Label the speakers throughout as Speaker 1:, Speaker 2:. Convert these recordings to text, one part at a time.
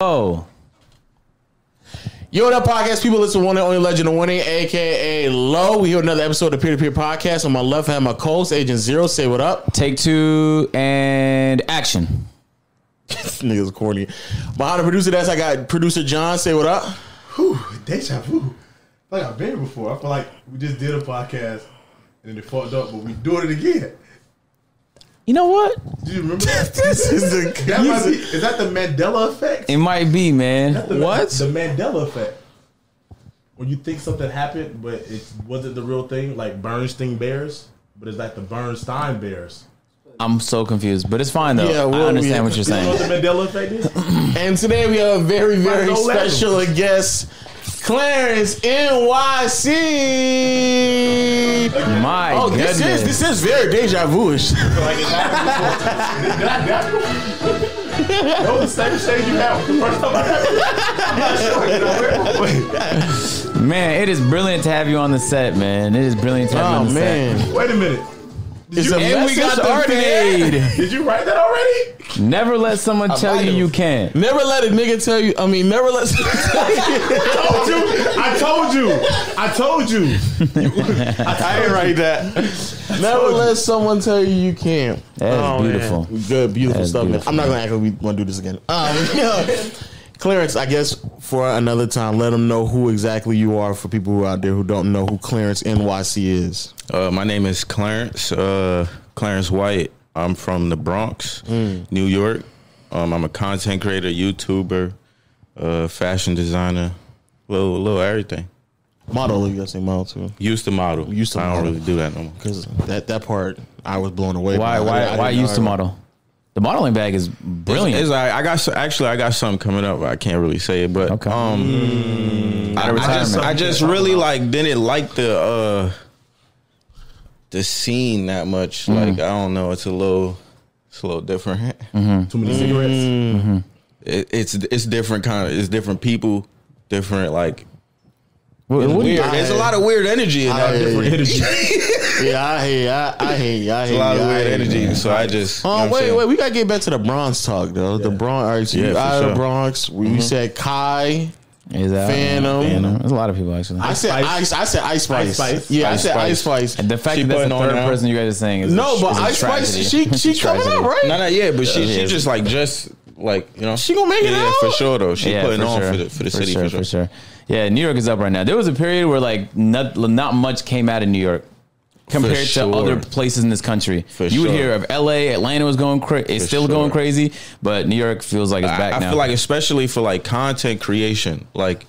Speaker 1: Oh,
Speaker 2: Yo, what up, podcast people? It's the one and only legend of winning, aka Low. We here with another episode of Peer to Peer Podcast. On my left hand, my co-host, Agent Zero. Say what up.
Speaker 1: take two and action.
Speaker 2: This nigga's corny. Behind the producer desk, I got producer John. Say what up.
Speaker 3: Whew, deja vu. Like I've been here before. I feel like we just did a podcast and it fucked up, but we doing it again.
Speaker 1: You know what?
Speaker 3: Do you remember that?
Speaker 2: This is the
Speaker 3: that might be, is that the Mandela effect?
Speaker 1: It might be, man.
Speaker 3: That's the-
Speaker 1: What?
Speaker 3: The Mandela effect. When you think something happened, but it wasn't the real thing, like Bernstein Bears, but it's like the Bernstein Bears.
Speaker 1: I'm so confused, but it's fine though.
Speaker 2: Yeah, well,
Speaker 1: I understand
Speaker 2: yeah.
Speaker 1: what you're
Speaker 3: You know what the
Speaker 1: saying.
Speaker 3: Mandela effect is?
Speaker 2: And today we have a very, very
Speaker 3: no
Speaker 2: special guest, Clarence NYC.
Speaker 1: My
Speaker 2: Oh,
Speaker 1: goodness.
Speaker 2: this is this is very deja vu-ish.
Speaker 3: Like it happened before. Did that happen before? That was the same shade you had the first time I had it. I'm not sure. You know, where-
Speaker 1: man, it is brilliant to have you on the set, man. It is brilliant to have you
Speaker 2: Oh
Speaker 1: on the
Speaker 2: man,
Speaker 3: Wait a minute.
Speaker 2: it's a
Speaker 1: set. And we got
Speaker 2: message
Speaker 1: the
Speaker 2: already there.
Speaker 1: fade.
Speaker 3: Did you write that already?
Speaker 1: Never let someone tell
Speaker 2: might
Speaker 1: you
Speaker 2: have.
Speaker 1: you can't.
Speaker 2: Never let a nigga tell you. I mean, never let.
Speaker 3: told you. I told you. I told you.
Speaker 2: I ain't write that. Never let someone tell you you can't.
Speaker 1: That is beautiful.
Speaker 2: Good, beautiful
Speaker 1: That's
Speaker 2: stuff,
Speaker 1: beautiful.
Speaker 2: man. I'm not gonna act like we want to do this again. Um, yeah. Clarence, I guess for another time, let them know who exactly you are for people who are out there who don't know who Clarence NYC is.
Speaker 4: Uh, my name is Clarence. Uh, Clarence White. I'm from the Bronx, New York. Um, I'm a content creator, YouTuber, uh, fashion designer, little little everything.
Speaker 2: Model, if you guys say model too,
Speaker 4: Used to model.
Speaker 2: Used to
Speaker 4: I don't
Speaker 2: model.
Speaker 4: really do that no more.
Speaker 2: because that that part I was blown away.
Speaker 1: Why?
Speaker 2: by. I
Speaker 1: Why?
Speaker 2: didn't- I
Speaker 1: why
Speaker 2: didn't
Speaker 1: use to
Speaker 2: know.
Speaker 1: model? The modeling bag is brilliant.
Speaker 4: It's like I got so- actually I got something coming up. but I can't really say it, but
Speaker 1: Okay.
Speaker 4: um, I, I just
Speaker 1: retirement.
Speaker 4: I just really like didn't like the uh the scene that much. Like I don't know, it's a little it's a little different.
Speaker 3: Too many cigarettes.
Speaker 4: It, it's it's different kind of it's different people, different like
Speaker 1: What- what do you-
Speaker 2: weird.
Speaker 4: there's a lot of weird energy in
Speaker 2: I
Speaker 4: that.
Speaker 2: hear you.
Speaker 3: energy.
Speaker 2: Yeah, I hear. you. I, I hear. you. I hear.
Speaker 4: a lot of weird
Speaker 2: energy.
Speaker 4: energy. So I just
Speaker 2: Oh
Speaker 4: you know what I'm
Speaker 2: wait,
Speaker 4: saying?
Speaker 2: wait, we gotta get back to the Bronx talk though. The Bronx, all right, so
Speaker 4: Yeah,
Speaker 2: you
Speaker 4: for
Speaker 2: out of the
Speaker 4: sure. Mm-hmm.
Speaker 2: Bronx. We, we said Kai,
Speaker 1: Is that
Speaker 2: Phantom.
Speaker 1: You know, There's a lot of people actually.
Speaker 2: I said ice.
Speaker 3: Spice.
Speaker 2: I said ice spice.
Speaker 3: Ice Spice.
Speaker 2: Yeah,
Speaker 4: Ice
Speaker 2: I said
Speaker 4: Spice.
Speaker 2: ice spice.
Speaker 1: and the fact
Speaker 4: she
Speaker 1: that that's the
Speaker 4: putting on
Speaker 1: third
Speaker 4: now.
Speaker 1: person you guys are saying is
Speaker 2: no,
Speaker 1: a,
Speaker 2: but
Speaker 1: is a
Speaker 2: ice
Speaker 1: tragedy.
Speaker 2: spice. She she
Speaker 1: It's a
Speaker 2: coming up
Speaker 1: tragedy.
Speaker 2: right.
Speaker 4: No, no, yeah, but she
Speaker 1: Yeah,
Speaker 4: she
Speaker 1: yeah.
Speaker 4: just like just like you know
Speaker 2: She gonna make it
Speaker 4: yeah,
Speaker 2: out?
Speaker 4: for sure though. She
Speaker 1: Yeah,
Speaker 4: putting on for the for the city
Speaker 1: sure,
Speaker 4: for sure.
Speaker 1: Yeah, New York is up right now. There was a period where like not not much came out of New York compared
Speaker 4: sure.
Speaker 1: to other places in this country.
Speaker 4: For
Speaker 1: you would
Speaker 4: sure.
Speaker 1: hear of L.A., Atlanta was going crazy. It's
Speaker 4: For
Speaker 1: still going
Speaker 4: sure.
Speaker 1: crazy, but New York feels like it's back
Speaker 4: I, I
Speaker 1: now.
Speaker 4: feel like especially for like content creation, like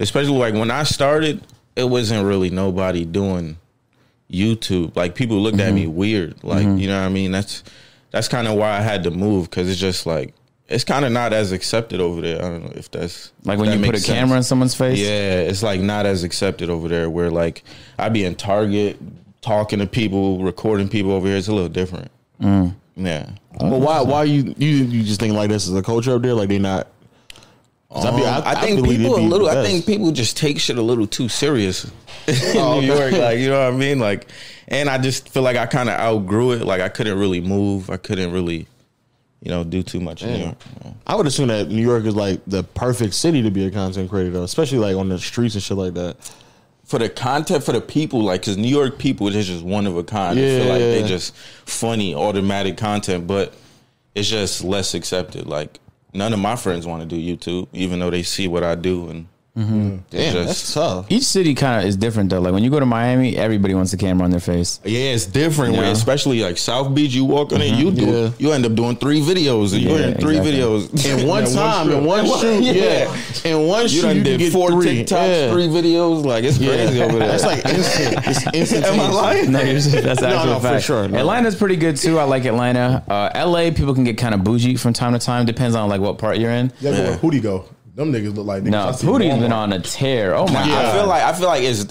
Speaker 4: especially like when I started, it wasn't really nobody doing YouTube. Like people looked
Speaker 1: Mm-hmm.
Speaker 4: at me weird. Like you know what I mean? That's that's kind of why I had to move because it's just like it's kind of not as accepted over there. I don't know if that's
Speaker 1: Like
Speaker 4: if
Speaker 1: when
Speaker 4: that
Speaker 1: you put a
Speaker 4: makes sense.
Speaker 1: camera in someone's face.
Speaker 4: Yeah, it's like not as accepted over there. Where like I be in Target talking to people, recording people over here. It's a little different.
Speaker 1: Mm.
Speaker 4: Yeah.
Speaker 2: But why? Why you you you just think like this is a culture up there? Like they not? 'cause I, be-
Speaker 4: Um, I, think
Speaker 2: believe
Speaker 4: people
Speaker 2: they
Speaker 4: a
Speaker 2: be
Speaker 4: little.
Speaker 2: the
Speaker 4: I
Speaker 2: best. Oh,
Speaker 4: think people just take shit a little too serious in New
Speaker 2: okay.
Speaker 4: York. Like you know what I mean. Like, and I just feel like I kind of outgrew it. Like I couldn't really move. I couldn't really, you know, do too much in New York. Yeah.
Speaker 2: I would assume that New York is like the perfect city to be a content creator, though, especially like on the streets and shit like that.
Speaker 4: For the content, for the people, like because New York people, they're just one of a kind. I feel like they
Speaker 2: Yeah.
Speaker 4: just funny, automatic content, but it's just less accepted. Like none of my friends want to do YouTube, even though they see what I do and. they
Speaker 2: Damn, that's
Speaker 4: Just,
Speaker 2: tough.
Speaker 1: Each city kind of is different though. Like when you go to Miami, everybody wants a camera on their face.
Speaker 4: Yeah, it's different.
Speaker 1: Yeah.
Speaker 4: Where especially like South Beach, you walk on it, you do,
Speaker 2: Yeah.
Speaker 4: you end up doing three videos, and you're
Speaker 1: Yeah,
Speaker 4: in three
Speaker 1: exactly.
Speaker 4: videos
Speaker 2: In one time, in
Speaker 4: strip.
Speaker 2: one shoot, yeah, in one
Speaker 4: You
Speaker 2: shoot,
Speaker 4: done
Speaker 2: you can
Speaker 4: did
Speaker 2: get
Speaker 4: four
Speaker 2: three.
Speaker 4: TikToks,
Speaker 2: Yeah.
Speaker 4: three videos. Like it's crazy over there.
Speaker 2: That's like instant. It's instantaneous.
Speaker 4: Am I lying?
Speaker 1: No, you're just, that's
Speaker 2: No,
Speaker 1: actual
Speaker 2: no, for
Speaker 1: fact.
Speaker 2: sure, no.
Speaker 1: Atlanta's pretty good too. I like Atlanta. Uh, LA people can get kind of bougie from time to time. Depends on like what part you're in.
Speaker 3: Yeah, but where Hootie go? Them niggas look like niggas.
Speaker 1: No,
Speaker 3: I see
Speaker 1: Pootie's
Speaker 3: Walmart.
Speaker 1: been on a tear. Oh my god.
Speaker 4: I feel like I feel like it's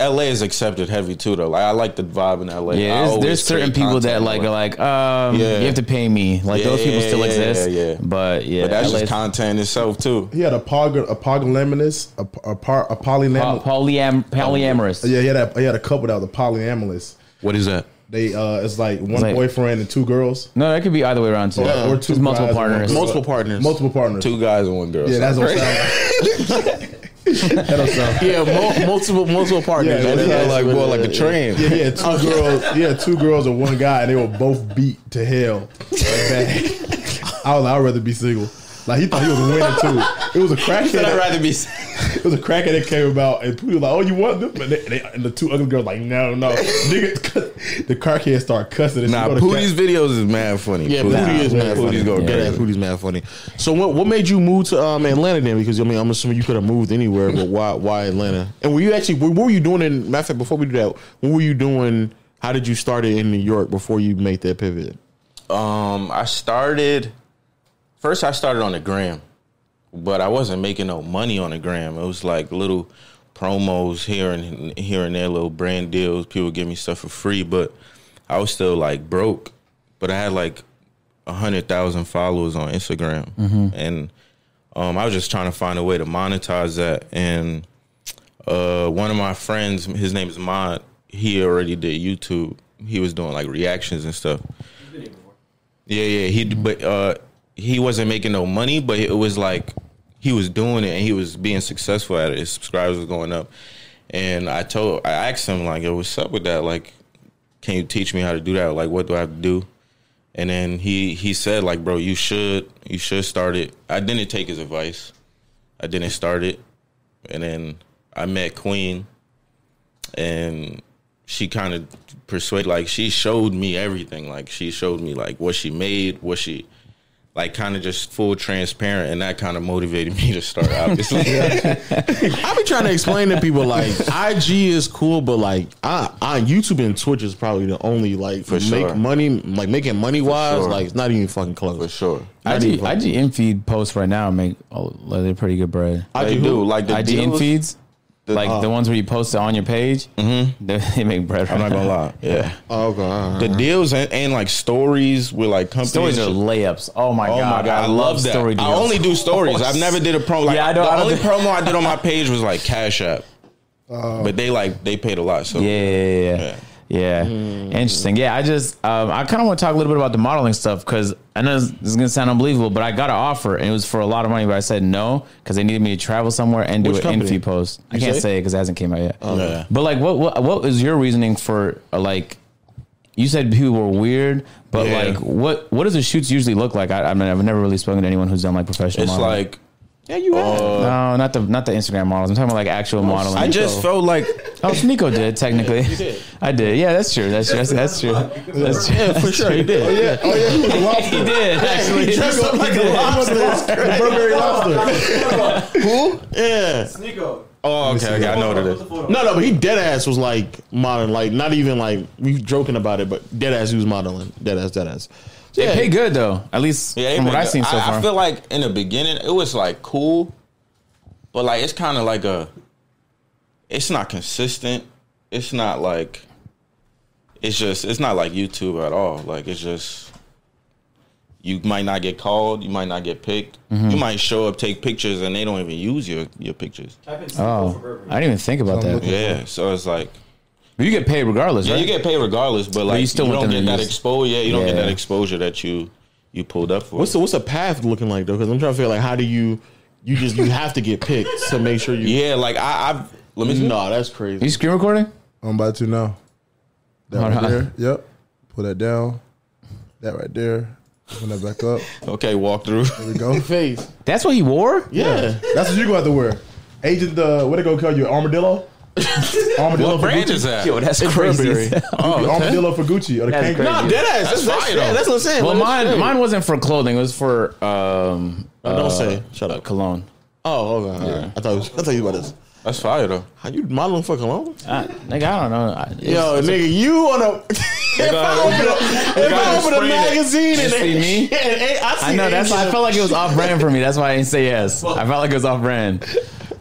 Speaker 4: L.A. is accepted heavy too though. Like I like the vibe in L.A. I
Speaker 1: Yeah, there's,
Speaker 4: always
Speaker 1: there's certain
Speaker 4: create
Speaker 1: people that
Speaker 4: content
Speaker 1: like
Speaker 4: in
Speaker 1: are
Speaker 4: LA.
Speaker 1: like, um,
Speaker 4: Yeah.
Speaker 1: you have to pay me. Like
Speaker 4: Yeah,
Speaker 1: those people
Speaker 4: yeah,
Speaker 1: still
Speaker 4: yeah,
Speaker 1: exist.
Speaker 4: yeah, yeah.
Speaker 1: But yeah,
Speaker 4: But that's
Speaker 1: LA
Speaker 4: just content itself too.
Speaker 3: He had a pog a polyamorous a, a, par, a
Speaker 1: po-
Speaker 3: polyam.
Speaker 1: polyam- polyamorous.
Speaker 3: yeah, he had a, he had a couple that was a polyamorous.
Speaker 4: What is that?
Speaker 3: They uh, it's like one
Speaker 1: like-
Speaker 3: boyfriend and two girls.
Speaker 1: no, that could be either way around too.
Speaker 3: Yeah, or two
Speaker 1: Just multiple
Speaker 3: guys, one
Speaker 1: partners.
Speaker 3: girl.
Speaker 2: Multiple partners.
Speaker 3: Multiple partners.
Speaker 4: Two guys and one girl.
Speaker 3: Yeah, that's what I'm
Speaker 4: Sounds
Speaker 3: saying. That don't sound.
Speaker 2: Yeah, mul- multiple multiple partners.
Speaker 3: Yeah,
Speaker 4: great.
Speaker 3: that's
Speaker 4: That sounds
Speaker 3: Yeah,
Speaker 4: like more like a train.
Speaker 3: Yeah, yeah, two girls. Yeah, two girls and one guy, and they were both beat to hell. Like, bad. I was like, I'd rather be single. Like he thought he was winning too. It was a
Speaker 4: I'd
Speaker 3: crackhead.
Speaker 4: rather be.
Speaker 3: It was a crackhead that came about, and Pooh was like, "Oh, you want them?" But they, they, and the two other girls like, "No, no, nigga." The crackhead started cussing. And
Speaker 4: Nah,
Speaker 3: she go to
Speaker 4: Pootie's videos is mad funny.
Speaker 2: Yeah, Booty is mad funny.
Speaker 4: Pootie's going
Speaker 2: yeah,
Speaker 4: crazy.
Speaker 2: that Booty's mad funny. So what what made you move to um, Atlanta then? Because I mean, I'm assuming you could have moved anywhere, but why why Atlanta? And were you actually what were you doing in matter of fact before we do that? What were you doing? How did you start it in New York before you made that pivot?
Speaker 4: Um, I started first. I started on the gram, but I wasn't making no money on the gram. It was like little promos here and here and there, little brand deals. People give me stuff for free, but I was still like broke. But I had like a hundred thousand followers on Instagram, and um, I was just trying to find a way to monetize that. And uh, one of my friends, his name is Mod. He already did YouTube. He was doing like reactions and stuff. Yeah, yeah. He but uh, he wasn't making no money, but it was like he was doing it and he was being successful at it. His subscribers was going up, and I told I asked him like, "Yo, what's up with that? Like, can you teach me how to do that? Like, what do I have to do?" And then he he said like, "Bro, you should you should start it." I didn't take his advice. I didn't start it, and then I met Queen, and she kind of persuaded like she showed me everything like she showed me like what she made what she like kind of just full transparent and that kind of motivated me to start obviously
Speaker 2: I be trying to explain to people like IG is cool, but like I, I YouTube and Twitch is probably the only like
Speaker 4: For
Speaker 2: make
Speaker 4: sure.
Speaker 2: money like making money wise
Speaker 4: sure.
Speaker 2: like it's not even fucking close.
Speaker 4: for sure
Speaker 1: IG, IG infeed posts right now make oh, like, they're pretty good bread.
Speaker 4: they do like the
Speaker 1: IG
Speaker 4: deals, uh,
Speaker 1: infeeds, like the ones where you post it on your page, mm-hmm. they, they make bread. Right
Speaker 4: i'm not
Speaker 1: now.
Speaker 4: gonna lie yeah
Speaker 2: Oh god.
Speaker 4: the deals and, and like stories with like companies
Speaker 1: Uh-huh. Stories are layups. Oh my
Speaker 4: Oh
Speaker 1: god!
Speaker 4: my god, I, love that.
Speaker 1: story deals.
Speaker 4: I only do stories. I've never did a promo. Like,
Speaker 1: Yeah, I
Speaker 4: the
Speaker 1: don't- I don't
Speaker 4: only
Speaker 1: do-
Speaker 4: promo I did on my page was like Cash App, but they like they paid a lot. So
Speaker 1: Oh. Yeah, yeah, yeah. yeah. Yeah. interesting. Yeah, I just um, I kind of want to talk a little bit about the modeling stuff because I know this this is gonna sound unbelievable, but I got an offer and it was for a lot of money, but I said no because they needed me to travel somewhere and do
Speaker 2: Which
Speaker 1: an
Speaker 2: company?
Speaker 1: infie post. I can't
Speaker 2: say?
Speaker 1: say it because it hasn't came out yet.
Speaker 4: Yeah.
Speaker 1: But like, what what what was your reasoning for uh, like? You said people were weird, but
Speaker 4: Yeah.
Speaker 1: like, what what does the shoots usually look like? I, I mean, I've never really spoken to anyone who's done like professional.
Speaker 4: it's
Speaker 1: modeling.
Speaker 4: like
Speaker 2: Yeah, you have.
Speaker 1: no, not the not the Instagram models. I'm talking about like actual modeling.
Speaker 4: I just felt like
Speaker 1: Oh, Nico did technically. I did. Yeah, that's true. That's true. That's, that's true. That's true.
Speaker 2: yeah, for sure he did.
Speaker 3: yeah, oh yeah, he was a lobster.
Speaker 1: He did actually.
Speaker 2: He dressed up like a lobster.
Speaker 3: The Burberry lobster.
Speaker 2: Who? Yeah.
Speaker 5: Nico.
Speaker 4: Oh, okay, okay, I know what it is.
Speaker 2: No, no, but he dead ass was like modeling, like not even like we joking about it, but dead ass he was modeling, dead ass, dead ass.
Speaker 1: They pay good though. At least
Speaker 4: Yeah,
Speaker 1: from
Speaker 4: but
Speaker 1: what I've seen so
Speaker 4: I,
Speaker 1: far.
Speaker 4: I feel like in the beginning it was like cool, but like it's kind of like a, it's not consistent. It's not like, it's just it's not like YouTube at all. Like it's just, you might not get called, you might not get picked,
Speaker 1: Mm-hmm.
Speaker 4: you might show up, take pictures, and they don't even use your your pictures.
Speaker 1: oh, I didn't even think about
Speaker 3: I'm
Speaker 1: that.
Speaker 3: looking-
Speaker 4: Yeah, so it's like.
Speaker 1: But you get paid regardless,
Speaker 4: Yeah,
Speaker 1: right?
Speaker 4: you get paid regardless, but like
Speaker 1: you
Speaker 4: you,
Speaker 1: still want
Speaker 4: don't
Speaker 1: them
Speaker 4: get
Speaker 1: to
Speaker 4: that
Speaker 1: use-
Speaker 4: exposure. Yeah, you don't get
Speaker 1: Yeah.
Speaker 4: that exposure that you you pulled up for.
Speaker 2: What's the what's the path looking like though? Because I'm trying to feel like how do you you just you have to get picked to make sure you.
Speaker 4: yeah, like I, I've let me
Speaker 2: No, that's crazy.
Speaker 1: you screen recording?
Speaker 3: I'm about to now. That right
Speaker 1: Hold on.
Speaker 3: there. Yep. Pull that down. That right there. Open that back up.
Speaker 4: Okay, walk through.
Speaker 3: There we go.
Speaker 2: Face.
Speaker 1: That's what he wore.
Speaker 2: Yeah.
Speaker 3: That's what you gonna have to wear. Agent, uh, what they gonna call you? Armadillo. armadillo.
Speaker 4: What
Speaker 3: For
Speaker 4: brand
Speaker 3: Gucci?
Speaker 4: is that?
Speaker 1: Yo, that's
Speaker 2: Burberry.
Speaker 1: crazy.
Speaker 2: Oh,
Speaker 3: The armadillo for Gucci or the
Speaker 1: That's
Speaker 3: kangaroo.
Speaker 1: crazy.
Speaker 2: No, dead ass. That's, that's,
Speaker 4: fire,
Speaker 2: yeah,
Speaker 4: though.
Speaker 2: that's what I'm saying.
Speaker 1: well,
Speaker 2: Like, that's
Speaker 1: mine
Speaker 2: straight.
Speaker 1: mine wasn't for clothing. It was for um
Speaker 2: Oh, don't
Speaker 1: uh,
Speaker 2: say. Shut up.
Speaker 1: cologne.
Speaker 2: Oh, okay. all right. I thought it was, I thought you about this.
Speaker 4: That's fire though.
Speaker 2: How you modeling for cologne?
Speaker 1: I, nigga, I don't know. I,
Speaker 2: Yo, nigga, you on a. if I
Speaker 4: gotta-
Speaker 2: open a, if
Speaker 4: gotta
Speaker 2: I open a
Speaker 4: spray that.
Speaker 2: magazine and
Speaker 1: You see me?
Speaker 2: and- and I see
Speaker 1: I know. That's. Why I
Speaker 2: Angela.
Speaker 1: felt like it was off brand for me. That's why I didn't say yes. I felt like it was off brand.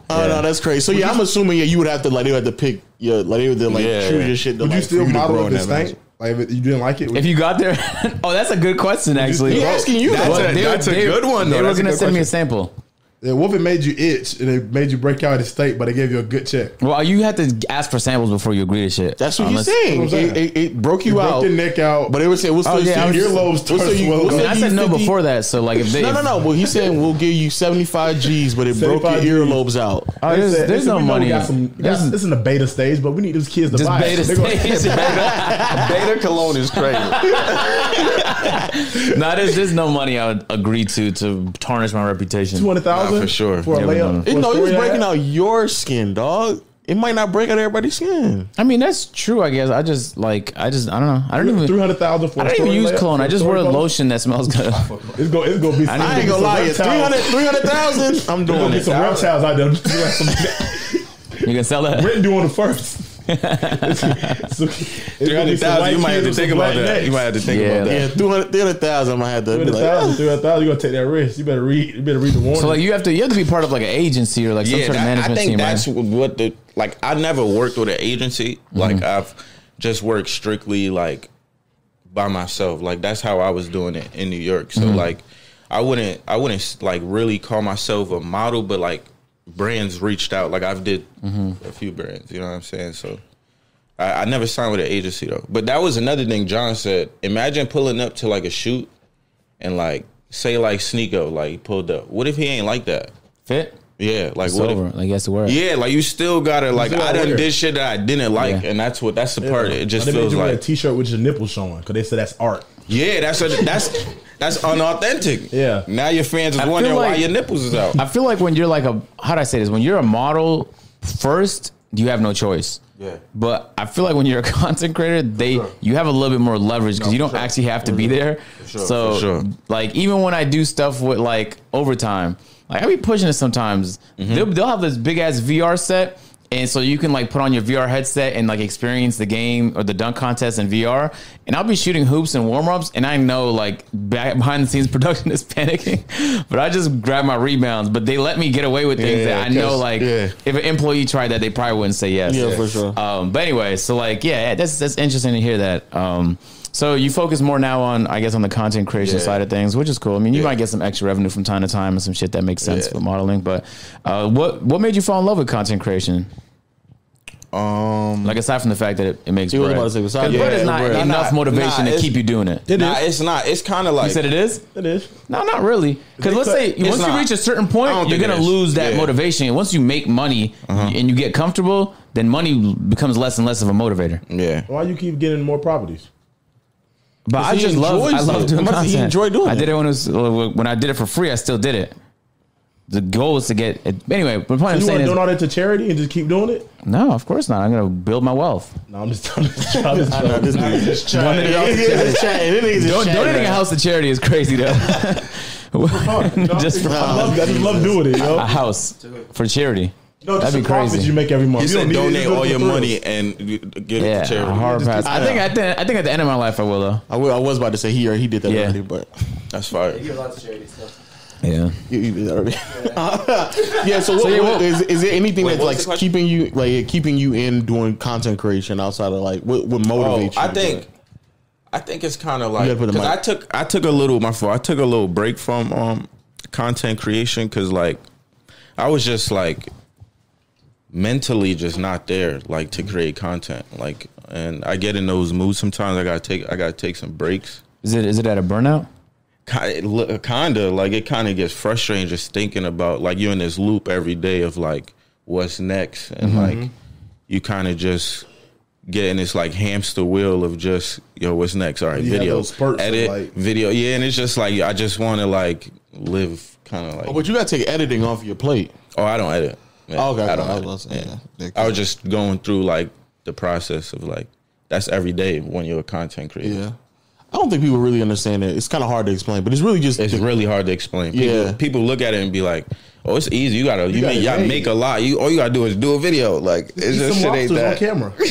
Speaker 2: Oh no, that's crazy. So yeah, I'm assuming yeah, you would have to like they would have to pick yeah, like they would have to like
Speaker 4: Yeah.
Speaker 2: choose your shit. To,
Speaker 3: Would
Speaker 2: like,
Speaker 3: you still
Speaker 2: for to
Speaker 3: model
Speaker 2: grow
Speaker 3: if
Speaker 2: in
Speaker 3: this
Speaker 2: that
Speaker 3: thing? Like if you didn't like it,
Speaker 1: If you got there, oh, that's a good question. Actually,
Speaker 2: He asking you
Speaker 1: That's
Speaker 2: though.
Speaker 1: a,
Speaker 4: that's a good one, though.
Speaker 1: They were
Speaker 4: That's a
Speaker 1: gonna
Speaker 4: good
Speaker 1: send me a sample.
Speaker 3: Yeah, what if it made you itch and it made you break out of the state, but it gave you a good check?
Speaker 1: Well, you have to ask for samples before you agree to shit. Um,
Speaker 2: That's what
Speaker 1: Unless-
Speaker 2: you're saying.
Speaker 3: That's what I'm
Speaker 2: It,
Speaker 3: saying.
Speaker 2: it, it broke you,
Speaker 3: You
Speaker 2: out,
Speaker 3: broke your neck out,
Speaker 2: but it was saying we'll still
Speaker 1: Oh, yeah, I'm
Speaker 2: you,
Speaker 1: just-
Speaker 3: earlobes
Speaker 2: What's the-
Speaker 3: turn
Speaker 2: you-
Speaker 3: swell
Speaker 2: what's
Speaker 1: I, mean,
Speaker 2: the-
Speaker 3: up.
Speaker 1: I said no
Speaker 2: 50
Speaker 1: before that. So like, if they,
Speaker 2: no, no, no. But he's saying we'll give you 75 G's, but it broke your
Speaker 3: 75 Gs.
Speaker 2: earlobes out.
Speaker 1: Oh,
Speaker 3: They
Speaker 1: there's,
Speaker 3: said- they
Speaker 1: there's
Speaker 3: said,
Speaker 1: no
Speaker 3: we know
Speaker 1: money.
Speaker 3: We got some, we got,
Speaker 1: There's-
Speaker 3: this in the beta stage, but we need these kids to
Speaker 1: just
Speaker 3: buy
Speaker 1: beta
Speaker 3: it. They gonna-
Speaker 1: stage.
Speaker 2: Beta cologne is crazy.
Speaker 1: no, there's, there's no money I would agree to to tarnish my reputation.
Speaker 3: Two hundred thousand
Speaker 4: Nah, for sure.
Speaker 3: for a
Speaker 1: Yeah, we know.
Speaker 3: layup.
Speaker 2: You
Speaker 3: for a
Speaker 2: know, he was
Speaker 3: story
Speaker 2: breaking
Speaker 3: like
Speaker 2: out your skin, dog. It might not break out everybody's skin.
Speaker 1: I mean, that's true. I guess I just like I just I don't know. I don't
Speaker 3: that.
Speaker 1: even
Speaker 3: Three hundred thousand for.
Speaker 1: I don't
Speaker 3: a
Speaker 1: even
Speaker 3: story
Speaker 1: use
Speaker 3: layup,
Speaker 1: cologne.
Speaker 3: for
Speaker 1: I
Speaker 3: a
Speaker 1: just
Speaker 3: story
Speaker 1: wear a
Speaker 3: bonus.
Speaker 1: lotion that smells good.
Speaker 3: It's gonna, it's gonna be. Some,
Speaker 2: I ain't gonna lie, it's 300 300,000. I'm doing
Speaker 3: There's gonna be
Speaker 2: it.
Speaker 3: some reptiles out there. Just like some
Speaker 1: you can sell that.
Speaker 3: Britain doing the first. Three
Speaker 4: 300,000, you might have to think about that. You might have to think
Speaker 1: Yeah,
Speaker 4: about that.
Speaker 1: that-
Speaker 2: Yeah, 300 300,000. I'm gonna have to be
Speaker 3: Three hundred
Speaker 2: like,
Speaker 3: thousand, three hundred thousand. You gonna take that risk? You better read. You better read the warning.
Speaker 1: So like you have to you have to be part of like an agency or like some sort of
Speaker 4: that-
Speaker 1: management
Speaker 4: I think
Speaker 1: team,
Speaker 4: that's
Speaker 1: right? Mm-hmm.
Speaker 4: what the like. I never worked with an agency. Like I've just worked strictly like by myself. Like that's how I was doing it in New York. So
Speaker 1: Mm-hmm.
Speaker 4: like, I wouldn't I wouldn't like really call myself a model, but like brands reached out. Like I've did
Speaker 1: Mm-hmm.
Speaker 4: a few brands. You know what I'm saying? So. I, I never signed with an agency though. But that was another thing John said. Imagine pulling up to like a shoot and like say like Sneeko like he pulled up. What if he ain't like that?
Speaker 1: Fit.
Speaker 4: Yeah, like
Speaker 1: It's
Speaker 4: what if-
Speaker 1: over. Like you have to wear it.
Speaker 4: yeah, like you still gotta like
Speaker 3: still
Speaker 4: I
Speaker 3: gotta
Speaker 4: done
Speaker 3: wear it.
Speaker 4: did shit that I didn't like,
Speaker 1: Yeah.
Speaker 4: and that's what that's the part. It just
Speaker 3: they made
Speaker 4: feels
Speaker 3: you wear
Speaker 4: like
Speaker 3: a T-shirt with your nipples showing because they said that's art.
Speaker 4: yeah, that's a, that's that's unauthentic.
Speaker 3: Yeah.
Speaker 4: now your fans is
Speaker 1: feel
Speaker 4: wondering why
Speaker 1: like-
Speaker 4: your nipples is out.
Speaker 1: I feel like when you're like a how do I say this? When you're a model first, you have no choice.
Speaker 4: Yeah.
Speaker 1: But I feel like when you're a content creator, they you have a little bit more leverage because you don't actually have to be there. So
Speaker 4: for sure.
Speaker 1: like even when I do stuff with like overtime, like I be pushing it sometimes.
Speaker 2: Mm-hmm.
Speaker 1: They'll, they'll have this big ass VR set. And so you can like put on your VR headset and like experience the game or the dunk contest in VR. And I'll be shooting hoops and warm ups, and I know like back behind the scenes production is panicking, but I just grab my rebounds. But they let me get away with things
Speaker 2: Yeah,
Speaker 1: that I know
Speaker 2: 'cause-
Speaker 1: like
Speaker 2: yeah.
Speaker 1: if an employee tried that, they probably wouldn't say yes.
Speaker 2: Yeah, for sure.
Speaker 1: Um, but anyway, so like, yeah, that's that's interesting to hear that. Um, so you focus more now on, I guess, on the content creation
Speaker 4: Yeah.
Speaker 1: side of things, which is cool. I mean, you
Speaker 4: Yeah.
Speaker 1: might get some extra revenue from time to time and some shit that makes sense
Speaker 4: Yeah.
Speaker 1: for modeling. But uh, what what made you fall in love with content creation?
Speaker 4: Um,
Speaker 1: Like aside from the fact that it, it makes
Speaker 2: He was
Speaker 1: bread,
Speaker 2: about to say, besides
Speaker 1: 'Cause
Speaker 2: bread,
Speaker 1: bread is not
Speaker 4: bread.
Speaker 1: enough
Speaker 4: Nah,
Speaker 1: motivation to
Speaker 4: nah, it's-
Speaker 1: keep you doing it. You
Speaker 4: nah, it's not. It's kind of like
Speaker 1: said it is.
Speaker 3: It is.
Speaker 1: No, not really. Because
Speaker 3: They
Speaker 1: let's
Speaker 3: could-
Speaker 1: say
Speaker 4: it's
Speaker 1: once you
Speaker 4: not.
Speaker 1: reach a certain
Speaker 4: I don't
Speaker 1: point, you're
Speaker 4: think it
Speaker 1: gonna
Speaker 4: is.
Speaker 1: lose that
Speaker 4: Yeah.
Speaker 1: motivation. Once you make money and you get comfortable, then money becomes less and less of a motivator.
Speaker 4: yeah.
Speaker 3: Why you keep getting more properties?
Speaker 1: But I
Speaker 2: he
Speaker 1: just love I
Speaker 2: enjoys
Speaker 1: love
Speaker 2: it.
Speaker 1: doing
Speaker 2: I'm about to say he
Speaker 1: content.
Speaker 2: enjoy doing
Speaker 1: I did
Speaker 2: it.
Speaker 1: it when it was uh, when I did it for free. I still did it. The goal is to get it. anyway. The point I'm
Speaker 3: You
Speaker 1: saying
Speaker 3: want to
Speaker 1: is
Speaker 3: donate all that to charity and just keep doing it?
Speaker 1: no, of course not. I'm gonna build my wealth.
Speaker 3: No, I'm just. I'm just, I'm just,
Speaker 2: I know this nigga just chatting. This nigga's
Speaker 1: Don- donating
Speaker 2: just
Speaker 1: a
Speaker 2: chatting.
Speaker 1: house to charity is crazy though. just for
Speaker 3: I love, I just love doing it, yo.
Speaker 1: a house for charity.
Speaker 3: No, just
Speaker 1: That'd
Speaker 3: the
Speaker 1: be
Speaker 3: profits
Speaker 1: crazy.
Speaker 3: You make every month.
Speaker 4: He
Speaker 3: You don't
Speaker 4: said
Speaker 3: need it, just
Speaker 4: donate
Speaker 3: go
Speaker 4: all
Speaker 3: for
Speaker 4: your
Speaker 3: thrills.
Speaker 4: money and you- give it
Speaker 1: Yeah,
Speaker 4: to charity.
Speaker 1: a hard pass. I think
Speaker 2: yeah.
Speaker 1: at the I think at the end of my life I will though.
Speaker 2: I, will- I was about to say he or he did that
Speaker 1: Yeah.
Speaker 2: already, but
Speaker 4: That's fire.
Speaker 5: Give a lot to charity stuff.
Speaker 1: Yeah.
Speaker 2: you, you did that already. yeah. So, what,
Speaker 1: yeah,
Speaker 2: what-
Speaker 1: what-
Speaker 2: is, is there anything
Speaker 4: Wait, what was
Speaker 2: that's
Speaker 4: the
Speaker 2: like
Speaker 4: question?
Speaker 2: keeping you like keeping you in doing content creation outside of like what what motivates you?
Speaker 4: Oh, I
Speaker 2: to do
Speaker 4: think,
Speaker 2: it?
Speaker 4: I think it's kind of like
Speaker 2: You gotta put the
Speaker 4: because I
Speaker 2: mic-
Speaker 4: took I took a little my fault. I took a little break from um content creation because like I was just like mentally just not there like to create content like and I get in those moods sometimes. I gotta take I gotta take some breaks.
Speaker 1: Is it is it at a burnout?
Speaker 4: Kind of like it kind of gets frustrating just thinking about like you're in this loop every day of like what's next and like you kind of just get in this like hamster wheel of just yo what's next all right
Speaker 3: You have
Speaker 4: video
Speaker 3: those spurts of,
Speaker 4: edit
Speaker 3: like-
Speaker 4: video yeah and it's just like I just want to like live kind of like
Speaker 2: Oh, but you gotta take editing off your plate.
Speaker 4: oh I don't edit Yeah,
Speaker 2: Oh, okay,
Speaker 4: I don't
Speaker 2: okay, I
Speaker 4: edit.
Speaker 2: was-
Speaker 4: yeah.
Speaker 2: yeah.
Speaker 4: I was just going through like the process of like that's every day when you're a content creator
Speaker 2: Yeah. I don't think people really understand it. It's kind of hard to explain, but it's really just
Speaker 4: It's
Speaker 2: the-
Speaker 4: really hard to explain. People,
Speaker 2: Yeah.
Speaker 4: people look at it and be like, "Oh, it's easy. You gotta, you,
Speaker 3: gotta
Speaker 4: make, y'all
Speaker 3: make
Speaker 4: make a lot. You all you gotta do is do a video. Like it's
Speaker 3: Eat
Speaker 4: just
Speaker 3: some
Speaker 4: shit
Speaker 3: lobsters
Speaker 4: ain't
Speaker 3: on
Speaker 4: that.
Speaker 3: camera.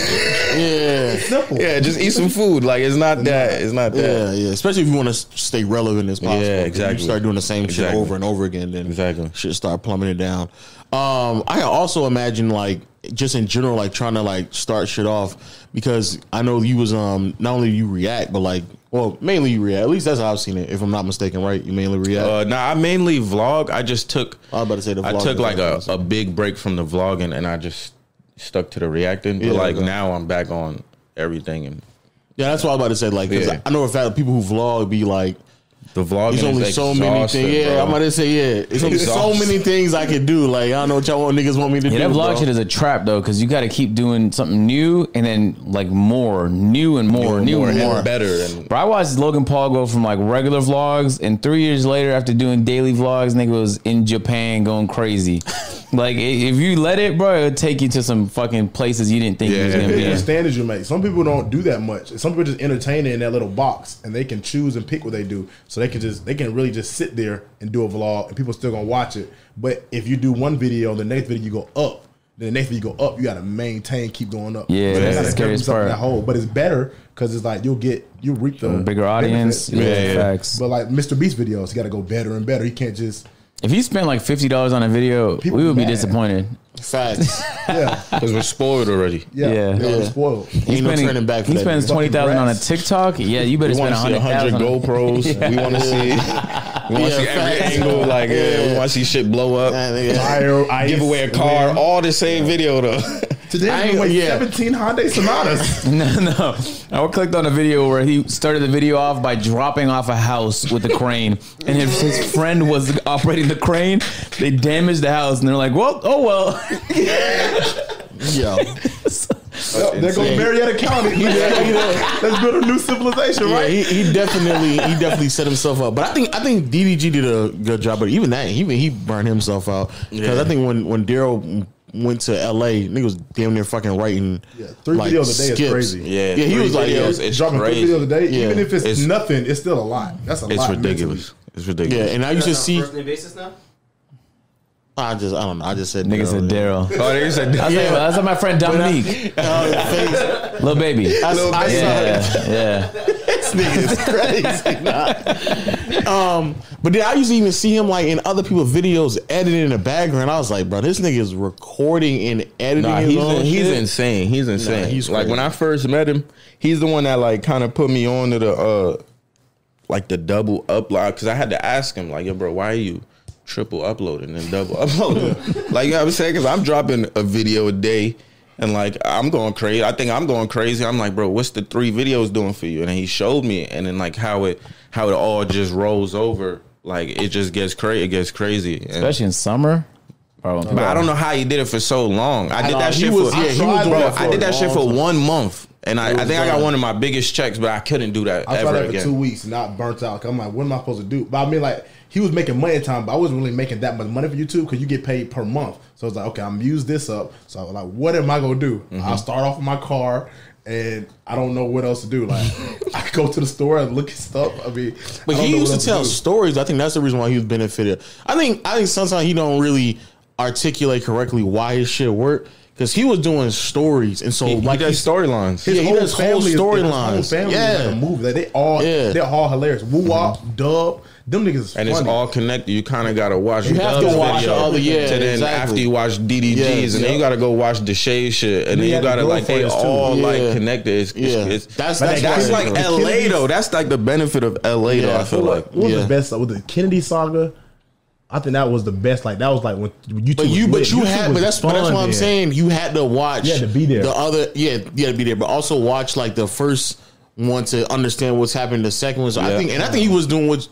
Speaker 2: yeah.
Speaker 3: Simple.
Speaker 4: Yeah, just eat some food. Like it's not that. It's not that.
Speaker 2: Yeah, yeah. Especially if you want to stay relevant as possible.
Speaker 4: Yeah,
Speaker 2: If
Speaker 4: exactly.
Speaker 2: You start doing the same shit
Speaker 4: Exactly.
Speaker 2: over and over again, then
Speaker 4: Exactly.
Speaker 2: shit start plummeting down. Um, I can also imagine like just in general, like trying to like start shit off because I know you was um not only you react, but like well mainly you react. At least that's how I've seen it. If I'm not mistaken, right? You mainly react.
Speaker 4: Uh, no, I mainly vlog. I just took.
Speaker 2: I was about to say the
Speaker 4: I
Speaker 2: vlog
Speaker 4: took
Speaker 2: is
Speaker 4: like a,
Speaker 2: awesome.
Speaker 4: a big break from the vlogging, and I just stuck to the reacting. But
Speaker 2: Yeah,
Speaker 4: like
Speaker 2: okay.
Speaker 4: now, I'm back on everything, and
Speaker 2: yeah, that's what I was about to say. Like 'cause
Speaker 4: Yeah.
Speaker 2: I know for a fact that people who vlog be like.
Speaker 4: the vlogging.
Speaker 2: There's
Speaker 4: is
Speaker 2: only so many
Speaker 4: exhausting,
Speaker 2: things. Yeah,
Speaker 4: bro.
Speaker 2: I'm about to say yeah. There's only so
Speaker 4: Exhausting.
Speaker 2: many things I could do. Like I don't know what y'all want niggas want me to
Speaker 1: Yeah,
Speaker 2: do.
Speaker 1: that vlog
Speaker 2: bro.
Speaker 1: shit is a trap though, because you got to keep doing something new and then like more, new and more, new
Speaker 4: more
Speaker 1: and
Speaker 4: and
Speaker 1: more.
Speaker 4: better and-
Speaker 1: Bro, I watched Logan Paul go from like regular vlogs, and three years later, after doing daily vlogs, nigga was in Japan going crazy. like i- if you let it, bro, it'll take you to some fucking places you didn't think you was
Speaker 4: Yeah.
Speaker 1: gonna
Speaker 3: Pick
Speaker 1: be.
Speaker 3: the
Speaker 1: in.
Speaker 3: standards you make. Some people don't do that much. Some people just entertain it in that little box, and they can choose and pick what they do. So they can just they can really just sit there and do a vlog, and people still gonna watch it. But if you do one video, the next video you go up, then the next video you go up. You gotta maintain, keep going up.
Speaker 1: Yeah, that's
Speaker 3: So gotta
Speaker 1: the
Speaker 3: give
Speaker 1: scariest
Speaker 3: yourself
Speaker 1: part.
Speaker 3: That hole, but it's better because it's like you'll get you reap the
Speaker 1: Bigger audience, yeah,
Speaker 3: benefits.
Speaker 4: Yeah.
Speaker 1: facts.
Speaker 3: But like Mr. Beast videos, you gotta go better and better. You can't just
Speaker 1: If you spent like fifty dollars on a video,
Speaker 3: People
Speaker 1: we would be
Speaker 3: mad.
Speaker 1: disappointed.
Speaker 2: facts.
Speaker 3: yeah
Speaker 4: because we're spoiled already.
Speaker 3: yeah
Speaker 1: Yeah.
Speaker 3: yeah,
Speaker 2: Yeah.
Speaker 3: spoiled.
Speaker 2: Ain't no turning back for
Speaker 1: he
Speaker 2: that.
Speaker 1: spends
Speaker 2: nigga.
Speaker 1: twenty thousand on a
Speaker 3: Fucking
Speaker 1: TikTok. Yeah, you better
Speaker 4: We
Speaker 1: spend
Speaker 4: want to see
Speaker 1: a
Speaker 4: 100
Speaker 1: hundred thousand.
Speaker 4: GoPros. We want to see. We want to
Speaker 2: Yeah,
Speaker 4: see every
Speaker 2: facts.
Speaker 4: angle. Like yeah, we
Speaker 2: Yeah.
Speaker 4: want to see shit blow up.
Speaker 2: Nah, nigga.
Speaker 3: Fire, ice,
Speaker 4: Give away a car.
Speaker 3: wind.
Speaker 4: All the same video though.
Speaker 3: Today
Speaker 2: I
Speaker 3: I
Speaker 2: ain't-
Speaker 3: away
Speaker 2: yeah.
Speaker 3: 17 Hyundai Sonatas.
Speaker 1: No, no. I clicked on a video where he started the video off by dropping off a house with a crane, and if his friend was operating the crane, they damaged the house, and they're like, "Well, oh well."
Speaker 2: Yo,
Speaker 3: They're going
Speaker 2: insane.
Speaker 3: to Marietta County. Let's build a new civilization,
Speaker 2: yeah,
Speaker 3: right?
Speaker 2: he, he definitely he definitely set himself up. But I think I think DDG did a good job. But even that, even he burned himself out because I think when when Daryl went to LA, nigga was damn near fucking writing.
Speaker 3: Yeah, three
Speaker 2: like,
Speaker 3: videos a day is
Speaker 2: skips.
Speaker 3: crazy.
Speaker 4: Yeah,
Speaker 2: yeah, he
Speaker 4: three
Speaker 2: was like, yeah,
Speaker 4: videos. It's
Speaker 3: Dropping
Speaker 4: crazy.
Speaker 3: three videos a day,
Speaker 2: Yeah.
Speaker 3: even if it's,
Speaker 4: It's-
Speaker 3: nothing, it's still a lot. That's a
Speaker 4: It's
Speaker 3: lot.
Speaker 4: ridiculous. It's
Speaker 2: yeah,
Speaker 4: ridiculous.
Speaker 2: and I used to
Speaker 5: That's on
Speaker 2: see.
Speaker 5: a first name basis now?
Speaker 2: I just I don't know. I just said
Speaker 1: Nigga said
Speaker 2: yeah.
Speaker 1: Daryl.
Speaker 4: Oh, they said
Speaker 1: That's,
Speaker 2: Yeah.
Speaker 1: like, that's like my friend Dominique,
Speaker 2: Oh, the face.
Speaker 1: little baby.
Speaker 2: I, I saw it.
Speaker 1: Yeah, yeah.
Speaker 2: This nigga is crazy. nah. Um, but then I used to even see him like in other people's videos editing in the background. I was like, bro, this nigga is recording and editing.
Speaker 4: Nah,
Speaker 2: his
Speaker 4: he's,
Speaker 2: own
Speaker 4: he's
Speaker 2: shit.
Speaker 4: insane. He's insane.
Speaker 2: he's
Speaker 4: like
Speaker 2: crazy.
Speaker 4: when I first met him, he's the one that like kind of put me on to the uh like the double upload because I had to ask him like, yo, bro, why are you triple uploading and double uploading? like you know what I'm saying, because I'm dropping a video a day. And like I'm going crazy. I think I'm going crazy. I'm like, bro, what's the three videos doing for you? And then he showed me, and then like how it how it all just rolls over. Like it just gets crazy. It gets crazy. And-
Speaker 1: Especially in summer, bro.
Speaker 4: but I don't know how he did it for so long. I did
Speaker 2: Nah,
Speaker 4: that
Speaker 2: he
Speaker 4: shit
Speaker 2: was-
Speaker 4: for
Speaker 2: yeah, he was
Speaker 3: doing
Speaker 4: bro,
Speaker 3: that for
Speaker 4: I did
Speaker 3: a
Speaker 4: that shit
Speaker 2: long
Speaker 4: for
Speaker 2: time.
Speaker 4: one month, and I, I
Speaker 2: was
Speaker 4: think I got
Speaker 2: long.
Speaker 4: one of my biggest checks, but I couldn't do that
Speaker 3: I tried
Speaker 4: ever
Speaker 3: that for two
Speaker 4: again.
Speaker 3: weeks and I burnt out. 'Cause I'm like, what am I supposed to do? But I mean, like, he was making money at the time, but I wasn't really making that much money for YouTube because you get paid per month. So it's like, okay, I'm used this up. So I was like, what am I gonna do?
Speaker 2: Mm-hmm.
Speaker 3: I'll start off with my car. And I don't know what else to do. Like, I go to the store and look at stuff. I mean,
Speaker 2: But
Speaker 3: I don't
Speaker 2: he
Speaker 3: know
Speaker 2: used
Speaker 3: what
Speaker 2: to
Speaker 3: else
Speaker 2: tell
Speaker 3: do.
Speaker 2: stories. I think that's the reason why he was benefited. I think I think sometimes he don't really articulate correctly why his shit worked because he was doing stories, and so
Speaker 4: He,
Speaker 2: like
Speaker 4: he does
Speaker 2: he's-
Speaker 4: storylines.
Speaker 2: Yeah, he does whole
Speaker 3: family is-
Speaker 2: storylines.
Speaker 3: His whole family is
Speaker 2: Yeah.
Speaker 3: like a movie. Like, they all,
Speaker 2: Yeah.
Speaker 3: they're all hilarious. Woo wop, dub, them niggas is
Speaker 4: and
Speaker 3: funny.
Speaker 4: it's all connected. You kind of gotta watch. You
Speaker 2: have to watch all the- yeah,
Speaker 4: To then
Speaker 2: exactly.
Speaker 4: after you watch DDGs,
Speaker 2: Yes,
Speaker 4: and then
Speaker 2: yeah.
Speaker 4: you gotta go watch the shade shit, and then
Speaker 3: had the
Speaker 4: you gotta like they
Speaker 3: girlfriends, too.
Speaker 4: all like
Speaker 2: Yeah.
Speaker 4: connected. It's, it's,
Speaker 2: Yeah.
Speaker 4: it's,
Speaker 2: That's-
Speaker 4: that's
Speaker 2: that's
Speaker 4: that's,
Speaker 2: why-
Speaker 4: like LA though. That's like the benefit of LA though.
Speaker 2: Yeah.
Speaker 4: I feel
Speaker 3: What
Speaker 4: like
Speaker 3: was- what was
Speaker 2: Yeah.
Speaker 3: the best? Like, with the Kennedy saga, I think that was the best. Like that was like when YouTube.
Speaker 2: But you,
Speaker 3: was
Speaker 2: but
Speaker 3: lit.
Speaker 2: you
Speaker 3: YouTube
Speaker 2: had,
Speaker 3: was
Speaker 2: but that's, but that's
Speaker 3: fun
Speaker 2: what I'm
Speaker 3: then.
Speaker 2: saying. You had to watch.
Speaker 3: You had to be there.
Speaker 2: The other, yeah, you had to be there, but also watch like the first one to understand what's happening. The second one, so I
Speaker 4: Yeah.
Speaker 2: think, and I think he was doing what.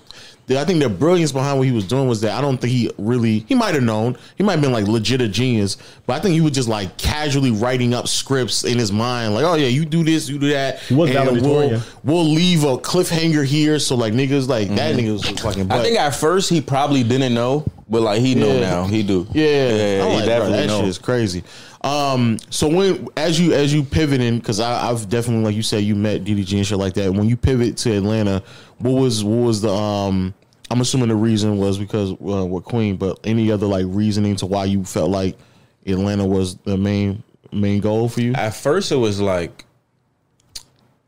Speaker 2: the- I think the brilliance behind what he was doing was that I don't think he really he might have known he might have been like legit a genius, but I think he was just like casually writing up scripts in his mind, like oh yeah, you do this, you do that,
Speaker 3: He was
Speaker 2: we'll,
Speaker 3: valedictorian.
Speaker 2: we'll leave a cliffhanger here, so like niggas like that nigga was fucking. Butt.
Speaker 4: Mm-hmm. I think at first he probably didn't know, but like he know
Speaker 2: Yeah.
Speaker 4: now. He do.
Speaker 2: Yeah, I'm
Speaker 4: he
Speaker 2: like, bro,
Speaker 4: definitely
Speaker 2: that
Speaker 4: know.
Speaker 2: shit is crazy. Um, so when as you as you pivoting, because I've definitely like you said, you met DDG and shit like that. When you pivot to Atlanta, what was what was the um? I'm assuming the reason was because uh, with Queen, but any other like reasoning to why you felt like Atlanta was the main main goal for you?
Speaker 4: At first, it was like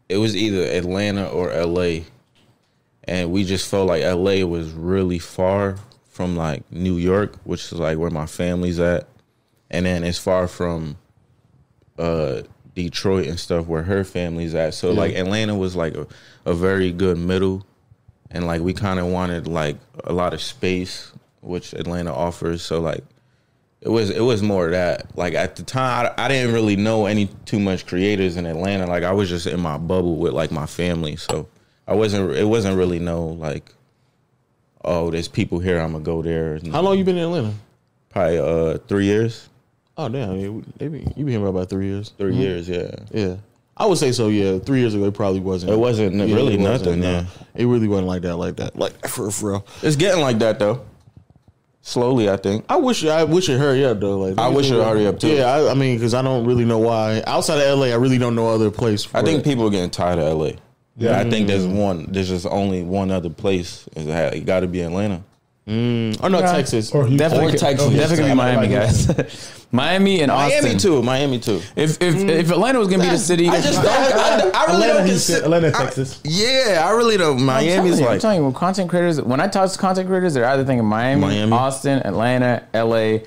Speaker 4: it was either Atlanta or LA, and we just felt like LA was really far from like New York, which is like where my family's at, and then it's far from uh, Detroit and stuff where her family's at. So like Atlanta was like a, a very good middle, and like we kind of wanted like a lot of space, which Atlanta offers. So like it was it was more of that. Like at the time, I, I didn't really know any too much creators in Atlanta. Like I was just in my bubble with like my family, so I wasn't. It wasn't really no like. Oh, there's people here. I'm gonna go there.
Speaker 2: How long you been in Atlanta?
Speaker 4: Probably uh, three years.
Speaker 2: Oh damn, yeah, we- they been, you been here for about three years.
Speaker 4: 3 years. Yeah.
Speaker 2: Yeah, I would say so. Yeah, three years ago it probably wasn't.
Speaker 4: It wasn't
Speaker 2: Yeah,
Speaker 4: really
Speaker 2: it wasn't,
Speaker 4: nothing.
Speaker 2: no.
Speaker 4: Yeah.
Speaker 2: it really wasn't like that. Like that. Like for for real.
Speaker 4: It's getting like that though. Slowly, I think.
Speaker 2: I wish I wish it hurry up though. Like
Speaker 4: I wish it hurry up, too.
Speaker 2: Yeah, I, I mean, because I don't really know why. Outside of LA, I really don't know other place.
Speaker 4: I
Speaker 2: where-
Speaker 4: think people are getting tired of LA. Yeah. I think
Speaker 3: Mm.
Speaker 4: there's one. There's just only one other place. It ha- It got to be Atlanta.
Speaker 2: or Oh, no Texas.
Speaker 3: Or Houston.
Speaker 1: Definitely,
Speaker 3: Or
Speaker 1: Texas.
Speaker 3: Houston.
Speaker 1: definitely gonna be Miami, guys. Miami and Austin.
Speaker 4: Miami too. Miami too.
Speaker 1: If if, if Atlanta was gonna be the city,
Speaker 4: I just don't. I, I
Speaker 3: Atlanta,
Speaker 4: really don't
Speaker 3: Houston,
Speaker 4: consider.
Speaker 3: Atlanta, Texas.
Speaker 4: Yeah, I really don't.
Speaker 1: I'm telling
Speaker 4: Miami's
Speaker 1: you, I'm
Speaker 4: like
Speaker 1: telling you, when content creators, when I talk to content creators, they're either thinking Miami,
Speaker 4: Miami.
Speaker 1: Austin, Atlanta, L.A.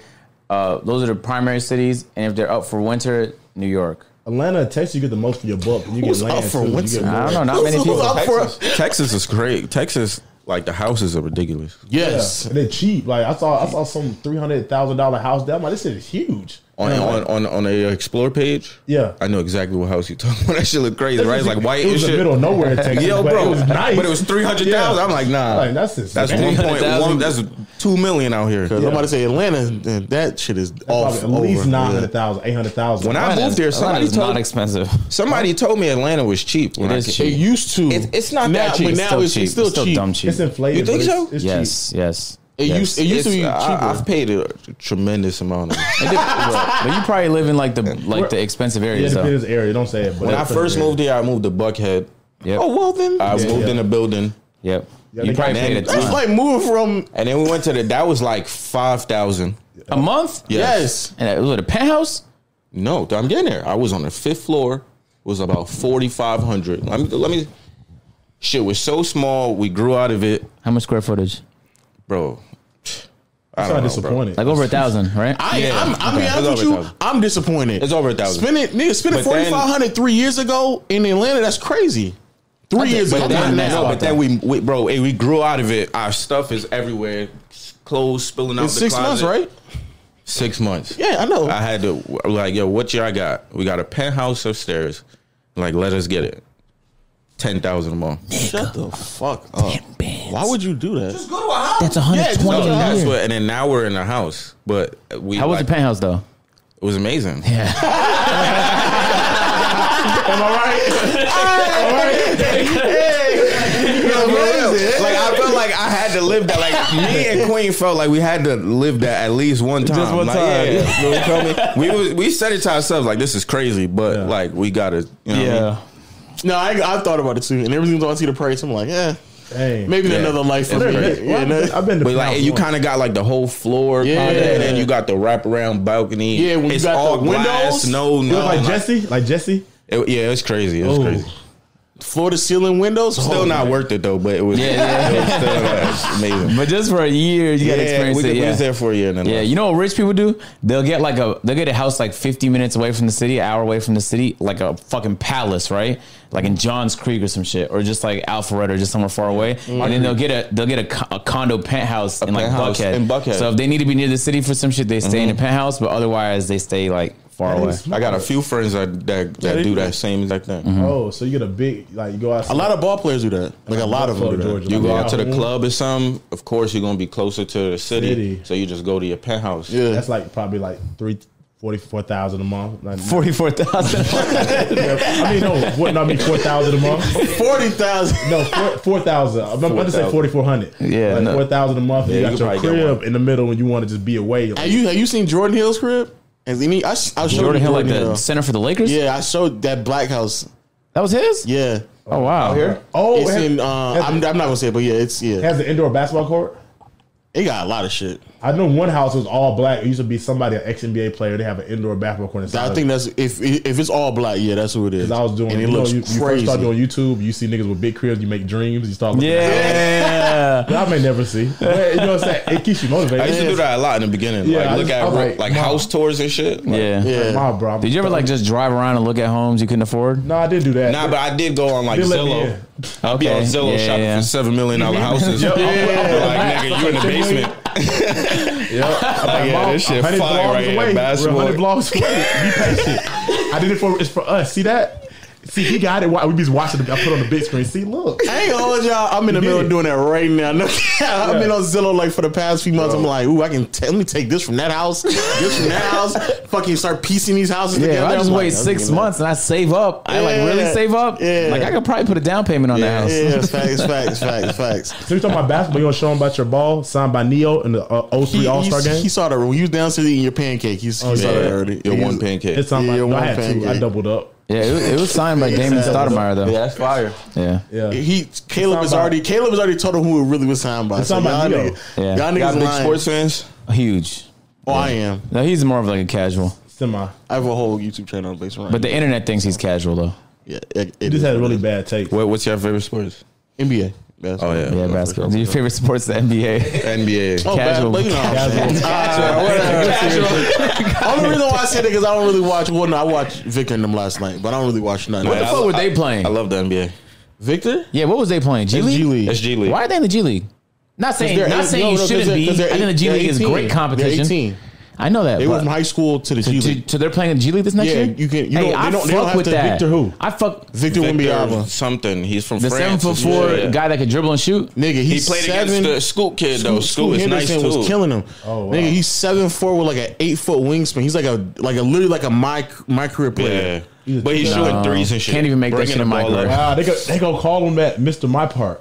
Speaker 1: Uh, those are the primary cities, and if they're up for winter, New York.
Speaker 3: Atlanta, and Texas, you get the most for your buck. You get
Speaker 2: Who's
Speaker 3: land.
Speaker 2: up for
Speaker 3: too. You get
Speaker 2: Winston?
Speaker 3: more.
Speaker 1: I don't know, not many people.
Speaker 2: Up for-
Speaker 4: Texas. Texas is great. Texas, like the houses are ridiculous
Speaker 2: Yes.
Speaker 3: Yeah, they're cheap. Like I saw, I saw some three hundred thousand dollar house down. Like this is huge.
Speaker 4: on
Speaker 3: And I'm
Speaker 4: on
Speaker 3: like,
Speaker 4: on on a uh, explore page.
Speaker 3: yeah,
Speaker 4: I know exactly what house you talking about. That shit look crazy, right? It's like white
Speaker 3: It
Speaker 4: and
Speaker 3: was the
Speaker 4: shit.
Speaker 3: middle of nowhere in Texas.
Speaker 4: Yo,
Speaker 3: but
Speaker 4: bro,
Speaker 3: it was nice.
Speaker 4: but it was three hundred thousand. I'm like, nah,
Speaker 3: Like, that's just-
Speaker 4: that's one point one. That's two million out here.
Speaker 2: Cause I'm about to say Atlanta, then that shit is off.
Speaker 3: Probably at least
Speaker 2: over.
Speaker 3: nine hundred thousand, eight hundred thousand.
Speaker 4: When I moved here, somebody
Speaker 1: Atlanta's not
Speaker 4: told
Speaker 1: expensive.
Speaker 4: somebody told me Atlanta was cheap. When
Speaker 1: It
Speaker 4: I
Speaker 1: is
Speaker 4: came-
Speaker 1: cheap.
Speaker 2: It used to.
Speaker 4: It's- it's not
Speaker 2: now,
Speaker 4: that cheap.
Speaker 2: But
Speaker 4: It's
Speaker 2: now
Speaker 1: still
Speaker 2: it's,
Speaker 1: cheap.
Speaker 2: it's still, cheap.
Speaker 1: dumb cheap.
Speaker 3: it's inflated.
Speaker 4: You think
Speaker 3: but
Speaker 4: so?
Speaker 3: It's, it's cheap.
Speaker 1: yes, yes.
Speaker 2: It
Speaker 1: yes.
Speaker 2: used it used to be cheaper.
Speaker 4: It's- uh, I, have paid a tremendous amount. of
Speaker 1: It did- but you probably live in like the like the expensive
Speaker 3: Yeah,
Speaker 1: areas.
Speaker 3: it
Speaker 1: though.
Speaker 3: depends area. Don't say it. But
Speaker 4: When I
Speaker 3: it's
Speaker 4: first
Speaker 3: area.
Speaker 4: moved here, I moved to Buckhead.
Speaker 1: Yep.
Speaker 2: oh well, then
Speaker 4: I
Speaker 2: Yeah.
Speaker 4: moved in a building,
Speaker 1: Yep.
Speaker 3: they
Speaker 1: you
Speaker 3: got
Speaker 1: probably
Speaker 3: that-
Speaker 1: paid a
Speaker 2: That's
Speaker 1: ton.
Speaker 2: like moving from
Speaker 4: and then we went to the. That was like five thousand.
Speaker 1: a month.
Speaker 2: yes.
Speaker 1: And it was a penthouse.
Speaker 4: No, I'm getting there. I was on the fifth floor. It was about forty five hundred. Let me let me. Shit was so small. We grew out of it,
Speaker 1: How much square footage?
Speaker 4: bro. I
Speaker 3: I'm kinda
Speaker 4: don't know, bro.
Speaker 3: disappointed.
Speaker 1: Like over a thousand, right?
Speaker 2: I,
Speaker 4: Yeah.
Speaker 2: I'm, I'm
Speaker 4: Okay.
Speaker 2: be honest
Speaker 4: It's over
Speaker 2: with
Speaker 4: a
Speaker 2: you.
Speaker 4: thousand.
Speaker 2: I'm disappointed.
Speaker 4: It's over a thousand.
Speaker 2: Spending nigga spending
Speaker 4: But then-
Speaker 2: forty five hundred three years ago in Atlanta. That's crazy. Three years ago,
Speaker 4: But
Speaker 2: not
Speaker 4: then,
Speaker 2: now.
Speaker 4: no, but then we, we, bro, hey, we grew out of it. Our stuff is everywhere. Clothes spilling out
Speaker 2: It's
Speaker 4: the
Speaker 2: six months,
Speaker 4: closet.
Speaker 2: right?
Speaker 4: Six months.
Speaker 2: Yeah, I know.
Speaker 4: I had to like, yo, what y'all got? We got a penthouse upstairs. Like, let us get it. Ten thousand a month.
Speaker 2: Shut the fuck up. Why would you do that?
Speaker 1: That's
Speaker 2: $120
Speaker 4: So
Speaker 2: Yeah.
Speaker 4: that's what, and then now we're in a house, but we.
Speaker 1: How was
Speaker 4: like,
Speaker 1: the penthouse though?
Speaker 4: It was amazing.
Speaker 2: Am I right?
Speaker 4: Like I felt like I had to live that. Like me and Queen felt like we had to live that at least one time.
Speaker 1: one
Speaker 4: Like,
Speaker 1: time.
Speaker 4: yeah, you feel me? We was, we said it to ourselves like this is crazy, but like we gotta. You know What I mean?
Speaker 2: No, I, I've thought about it too. And every time I see the price, I'm like, eh,
Speaker 3: Dang.
Speaker 2: maybe
Speaker 4: Yeah.
Speaker 2: another life for
Speaker 4: It's
Speaker 2: me.
Speaker 4: crazy.
Speaker 2: Yeah,
Speaker 3: I've
Speaker 2: no.
Speaker 3: been- I've been to
Speaker 4: But like
Speaker 3: Pounds
Speaker 4: you
Speaker 3: once.
Speaker 4: kind of got like the whole floor,
Speaker 2: Yeah.
Speaker 4: kinda, and then you got the wraparound balcony.
Speaker 2: Yeah, when you
Speaker 4: it's
Speaker 2: got
Speaker 4: all
Speaker 2: the
Speaker 4: glass,
Speaker 2: windows.
Speaker 4: no,
Speaker 3: You
Speaker 4: no.
Speaker 3: look like
Speaker 4: like-
Speaker 3: Jesse, like Jesse.
Speaker 4: it- yeah, it's crazy. It's
Speaker 3: Oh.
Speaker 4: crazy.
Speaker 2: floor to ceiling windows.
Speaker 4: Still
Speaker 2: Oh,
Speaker 4: not
Speaker 2: man.
Speaker 4: worth it though, but it was.
Speaker 1: Yeah, yeah.
Speaker 4: it was still like, amazing.
Speaker 1: But just for a year, you gotta
Speaker 4: Yeah,
Speaker 1: experience
Speaker 4: we,
Speaker 1: it.
Speaker 4: we
Speaker 1: Yeah.
Speaker 4: was there for a year and then
Speaker 1: yeah,
Speaker 4: left.
Speaker 1: you know what rich people do? They'll get like a they'll get a house like 50 minutes away from the city, hour away from the city, like a fucking palace, right? Like in Johns Creek or some shit, or just like Alpharetta or just somewhere far away. And then they'll get a they'll get a, co- a condo penthouse in like
Speaker 4: penthouse
Speaker 1: Buckhead.
Speaker 4: in Buckhead.
Speaker 1: So if they need to be near the city for some shit, they stay in a penthouse, but otherwise they stay like far
Speaker 3: That
Speaker 1: away.
Speaker 3: is-
Speaker 4: I got a few friends that that,
Speaker 2: Yeah, they
Speaker 4: that do
Speaker 2: do
Speaker 4: that
Speaker 2: that.
Speaker 4: same exact thing.
Speaker 1: Mm-hmm. Mm.
Speaker 3: Oh, so you get a big like you go out.
Speaker 2: A lot of ball players do that. Like a lot of them do that.
Speaker 3: Georgia.
Speaker 4: You go
Speaker 3: Yeah.
Speaker 4: out to the
Speaker 3: Mhm.
Speaker 4: club or something, of course you're gonna be closer to the city.
Speaker 3: City.
Speaker 4: So you just go to your penthouse.
Speaker 2: Yeah.
Speaker 3: That's like probably like three forty four thousand a month. Like,
Speaker 1: 44,000.
Speaker 3: I mean, no, what? No, I mean four thousand a month.
Speaker 2: Forty thousand.
Speaker 3: No, four four thousand. I'm about to say
Speaker 4: 4,000.
Speaker 3: forty four hundred.
Speaker 1: Yeah,
Speaker 3: like
Speaker 1: no.
Speaker 3: four thousand a month.
Speaker 4: Yeah,
Speaker 3: and
Speaker 4: you
Speaker 3: you got
Speaker 4: could
Speaker 3: your
Speaker 4: probably get
Speaker 3: crib in the middle, and you want to just be away. Like,
Speaker 2: Have you have you seen Jordan Hill's crib? Has any? I, sh- I showed
Speaker 1: Jordan Hill, like the
Speaker 2: Hill.
Speaker 1: center for the Lakers?
Speaker 2: Yeah, I showed that black house.
Speaker 1: That was his?
Speaker 2: Yeah,
Speaker 1: Oh, wow.
Speaker 4: Out here?
Speaker 3: oh,
Speaker 2: it's
Speaker 3: it has,
Speaker 2: in. Uh,
Speaker 3: has
Speaker 2: I'm, I'm not gonna say, it, but yeah, it's yeah.
Speaker 3: has an indoor basketball court.
Speaker 2: It got a lot of shit.
Speaker 3: I know one house was all black. It used to be somebody, an ex NBA player. They have an indoor basketball court inside.
Speaker 2: I think that's if if it's all black, yeah, that's who it is.
Speaker 3: I was doing.
Speaker 2: and it
Speaker 3: you know,
Speaker 2: looks
Speaker 3: you, you first
Speaker 2: crazy.
Speaker 3: start doing YouTube. You see niggas with big cribs. You make dreams. You start looking. at houses
Speaker 1: Yeah.
Speaker 3: that I may never see. But you know what I'm saying? It keeps you
Speaker 4: I used to
Speaker 3: motivated.
Speaker 4: do that a lot in the beginning.
Speaker 3: Yeah, I
Speaker 4: like look
Speaker 3: just-
Speaker 4: at
Speaker 3: I was
Speaker 4: ro-
Speaker 3: like,
Speaker 4: like
Speaker 3: nah.
Speaker 4: house tours and shit. Like,
Speaker 1: yeah.
Speaker 2: yeah.
Speaker 3: My bro. I'm
Speaker 1: Did you ever like
Speaker 3: stuck.
Speaker 1: just drive around and look at homes you couldn't afford?
Speaker 3: No, I didn't do that.
Speaker 4: Nah, but I did go on like
Speaker 3: They let me
Speaker 4: Zillow.
Speaker 3: in.
Speaker 4: I'd be on Zillow shopping for seven million dollar houses.
Speaker 3: Yeah.
Speaker 4: I'd be like, nigga, you in the
Speaker 3: Yeah.
Speaker 4: basement.
Speaker 3: I'm like,
Speaker 4: yeah,
Speaker 3: Mom,
Speaker 4: this shit
Speaker 3: 100
Speaker 4: fire
Speaker 3: blogs
Speaker 4: right here,
Speaker 3: away. We're
Speaker 4: basketball.
Speaker 3: 100 blogs away. Be patient. I did it for it's for us. See that? See, he got it. Why- We be watching. The, I put it on the big screen. See, look.
Speaker 2: I ain't gonna hold y'all. I'm in the
Speaker 3: You
Speaker 2: middle of
Speaker 3: did.
Speaker 2: doing that right now. No, I've been on Zillow like for the past few months. I'm like, ooh, I can t- let me take this from that house, this from that house. Fucking start piecing these houses
Speaker 1: Yeah,
Speaker 2: together.
Speaker 1: if I
Speaker 2: I'm
Speaker 1: just
Speaker 2: like,
Speaker 1: wait
Speaker 2: I'm
Speaker 1: six
Speaker 2: getting
Speaker 1: months and I save up. I like really
Speaker 2: Yeah.
Speaker 1: save up.
Speaker 2: Yeah.
Speaker 1: Like I could probably put a down payment on
Speaker 2: it.
Speaker 1: the
Speaker 2: Yeah,
Speaker 1: house.
Speaker 2: yeah, facts, facts, facts, facts.
Speaker 3: So you talking about basketball? You gonna show him about your ball signed by Neo in the uh, 03
Speaker 2: He-
Speaker 3: All Star
Speaker 2: he-
Speaker 3: game? Oh,
Speaker 2: He saw that when you was downstairs eating your pancake. He, he saw that
Speaker 4: yeah.
Speaker 2: already.
Speaker 4: Your
Speaker 2: He
Speaker 4: one
Speaker 2: was-
Speaker 4: pancake.
Speaker 3: It's something
Speaker 2: Yeah,
Speaker 3: like, no, I
Speaker 2: one
Speaker 3: had two. I
Speaker 2: pancake.
Speaker 3: doubled up.
Speaker 1: Yeah, it, was, it was signed by Damon Stoudemire though.
Speaker 4: that's fire.
Speaker 1: Yeah.
Speaker 3: Yeah.
Speaker 2: He Caleb
Speaker 3: signed
Speaker 2: has
Speaker 3: by-
Speaker 2: already Caleb has already told him who it really was signed by.
Speaker 3: It's
Speaker 2: So
Speaker 3: signed by
Speaker 2: y'all,
Speaker 3: Neo.
Speaker 2: nigga,
Speaker 1: Yeah.
Speaker 2: y'all
Speaker 4: Got
Speaker 2: niggas
Speaker 4: big
Speaker 2: lying.
Speaker 4: sports fans.
Speaker 1: Huge.
Speaker 2: Oh, I am.
Speaker 1: No, he's more of like a casual.
Speaker 3: Semi.
Speaker 2: I have a whole YouTube channel on basement.
Speaker 1: But the internet thinks he's casual though.
Speaker 2: yeah, it, it
Speaker 3: He
Speaker 2: is
Speaker 3: just had a
Speaker 2: what
Speaker 3: really
Speaker 2: it
Speaker 3: bad take.
Speaker 4: What, what's your favorite
Speaker 2: is.
Speaker 4: sports?
Speaker 2: NBA. Basketball.
Speaker 4: Oh yeah,
Speaker 1: Yeah, basketball. Do your favorite sports the NBA?
Speaker 4: NBA.
Speaker 2: Oh,
Speaker 1: Casual.
Speaker 2: But, but you know, what I'm saying.
Speaker 3: Casual.
Speaker 2: Ah, whatever. Only reason why I said it because I don't really watch. Well, no, I watched Victor and them last night, but I don't really watch nothing.
Speaker 1: What the
Speaker 4: I-
Speaker 1: fuck were they playing?
Speaker 4: I love the NBA.
Speaker 2: Victor?
Speaker 1: yeah, what was they playing? G League?
Speaker 2: G League.
Speaker 4: That's G League.
Speaker 1: Why are they in the G League? Not saying
Speaker 2: they're
Speaker 1: not
Speaker 2: eight-
Speaker 1: saying
Speaker 2: no,
Speaker 1: you
Speaker 2: no, 'cause
Speaker 1: shouldn't
Speaker 2: they're-
Speaker 1: be.
Speaker 2: 'cause they're
Speaker 1: I think the
Speaker 2: eight-
Speaker 1: G
Speaker 2: they're
Speaker 1: League is
Speaker 2: 18.
Speaker 1: great
Speaker 2: They're
Speaker 1: competition.
Speaker 2: 18.
Speaker 1: I know that.
Speaker 2: They
Speaker 1: but-
Speaker 2: went from high school to the G
Speaker 1: to-
Speaker 2: League.
Speaker 1: so they're playing in G League this next
Speaker 2: Yeah,
Speaker 1: year.
Speaker 2: you can- you
Speaker 1: hey,
Speaker 2: don't-
Speaker 1: I
Speaker 2: they don't- they
Speaker 1: fuck
Speaker 2: don't have
Speaker 1: with
Speaker 2: to-
Speaker 1: that.
Speaker 2: Victor who?
Speaker 1: I fuck
Speaker 2: Victor
Speaker 4: Victor
Speaker 2: Wimbiava.
Speaker 4: something. He's from
Speaker 1: the seven
Speaker 4: France.
Speaker 1: foot
Speaker 4: and
Speaker 1: four
Speaker 4: shit. Yeah.
Speaker 1: guy that can dribble and shoot.
Speaker 2: Nigga,
Speaker 4: He
Speaker 2: he's
Speaker 4: played
Speaker 2: seven.
Speaker 4: against the Scoop kid though.
Speaker 2: Scoot
Speaker 4: Scoop is nice
Speaker 2: Henderson
Speaker 4: too.
Speaker 2: was killing him.
Speaker 3: Oh, wow.
Speaker 2: Nigga, he's seven four with like an eight foot wingspan. He's like a like a literally like a my my career player.
Speaker 4: Yeah, but he's shooting threes and shit.
Speaker 1: Can't even make that
Speaker 4: Bringing
Speaker 1: shit in
Speaker 4: the
Speaker 1: my
Speaker 4: ball
Speaker 1: career.
Speaker 4: up.
Speaker 3: Wow, they go, they gonna call him that Mr. My Part.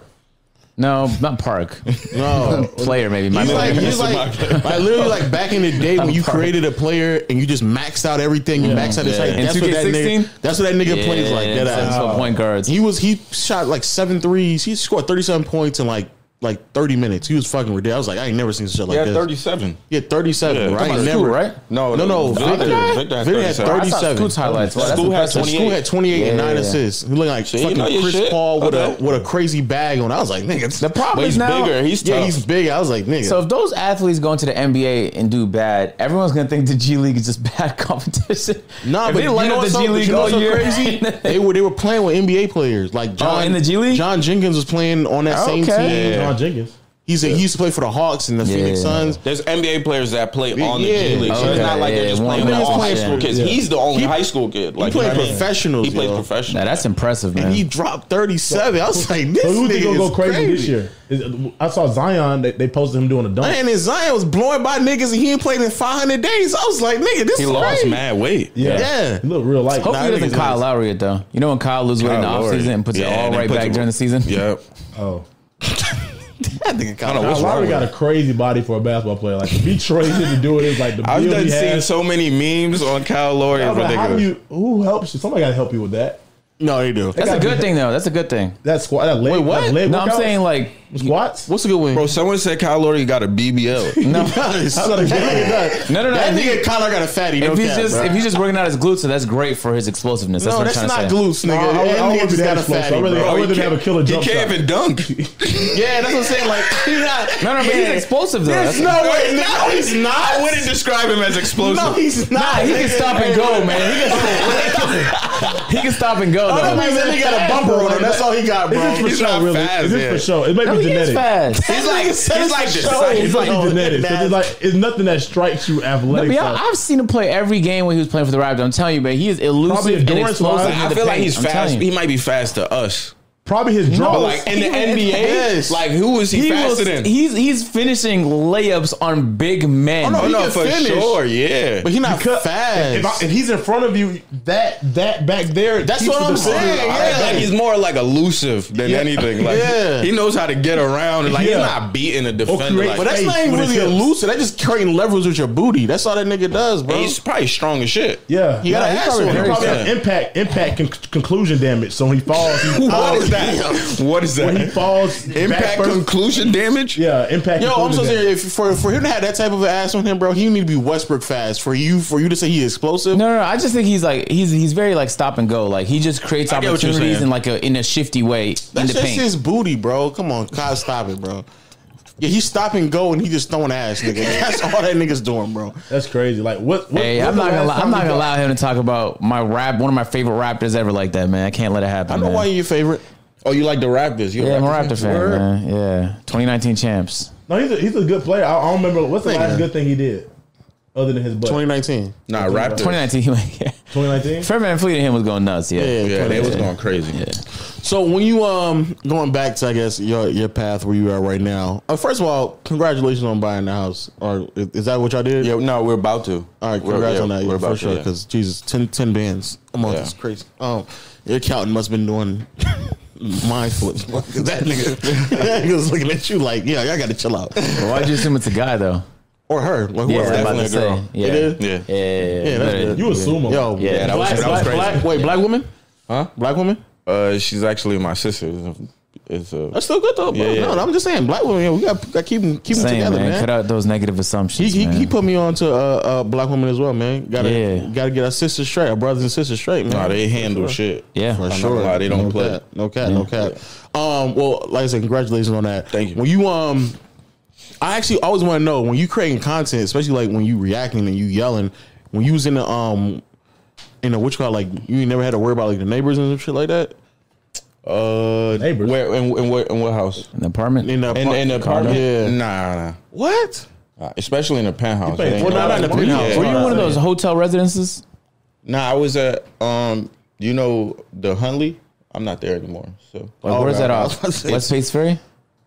Speaker 1: No, not Park.
Speaker 2: No,
Speaker 1: Player maybe. My
Speaker 2: He's
Speaker 1: bad.
Speaker 2: like, he's
Speaker 4: Mr.
Speaker 2: like, like literally like back in the day when you created a player and you just maxed out everything, you maxed out his height.
Speaker 1: In
Speaker 2: That's what that
Speaker 1: 2K16?
Speaker 2: nigga. That's what that nigga plays like. That
Speaker 1: seven
Speaker 2: ass.
Speaker 1: foot point guards.
Speaker 2: He was he shot like seven threes. He scored thirty seven points in like like thirty minutes. He was fucking ridiculous. I was like, I ain't never seen shit like
Speaker 4: Yeah,
Speaker 2: this.
Speaker 4: thirty-seven.
Speaker 2: Yeah, thirty seven.
Speaker 4: Yeah.
Speaker 2: right? I ain't
Speaker 1: Scoot,
Speaker 2: never.
Speaker 1: right?
Speaker 2: No, no, no.
Speaker 4: Victor,
Speaker 2: Victor,
Speaker 4: Victor had
Speaker 2: Victor had
Speaker 4: 37.
Speaker 1: I saw
Speaker 2: 37.
Speaker 1: Scoot's highlights. Wow, that's
Speaker 4: Scoot had
Speaker 1: impressive.
Speaker 4: 28.
Speaker 2: School had 28 and
Speaker 1: Yeah,
Speaker 2: 9
Speaker 1: yeah.
Speaker 2: assists. He looked like
Speaker 4: you
Speaker 2: fucking
Speaker 4: know your
Speaker 2: Chris
Speaker 4: shit.
Speaker 2: Paul with,
Speaker 4: Okay.
Speaker 2: a, with a crazy bag on. I was like, nigga.
Speaker 1: The problem
Speaker 4: But
Speaker 1: is
Speaker 4: he's
Speaker 1: now.
Speaker 4: bigger. He's tough.
Speaker 2: yeah, he's big. I was like, nigga.
Speaker 1: so if those athletes go into the NBA and do bad, everyone's gonna think the G League is just bad competition.
Speaker 2: nah,
Speaker 1: if
Speaker 2: but
Speaker 1: they
Speaker 2: you
Speaker 1: light
Speaker 2: know
Speaker 1: up the
Speaker 2: what's so,
Speaker 1: G League
Speaker 2: you know
Speaker 1: all
Speaker 2: what's so
Speaker 1: year. Oh,
Speaker 2: crazy? they were they were playing with NBA players like John
Speaker 1: in the G League? Oh,
Speaker 2: John Jenkins was playing on that same
Speaker 1: Okay.
Speaker 2: team.
Speaker 4: Yeah.
Speaker 3: John Jenkins.
Speaker 2: He's a, he used to play for the Hawks and the Phoenix
Speaker 1: Yeah.
Speaker 2: Suns.
Speaker 4: There's NBA players that play on the
Speaker 2: Yeah.
Speaker 4: G League, so
Speaker 1: Okay.
Speaker 4: it's not like
Speaker 1: Yeah,
Speaker 4: they're just
Speaker 1: one
Speaker 4: playing with
Speaker 2: guy.
Speaker 4: all high
Speaker 2: Yeah.
Speaker 4: school kids.
Speaker 3: Yeah.
Speaker 4: He's the only high school kid. Like
Speaker 2: played
Speaker 4: you know what I mean?
Speaker 2: professionals,
Speaker 4: He played
Speaker 2: yo.
Speaker 4: professional.
Speaker 1: Now that's impressive, man.
Speaker 2: And he dropped 37. I was like, this
Speaker 3: So who
Speaker 2: nigga
Speaker 3: think gonna go
Speaker 2: is
Speaker 3: crazy,
Speaker 2: crazy.
Speaker 3: this year? Is- I saw Zion. They, they posted him doing a dunk.
Speaker 2: And then Zion was blowing by niggas and he ain't played in 500 days. I was like, nigga, this
Speaker 4: he
Speaker 2: is
Speaker 4: lost
Speaker 2: crazy.
Speaker 4: mad weight.
Speaker 3: yeah,
Speaker 2: yeah.
Speaker 3: He looked real light.
Speaker 1: Hopefully,
Speaker 2: Nah,
Speaker 1: he
Speaker 2: I think
Speaker 1: doesn't
Speaker 2: it's
Speaker 1: Kyle
Speaker 2: nice.
Speaker 1: Lowry it though. You know when Kyle loses weight in the
Speaker 4: Lord.
Speaker 1: offseason and puts
Speaker 4: Yeah,
Speaker 1: it all
Speaker 4: they
Speaker 1: right
Speaker 4: put
Speaker 1: back
Speaker 4: the-
Speaker 1: during the season?
Speaker 4: Yep.
Speaker 3: Oh,
Speaker 2: That nigga
Speaker 4: I don't know
Speaker 2: kind
Speaker 4: what's wrong
Speaker 3: Lowry
Speaker 4: with
Speaker 3: got
Speaker 4: him.
Speaker 3: a crazy body for a basketball player. Like to be trained to do it is like the
Speaker 4: I've
Speaker 3: build
Speaker 4: done
Speaker 3: he
Speaker 4: seen
Speaker 3: has.
Speaker 4: so many memes on Kyle Lowry.
Speaker 3: I
Speaker 4: It's
Speaker 3: was like, how do
Speaker 4: ridiculous.
Speaker 3: you? Who helps you? Somebody got to help you with that.
Speaker 2: No, they do.
Speaker 1: That's a
Speaker 3: gotta
Speaker 1: good
Speaker 3: be-
Speaker 1: thing though. That's a good thing.
Speaker 3: That squat. That leg. Wait,
Speaker 2: what?
Speaker 3: That leg
Speaker 1: No, I'm
Speaker 3: workout?
Speaker 1: saying like
Speaker 3: squats.
Speaker 2: What's a good win?
Speaker 4: Bro, someone said Kyle Lowry got a BBL.
Speaker 1: no,
Speaker 2: How
Speaker 3: about a
Speaker 1: No, no, no.
Speaker 2: That
Speaker 1: If he-
Speaker 2: nigga Kyler got a fatty. No
Speaker 1: if he's
Speaker 2: cap,
Speaker 1: just
Speaker 2: bro.
Speaker 1: if he's just working out his glutes, so that's great for his explosiveness. That's
Speaker 2: no,
Speaker 1: what I'm
Speaker 2: that's
Speaker 1: trying
Speaker 2: not
Speaker 1: to say.
Speaker 2: glutes,
Speaker 3: I
Speaker 2: nigga.
Speaker 3: don't- I don't
Speaker 2: That
Speaker 3: want
Speaker 2: nigga
Speaker 3: to be
Speaker 2: just
Speaker 3: that
Speaker 2: got a
Speaker 3: explosive.
Speaker 2: fatty.
Speaker 3: I really-
Speaker 2: bro.
Speaker 3: rather than have
Speaker 4: can't-
Speaker 3: a killer jump
Speaker 4: He can't
Speaker 3: shot.
Speaker 4: even dunk.
Speaker 2: Yeah, that's what I'm saying. Like, he's not.
Speaker 1: No, no, but he's
Speaker 2: yeah.
Speaker 1: explosive though.
Speaker 2: There's
Speaker 1: That's-
Speaker 2: no way. No, he's
Speaker 4: I
Speaker 2: not.
Speaker 4: wouldn't describe him as explosive.
Speaker 2: No, he's
Speaker 1: Nah,
Speaker 2: not.
Speaker 1: he can stop and go, man. He can, he can stop and go.
Speaker 2: All that
Speaker 1: Though.
Speaker 2: means that nigga got a
Speaker 3: Fast,
Speaker 2: bumper on
Speaker 3: bro.
Speaker 2: him. That's all he got,
Speaker 3: Is
Speaker 2: bro.
Speaker 3: this for
Speaker 4: he's
Speaker 3: show?
Speaker 4: not
Speaker 3: Really?
Speaker 4: fast,
Speaker 3: Is this
Speaker 4: yeah.
Speaker 3: for show? It may
Speaker 1: No,
Speaker 3: be
Speaker 1: he is
Speaker 3: genetic.
Speaker 1: fast.
Speaker 4: He's like, he's like this.
Speaker 2: He's
Speaker 4: He's
Speaker 3: It's
Speaker 4: like,
Speaker 3: like
Speaker 2: No,
Speaker 3: genetic. So
Speaker 2: that's-
Speaker 3: it's like it's nothing that strikes you
Speaker 1: But
Speaker 3: athletic.
Speaker 1: yeah,
Speaker 3: stuff.
Speaker 1: I've seen him play every game when he was playing for the Raptors. I'm telling you, man, he is
Speaker 3: Probably
Speaker 1: elusive and
Speaker 3: endurance-wise,
Speaker 1: explosive. in
Speaker 4: I
Speaker 1: the
Speaker 4: feel like
Speaker 1: paint.
Speaker 4: he's
Speaker 1: I'm
Speaker 4: fast.
Speaker 1: telling
Speaker 4: He
Speaker 1: you.
Speaker 4: might be fast to us.
Speaker 3: Probably his draw.
Speaker 1: But,
Speaker 4: Like in the
Speaker 1: He was-
Speaker 4: NBA,
Speaker 2: Yes.
Speaker 4: like who was he,
Speaker 1: He
Speaker 4: faster
Speaker 1: was,
Speaker 4: than?
Speaker 1: he's he's finishing layups on big men.
Speaker 2: no,
Speaker 4: oh
Speaker 2: he
Speaker 4: no,
Speaker 2: can
Speaker 4: for
Speaker 2: finish.
Speaker 4: sure, yeah.
Speaker 2: But he's not
Speaker 3: Because-
Speaker 2: fast.
Speaker 3: If, I, if he's in front of you, that that back there.
Speaker 2: That's
Speaker 3: keeps
Speaker 2: what
Speaker 3: the
Speaker 2: I'm
Speaker 3: ball.
Speaker 2: saying. Yeah.
Speaker 4: Like he's more like elusive than anything. Like
Speaker 2: Yeah.
Speaker 4: he knows how to get around. And like
Speaker 3: Yeah.
Speaker 4: he's not beating a defender.
Speaker 3: create-
Speaker 4: Like,
Speaker 2: But that's
Speaker 3: Face
Speaker 2: not even
Speaker 3: with his
Speaker 2: really
Speaker 3: hips.
Speaker 2: elusive. That's just carrying leverage with your booty. That's all that nigga does, bro.
Speaker 4: and he's probably strong as shit.
Speaker 3: Yeah,
Speaker 2: He got
Speaker 3: Nah,
Speaker 2: an
Speaker 3: he
Speaker 2: ass
Speaker 3: probably,
Speaker 2: on
Speaker 3: he
Speaker 2: him.
Speaker 3: probably
Speaker 4: Yeah.
Speaker 3: has impact impact con- conclusion damage. So when he falls, he's
Speaker 4: What
Speaker 2: Oh,
Speaker 3: out.
Speaker 4: is that? What is
Speaker 3: When he
Speaker 4: that?
Speaker 3: falls, back
Speaker 4: Impact
Speaker 3: first-
Speaker 4: conclusion damage?
Speaker 3: yeah, impact.
Speaker 2: Yo, I'm
Speaker 3: conclusion
Speaker 2: so
Speaker 3: damage.
Speaker 2: serious. If, for for him to have that type of ass on him, bro, he need to be Westbrook fast for you for you to say he explosive.
Speaker 1: No, no, no, I just think he's like he's he's very like stop and go. Like he just creates
Speaker 4: I get what you're
Speaker 1: opportunities
Speaker 4: saying.
Speaker 1: in like a in a shifty way in
Speaker 2: That's
Speaker 1: the
Speaker 2: just
Speaker 1: paint.
Speaker 2: his booty, bro. Come on, God, stop it, bro. Yeah, he stop and go, and he just throwing ass, nigga. That's all that nigga's doing, bro.
Speaker 3: That's crazy. Like what? what
Speaker 1: Hey,
Speaker 3: what
Speaker 1: I'm
Speaker 3: the
Speaker 1: not
Speaker 3: last
Speaker 1: gonna li-
Speaker 3: time
Speaker 1: I'm not
Speaker 3: you
Speaker 1: gonna
Speaker 3: got-
Speaker 1: allow him to talk about my rap one of my favorite rappers ever like that, man. I can't let it happen.
Speaker 2: I know
Speaker 1: man.
Speaker 2: why you your favorite.
Speaker 4: Oh, you like the Raptors? You
Speaker 1: Yeah, I'm a
Speaker 4: Raptor
Speaker 1: Raptor fan,
Speaker 4: Word.
Speaker 1: man. Yeah. 2019 champs.
Speaker 3: No, he's a, he's a good player. I, I don't remember what's the
Speaker 2: Nigga.
Speaker 3: last good thing he did, other than his butt.
Speaker 2: 2019.
Speaker 4: Nah, Raptors.
Speaker 1: 2019 he went yeah.
Speaker 3: 2019.
Speaker 1: Fred Van Fleet and him was going nuts, yeah.
Speaker 2: Yeah,
Speaker 4: Yeah, they was
Speaker 2: 2019.
Speaker 4: going crazy.
Speaker 2: So when you um going back to I guess your your path where you are right now. Uh, first of all, congratulations on buying the house. Or is is that what y'all did?
Speaker 4: Yeah, no, we're about to.
Speaker 2: All right,
Speaker 4: We're-
Speaker 2: congrats
Speaker 4: yeah,
Speaker 2: on that.
Speaker 4: we're
Speaker 2: Yeah,
Speaker 4: about
Speaker 2: for
Speaker 4: to,
Speaker 2: sure.
Speaker 4: yeah.
Speaker 2: Because Jesus, 10, 10 bands a month
Speaker 4: Yeah.
Speaker 2: is crazy. Um, your accountant must have been doing mind flips. 'Cause that nigga he was looking at you like, yeah, y'all got to chill out.
Speaker 1: Why'd you assume it's a guy though?
Speaker 2: Or her, like
Speaker 1: Yeah,
Speaker 2: whoever.
Speaker 1: I'm about to
Speaker 4: definitely a
Speaker 1: say.
Speaker 4: girl.
Speaker 1: Yeah.
Speaker 2: It is?
Speaker 1: Yeah,
Speaker 4: Yeah.
Speaker 1: yeah, yeah.
Speaker 2: Yeah, that's
Speaker 1: Literally.
Speaker 2: good.
Speaker 3: You assume him.
Speaker 2: Yo,
Speaker 1: Yeah, that was-
Speaker 2: black,
Speaker 1: that
Speaker 4: was
Speaker 2: black-
Speaker 4: crazy.
Speaker 2: black- wait, black woman?
Speaker 4: Huh?
Speaker 2: Black woman?
Speaker 4: Uh, she's actually my sister. It's a,
Speaker 2: That's still good though. Bro.
Speaker 4: Yeah, yeah.
Speaker 2: No, I'm just saying, black women. Yeah, we got to keep them keep 'em
Speaker 1: Same,
Speaker 2: together,
Speaker 1: man.
Speaker 2: man.
Speaker 1: Cut out those negative
Speaker 2: He,
Speaker 1: assumptions.
Speaker 2: he,
Speaker 1: man.
Speaker 2: he put me on to uh, a black woman as well, man. Got to
Speaker 1: Yeah.
Speaker 2: got to get our sisters straight, our brothers and sisters straight, man.
Speaker 4: nah, they handle shit.
Speaker 1: Yeah.
Speaker 4: for
Speaker 1: I'm not
Speaker 4: sure. Lie, they don't
Speaker 2: no
Speaker 4: play.
Speaker 2: Cap, no cap, no cap. Um, well, like I said, congratulations on that.
Speaker 4: Thank you.
Speaker 2: When you um, I actually always want to know when you creating content, especially like when you reacting and you yelling, when you was in the um, in the which call like you ain't never had to worry about like the neighbors and shit like that
Speaker 4: Uh,
Speaker 3: Neighbors.
Speaker 4: Where in, in what in what house?
Speaker 1: in the apartment.
Speaker 2: in the
Speaker 4: In, in the apartment?
Speaker 2: Yeah.
Speaker 4: Nah, nah.
Speaker 2: What?
Speaker 4: Uh, especially in the penthouse.
Speaker 3: paid
Speaker 4: They
Speaker 3: four
Speaker 4: ain't
Speaker 2: dollars
Speaker 4: got
Speaker 2: a
Speaker 4: it.
Speaker 2: month?
Speaker 4: Yeah.
Speaker 2: Were
Speaker 1: Were you one of those hotel residences?
Speaker 4: Nah, I was at um, you know, the Huntley. I'm not there anymore. So,
Speaker 1: Like, where's
Speaker 2: God,
Speaker 1: that
Speaker 2: I was
Speaker 1: off?
Speaker 2: about to say-
Speaker 1: West Face Ferry?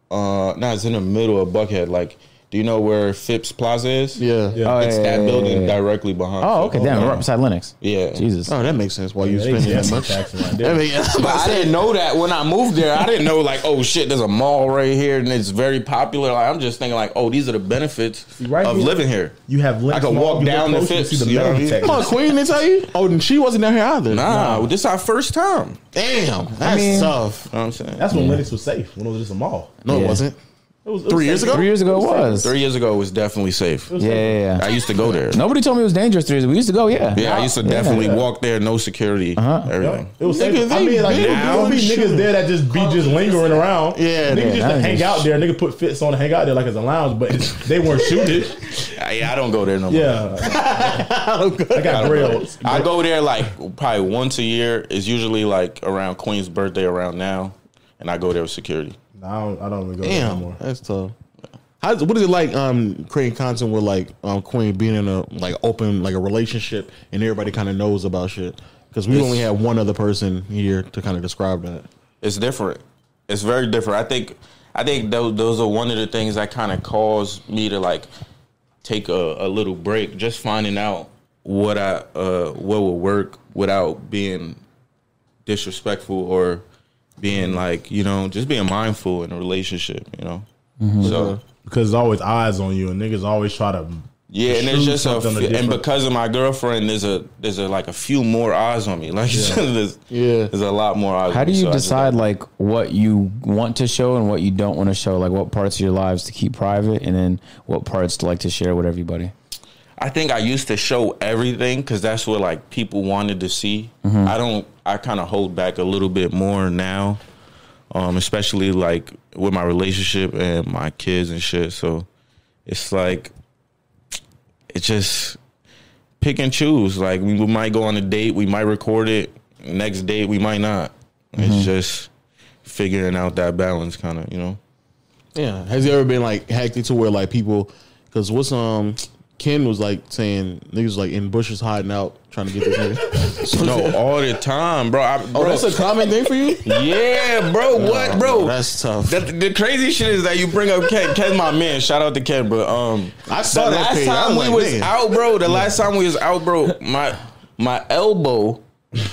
Speaker 4: uh, nah, it's in the middle of Buckhead. Like, do you know where Phipps Plaza is?
Speaker 2: Yeah.
Speaker 3: Yeah.
Speaker 1: Oh,
Speaker 4: it's
Speaker 1: yeah,
Speaker 4: that
Speaker 1: yeah,
Speaker 4: building
Speaker 1: yeah, yeah.
Speaker 4: directly behind.
Speaker 1: Oh,
Speaker 4: Phipps.
Speaker 1: okay. Damn, right beside Linux.
Speaker 4: Yeah.
Speaker 1: Jesus.
Speaker 2: Oh, that makes sense. Why you
Speaker 3: They
Speaker 2: spending
Speaker 3: get
Speaker 2: that
Speaker 3: some
Speaker 2: much?
Speaker 3: taxes right
Speaker 2: I
Speaker 3: there.
Speaker 2: mean,
Speaker 4: But I didn't know that when I moved there. I didn't know like, oh shit, there's a mall right here and it's very popular. Like I'm just thinking like, oh, these are the benefits
Speaker 3: Right
Speaker 4: of
Speaker 3: here.
Speaker 4: living here.
Speaker 3: You have Lynx
Speaker 4: I could
Speaker 3: Mall,
Speaker 4: walk
Speaker 3: you look
Speaker 4: down the
Speaker 3: close, you
Speaker 4: Phipps,
Speaker 3: see the
Speaker 4: you know what I
Speaker 3: mountain
Speaker 4: mean?
Speaker 3: texture.
Speaker 2: Come on, Queen didn't tell you. Oh, and she wasn't down here either.
Speaker 4: Nah, this our first time. You know
Speaker 2: Damn, that's
Speaker 1: mean-
Speaker 2: tough.
Speaker 4: what I'm saying?
Speaker 3: That's when Linux was safe. When it was just a mall.
Speaker 2: No, it
Speaker 1: Yeah.
Speaker 2: wasn't.
Speaker 3: It was, it
Speaker 2: Three
Speaker 3: was
Speaker 2: years
Speaker 3: safe.
Speaker 2: ago?
Speaker 1: Three years ago it was.
Speaker 4: Three years ago it was definitely safe.
Speaker 1: Yeah, yeah, yeah.
Speaker 4: I used to go there.
Speaker 1: Nobody told me it was dangerous three years ago. We used to go, yeah.
Speaker 4: Yeah, Uh-huh. I used to definitely walk there, no security, everything.
Speaker 3: It was
Speaker 2: Nigga,
Speaker 3: safe. I
Speaker 2: they
Speaker 3: mean, like
Speaker 2: been
Speaker 3: there would be
Speaker 2: down.
Speaker 3: niggas there that just be just lingering around.
Speaker 2: Yeah,
Speaker 3: niggas
Speaker 2: yeah,
Speaker 3: just to
Speaker 1: that
Speaker 3: hang
Speaker 1: is-
Speaker 3: out there. Nigga put fits on and hang out there like it's a lounge, but it's- they weren't shooting.
Speaker 4: I, I don't go there no more.
Speaker 3: Yeah, I
Speaker 4: I,
Speaker 3: got
Speaker 4: don't go
Speaker 3: grilled.
Speaker 4: there. I go there like probably once a year. It's usually like around Queen's birthday around now, and I go there with security.
Speaker 3: Nah, I don't. I don't even go there
Speaker 2: Damn,
Speaker 3: anymore.
Speaker 2: that's tough. How, what is it like um, creating content with like um, Queen being in a like open like a relationship and everybody kind of knows about shit? Because we
Speaker 4: It's-
Speaker 2: only had one other person here to kind of describe that.
Speaker 4: it's different. It's very different. I think I think those those are one of the things that kind of caused me to like take a, a little break, just finding out what I uh, what would work without being disrespectful or being like you know just being mindful in a relationship. You know, so.
Speaker 3: Because there's always eyes on you, and niggas always try to.
Speaker 4: Yeah, and it's
Speaker 3: Protrude
Speaker 4: just a,
Speaker 3: something
Speaker 4: few- and
Speaker 3: different.
Speaker 4: because of my girlfriend, there's a there's a like a few more eyes on me. Like there's,
Speaker 2: Yeah.
Speaker 4: there's a lot more eyes.
Speaker 1: How
Speaker 4: on
Speaker 1: do
Speaker 4: me,
Speaker 1: you
Speaker 4: so I just-
Speaker 1: decide like what you want to show and what you don't want to show? Like what parts of your lives to keep private and then what parts to like to share with everybody?
Speaker 4: I think I used to show everything because that's what like people wanted to see.
Speaker 2: Mm-hmm.
Speaker 4: I don't. I kind of hold back a little bit more now, um, especially like with my relationship and my kids and shit. So it's like it just pick and choose. Like we, we might go on a date, we might record it. Next date, we might not.
Speaker 2: Mm-hmm.
Speaker 4: It's just figuring out that balance, kind of. You know.
Speaker 2: Yeah, has it ever been like hectic to where like people? Because what's um Ken was like saying niggas like in bushes hiding out trying to get this nigga.
Speaker 4: No, all the time, bro. I, bro
Speaker 2: oh, that's a common thing for you.
Speaker 4: yeah, bro. What, bro?
Speaker 2: That's tough.
Speaker 4: The, the crazy shit is that you bring up Ken. Ken's my man. Shout out to Ken, but um,
Speaker 2: I saw
Speaker 4: the
Speaker 2: that
Speaker 4: last
Speaker 2: page. I
Speaker 4: time we
Speaker 2: was like,
Speaker 4: was
Speaker 2: nigga.
Speaker 4: out, bro. The last time we was out, bro. My my elbow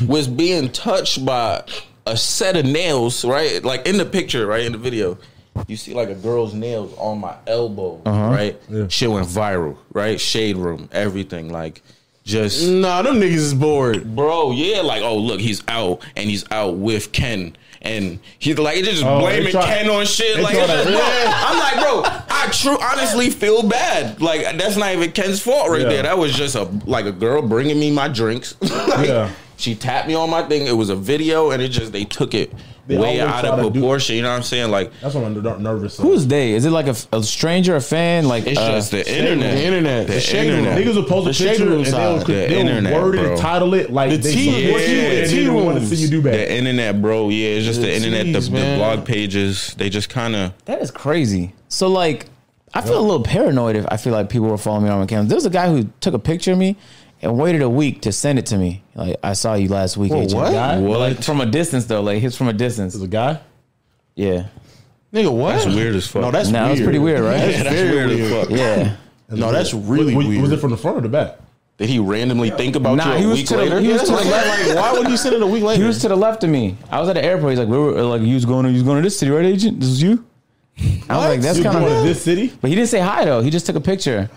Speaker 4: was being touched by a set of nails, right? Like in the picture, right in the video, you see like a girl's nails on my elbow, right? Shit went viral, right? Shade room, everything, like just
Speaker 2: nah, them niggas is bored.
Speaker 4: bro yeah like oh look he's out and he's out with ken and he's like he's just
Speaker 3: Oh, they
Speaker 4: blaming
Speaker 3: try-
Speaker 4: Ken on shit.
Speaker 3: they
Speaker 4: Like
Speaker 3: try
Speaker 4: it's
Speaker 3: to-
Speaker 4: just, bro,
Speaker 3: Yeah.
Speaker 4: I'm like, bro, I true honestly feel bad. Like that's not even Ken's fault right
Speaker 3: Yeah.
Speaker 4: there. That was just a like a girl bringing me my drinks. Like,
Speaker 3: Yeah.
Speaker 4: She tapped me on my thing. It was a video, and it just they took it
Speaker 3: They always
Speaker 4: way out of
Speaker 3: try to do-
Speaker 4: proportion. you know what I'm saying? Like
Speaker 3: That's what I'm ner- nervous. of.
Speaker 1: Who's they? Is it like a, a stranger, a fan? Like
Speaker 4: it's
Speaker 1: uh,
Speaker 4: just the internet.
Speaker 2: The internet.
Speaker 4: The,
Speaker 2: The shade room.
Speaker 4: internet.
Speaker 3: Niggas will post a
Speaker 2: The shade
Speaker 3: picture
Speaker 2: room
Speaker 3: and they'll,
Speaker 2: side.
Speaker 4: The
Speaker 3: they'll
Speaker 4: internet,
Speaker 3: word it
Speaker 4: bro.
Speaker 3: and title it like
Speaker 2: The
Speaker 3: they
Speaker 2: tea-
Speaker 3: support you
Speaker 4: yeah,
Speaker 3: and
Speaker 4: tea
Speaker 3: they don't want to
Speaker 2: rooms.
Speaker 3: see you do bad.
Speaker 4: The internet, bro. Yeah, it's just the internet.
Speaker 2: Jeez,
Speaker 4: The, the
Speaker 2: man.
Speaker 4: blog pages. They just kind of.
Speaker 1: That is crazy. So like, I feel a little paranoid if I feel like people were following me on my camera. There was a guy who took a picture of me and waited a week to send it to me. Like I saw you last week. H.M.
Speaker 2: what?
Speaker 1: Guy.
Speaker 4: What?
Speaker 1: Like from a distance though. Like he's from a distance.
Speaker 3: There's a guy.
Speaker 1: Yeah.
Speaker 2: Nigga, what?
Speaker 4: That's weird as fuck.
Speaker 2: No, that's
Speaker 1: Now
Speaker 2: weird.
Speaker 1: that's pretty weird, right?
Speaker 2: That's very weird.
Speaker 1: Yeah.
Speaker 2: No, that's really
Speaker 3: was,
Speaker 2: weird.
Speaker 3: Was it from the front or the back?
Speaker 4: Did he randomly think about
Speaker 1: Nah,
Speaker 4: you a
Speaker 1: he was
Speaker 4: week
Speaker 1: to the-
Speaker 4: later?
Speaker 1: he was
Speaker 4: That's
Speaker 1: to the
Speaker 4: like-
Speaker 1: left.
Speaker 2: Why would you send it a week
Speaker 1: He
Speaker 2: later?
Speaker 1: was to the left of me. I was at the airport. He's like, "Where were like you was going? You was going to this city, right, agent? This is you." I was like, "That's
Speaker 3: You
Speaker 1: kind
Speaker 3: going to
Speaker 1: of."
Speaker 3: this city?
Speaker 1: But he didn't say hi though. He just took a picture.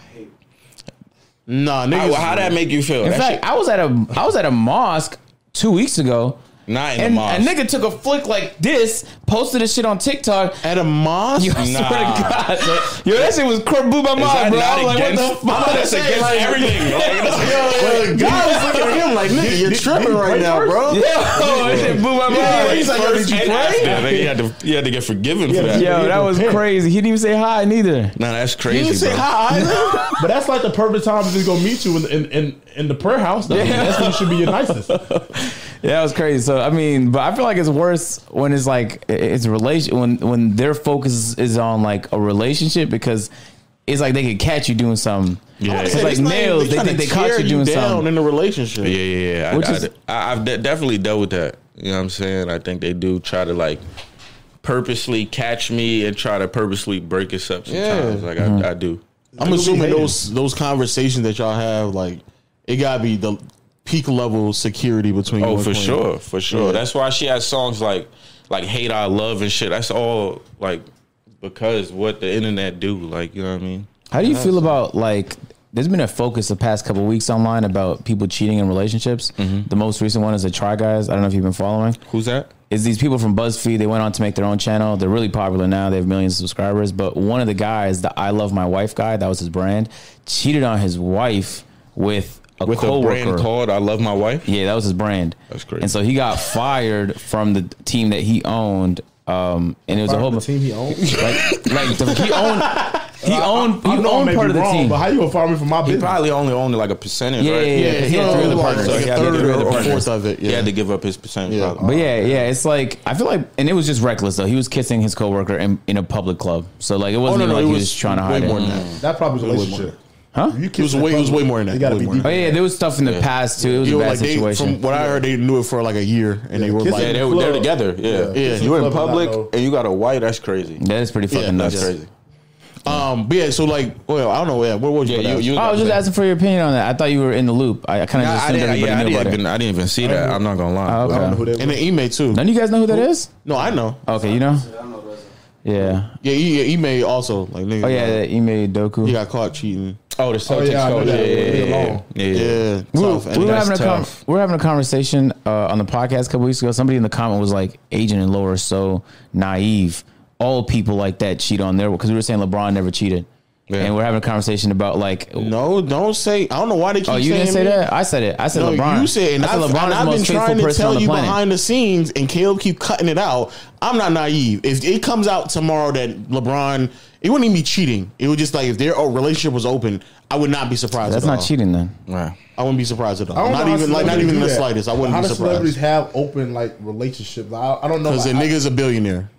Speaker 2: nah, nigga.
Speaker 4: How, how'd that make you feel?
Speaker 1: In
Speaker 4: That
Speaker 1: fact, I was at a I was at a mosque two weeks ago.
Speaker 4: shit, not in
Speaker 1: And
Speaker 4: the mosque.
Speaker 1: a nigga took a flick like this, posted this shit on TikTok.
Speaker 2: at a mosque?
Speaker 1: Yo, I swear
Speaker 4: Nah.
Speaker 1: to God. Yo, that shit was craboo by
Speaker 4: Is that
Speaker 1: mom, bro. I
Speaker 4: not
Speaker 1: was like,
Speaker 4: against,
Speaker 1: what the fuck?
Speaker 4: Oh, that's against
Speaker 1: Like,
Speaker 4: everything. Like, that's-
Speaker 2: God was looking at him like, nigga, you're tripping right now, bro.
Speaker 1: Yo, that shit blew my mind.
Speaker 2: he's like, yo, did you
Speaker 4: and
Speaker 2: pray?
Speaker 4: after, I think he had to, he had to get forgiven for that.
Speaker 1: Yo, that was
Speaker 3: repent.
Speaker 1: crazy. He didn't even say hi neither.
Speaker 4: Nah, that's
Speaker 2: You
Speaker 4: crazy,
Speaker 2: didn't say
Speaker 4: bro.
Speaker 2: hi.
Speaker 3: But that's like the perfect time to just go meet you in in in, in the prayer house. That's,
Speaker 1: Yeah.
Speaker 3: that's when you should be your nicest.
Speaker 1: Yeah, that was crazy. So I mean, but I feel like it's worse when it's like it's relation when when their focus is on like a relationship because it's like they could catch you doing something.
Speaker 4: Yeah.
Speaker 1: it's like nails. They think they caught you doing something.
Speaker 2: in a relationship.
Speaker 4: Yeah, yeah, yeah. I,
Speaker 1: Which
Speaker 4: I,
Speaker 1: is-
Speaker 4: I, have de- definitely dealt with that. You know what I'm saying? I think they do try to like purposely catch me and try to purposely break us up sometimes.
Speaker 2: Yeah.
Speaker 4: Like
Speaker 1: Mm-hmm.
Speaker 4: I, I do.
Speaker 2: I'm assuming those those conversations that y'all have, like, it gotta be the peak level security between. you
Speaker 4: Oh,
Speaker 2: and
Speaker 4: for
Speaker 2: Queen.
Speaker 4: sure, for sure.
Speaker 2: Yeah.
Speaker 4: That's why she has songs like like "Hate I Love" and shit. That's all like because what the internet do. Like you know what I mean?
Speaker 1: How do you feel about like? There's been a focus the past couple weeks online about people cheating in relationships. The most recent one is the Try Guys. I don't know if you've been following.
Speaker 4: Who's that?
Speaker 1: Is these people from BuzzFeed? They went on to make their own channel. They're really popular now. They have millions of subscribers. But one of the guys, the I Love My Wife guy, that was his brand, cheated on his wife with a
Speaker 4: With
Speaker 1: coworker.
Speaker 4: a brand called "I Love My Wife."
Speaker 1: Yeah, that was his brand.
Speaker 4: That's crazy.
Speaker 1: And so he got fired from the team that he owned. Um, and it was a whole
Speaker 3: the
Speaker 1: bunch.
Speaker 3: team he owns.
Speaker 1: Like, like the- he owned, he owned, he
Speaker 3: I know I
Speaker 1: owned
Speaker 3: may
Speaker 1: part
Speaker 3: be
Speaker 1: of the
Speaker 3: wrong,
Speaker 1: team.
Speaker 3: but how you gonna farm me for my
Speaker 4: He
Speaker 3: business?
Speaker 4: probably only owned like a percentage,
Speaker 1: Yeah,
Speaker 4: right?
Speaker 1: yeah, yeah. He had
Speaker 2: Yeah,
Speaker 1: three
Speaker 2: it
Speaker 1: other
Speaker 2: was
Speaker 1: partners.
Speaker 2: Like
Speaker 1: He
Speaker 2: a
Speaker 1: had three
Speaker 2: third
Speaker 1: other
Speaker 2: or a
Speaker 1: partners.
Speaker 2: fourth of it.
Speaker 4: He
Speaker 2: Yeah.
Speaker 4: had to give up his percentage.
Speaker 2: Yeah.
Speaker 4: probably.
Speaker 1: But yeah, yeah, it's like I feel like, and it was just reckless though. He was kissing his coworker in, in a public club, so like it wasn't
Speaker 2: no,
Speaker 1: even
Speaker 2: Oh, no,
Speaker 1: like
Speaker 2: it
Speaker 1: he was,
Speaker 2: was
Speaker 1: trying to hide
Speaker 2: way
Speaker 1: it.
Speaker 2: more than
Speaker 1: Mm.
Speaker 2: that.
Speaker 3: That probably was a relationship.
Speaker 1: Huh?
Speaker 3: You
Speaker 2: It was way- it was way more than that.
Speaker 3: You gotta
Speaker 2: Way
Speaker 3: be
Speaker 2: more than
Speaker 3: deep.
Speaker 1: Oh yeah, there was stuff in the past too. It was
Speaker 2: You
Speaker 1: a
Speaker 2: know,
Speaker 1: bad
Speaker 2: like they,
Speaker 1: situation.
Speaker 2: from what I heard, they knew it for like a year, and they were
Speaker 3: kissing
Speaker 2: like,
Speaker 4: Yeah, they were they're together. Yeah,
Speaker 3: Yeah.
Speaker 4: You in
Speaker 3: Club is not
Speaker 4: public
Speaker 3: no-
Speaker 4: and you got a white. That's crazy.
Speaker 1: that is pretty fucking
Speaker 2: Yeah,
Speaker 1: nuts.
Speaker 4: That's crazy.
Speaker 2: um, but yeah. So like, well, I don't know. Yeah, where was you?
Speaker 4: Yeah, you.
Speaker 2: about
Speaker 4: you
Speaker 1: Oh, I was just asking for your opinion on that. I thought you were in the loop. I, I kind of
Speaker 4: I,
Speaker 1: just
Speaker 4: I
Speaker 1: assumed
Speaker 4: didn't,
Speaker 1: everybody
Speaker 4: yeah, I,
Speaker 1: knew
Speaker 4: didn't
Speaker 1: about
Speaker 4: even,
Speaker 1: it.
Speaker 4: I didn't even see that. I'm not gonna lie.
Speaker 1: Oh,
Speaker 4: But-
Speaker 1: okay.
Speaker 3: I don't know who
Speaker 2: that? and
Speaker 3: that
Speaker 2: then Ime too.
Speaker 1: None of you guys know who that is?
Speaker 2: No, I know.
Speaker 1: Okay, you know. Yeah.
Speaker 2: Yeah, he, yeah, Ime also like nigga.
Speaker 1: Oh yeah, that Ime Doku.
Speaker 2: he got caught cheating.
Speaker 4: Oh, the Celtics.
Speaker 3: yeah, I know
Speaker 4: coach.
Speaker 3: that. Leave it
Speaker 4: yeah,
Speaker 3: alone.
Speaker 4: yeah, yeah. yeah.
Speaker 2: Yeah,
Speaker 1: We were,
Speaker 2: tough.
Speaker 1: we
Speaker 2: And
Speaker 1: were
Speaker 2: that's
Speaker 1: having a com-
Speaker 2: tough.
Speaker 1: we were having a conversation uh, on the podcast a couple weeks ago. Somebody in the comment was like, "Agent and Laura are so naive. All people like that cheat on their because we were saying LeBron never cheated,
Speaker 4: Yeah.
Speaker 1: and we're having a conversation about like,
Speaker 2: No, don't say. I don't know why they keep.
Speaker 1: oh, you
Speaker 2: saying
Speaker 1: didn't say
Speaker 2: me.
Speaker 1: that? I said it. I said
Speaker 2: No,
Speaker 1: LeBron.
Speaker 2: you said, and
Speaker 1: I
Speaker 2: I
Speaker 1: said
Speaker 2: have
Speaker 1: LeBron is
Speaker 2: and
Speaker 1: the
Speaker 2: I've been
Speaker 1: most
Speaker 2: trying
Speaker 1: faithful
Speaker 2: to
Speaker 1: person on
Speaker 2: tell
Speaker 1: the
Speaker 2: you
Speaker 1: planet.
Speaker 2: behind the scenes, and Caleb keep cutting it out. I'm not naive. If it comes out tomorrow that LeBron, it wouldn't even be cheating. It would just like if their oh, relationship was open, I would not be surprised.
Speaker 1: That's
Speaker 2: at
Speaker 1: not
Speaker 2: all.
Speaker 1: cheating then.
Speaker 4: Right.
Speaker 2: I wouldn't be surprised at all.
Speaker 3: I don't know
Speaker 2: not
Speaker 3: how
Speaker 2: even like not
Speaker 3: celebrities
Speaker 2: even
Speaker 3: do
Speaker 2: the
Speaker 3: that.
Speaker 2: slightest. I wouldn't
Speaker 3: How
Speaker 2: be
Speaker 3: do celebrities
Speaker 2: surprised
Speaker 3: have open like relationships? I, I don't know.
Speaker 2: because the
Speaker 3: like, I-
Speaker 2: nigga's a billionaire.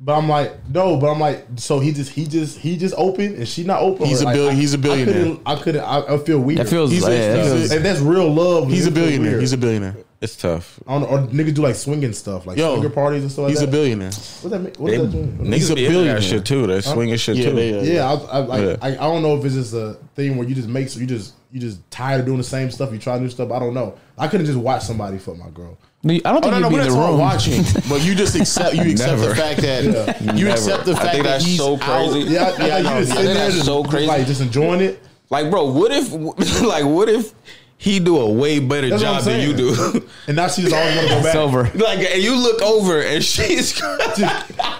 Speaker 3: But I'm like, no. But I'm like, so he just, he just, he just open, and she not open.
Speaker 2: He's a
Speaker 3: Or, like,
Speaker 2: bill- he's a billionaire.
Speaker 3: I couldn't. I, couldn't, I, I feel weird.
Speaker 1: That feels
Speaker 2: He's a-
Speaker 1: yeah, that
Speaker 2: he's a-
Speaker 1: feels-
Speaker 3: If that's real love,
Speaker 2: He's a billionaire. He's
Speaker 3: He's
Speaker 2: a billionaire.
Speaker 4: It's tough.
Speaker 3: I don't know, or niggas do like swinging stuff, like
Speaker 2: Yo,
Speaker 3: swinger parties and stuff. Like
Speaker 2: He's
Speaker 3: that.
Speaker 2: a billionaire.
Speaker 3: What that mean? What does that mean?
Speaker 4: Niggas
Speaker 2: a
Speaker 4: be into
Speaker 2: billionaire.
Speaker 4: That shit too. That swinging shit
Speaker 2: Yeah,
Speaker 4: too.
Speaker 2: they, uh,
Speaker 3: Yeah, I, was- I like.
Speaker 4: Yeah.
Speaker 3: I, I don't know if it's just a thing where you just make so you just you just tired of doing the same stuff. You try new stuff. I don't know. I couldn't just watch somebody fuck my girl.
Speaker 1: I don't think
Speaker 2: Oh no,
Speaker 1: you'd
Speaker 2: no,
Speaker 1: be
Speaker 2: we're
Speaker 1: in
Speaker 2: not
Speaker 1: the
Speaker 2: talking
Speaker 1: room.
Speaker 2: about watching, but you just accept you accept the
Speaker 4: Never.
Speaker 2: fact that you accept the
Speaker 4: I
Speaker 2: fact
Speaker 4: think
Speaker 2: that
Speaker 4: that's
Speaker 2: he's
Speaker 4: so
Speaker 2: out.
Speaker 4: crazy.
Speaker 3: Yeah, I, yeah,
Speaker 2: I know.
Speaker 3: you just
Speaker 2: I
Speaker 3: sitting
Speaker 4: think
Speaker 3: there
Speaker 4: that's
Speaker 3: just,
Speaker 4: so
Speaker 3: just,
Speaker 4: crazy.
Speaker 3: like just enjoying it.
Speaker 4: Like, bro, what if, like, what if he do a way better
Speaker 3: That's what
Speaker 4: job
Speaker 3: I'm
Speaker 4: than you
Speaker 3: saying.
Speaker 4: do.
Speaker 3: And now she just always want to go
Speaker 1: It's
Speaker 3: back.
Speaker 1: over.
Speaker 4: like, and you look over and she's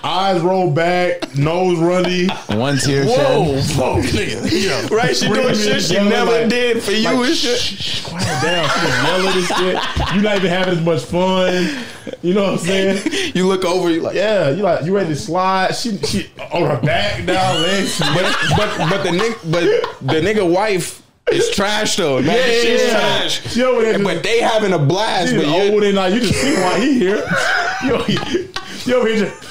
Speaker 3: Eyes rolled back, nose runny.
Speaker 1: One tear
Speaker 4: Whoa.
Speaker 1: shed.
Speaker 3: Whoa, nigga. Yeah.
Speaker 4: right. She
Speaker 3: Screaming,
Speaker 4: doing shit she
Speaker 3: yelling,
Speaker 4: never
Speaker 3: like-
Speaker 4: did for you
Speaker 3: like,
Speaker 4: and shit.
Speaker 3: Shh, shh, quiet down. She just yelling and shit. You not even having as much fun. You know what I'm saying?
Speaker 4: You look over, you like,
Speaker 3: Yeah, you like you ready to slide? She she on her back down legs.
Speaker 4: but but but the nigga, but the nigga wife is trash though. Like,
Speaker 3: Yeah,
Speaker 4: she's
Speaker 3: yeah.
Speaker 4: trash.
Speaker 3: She over there
Speaker 4: But they having a blast.
Speaker 3: He's
Speaker 4: but you-
Speaker 3: old and now you just see why he here. Yo, he, yo, he just.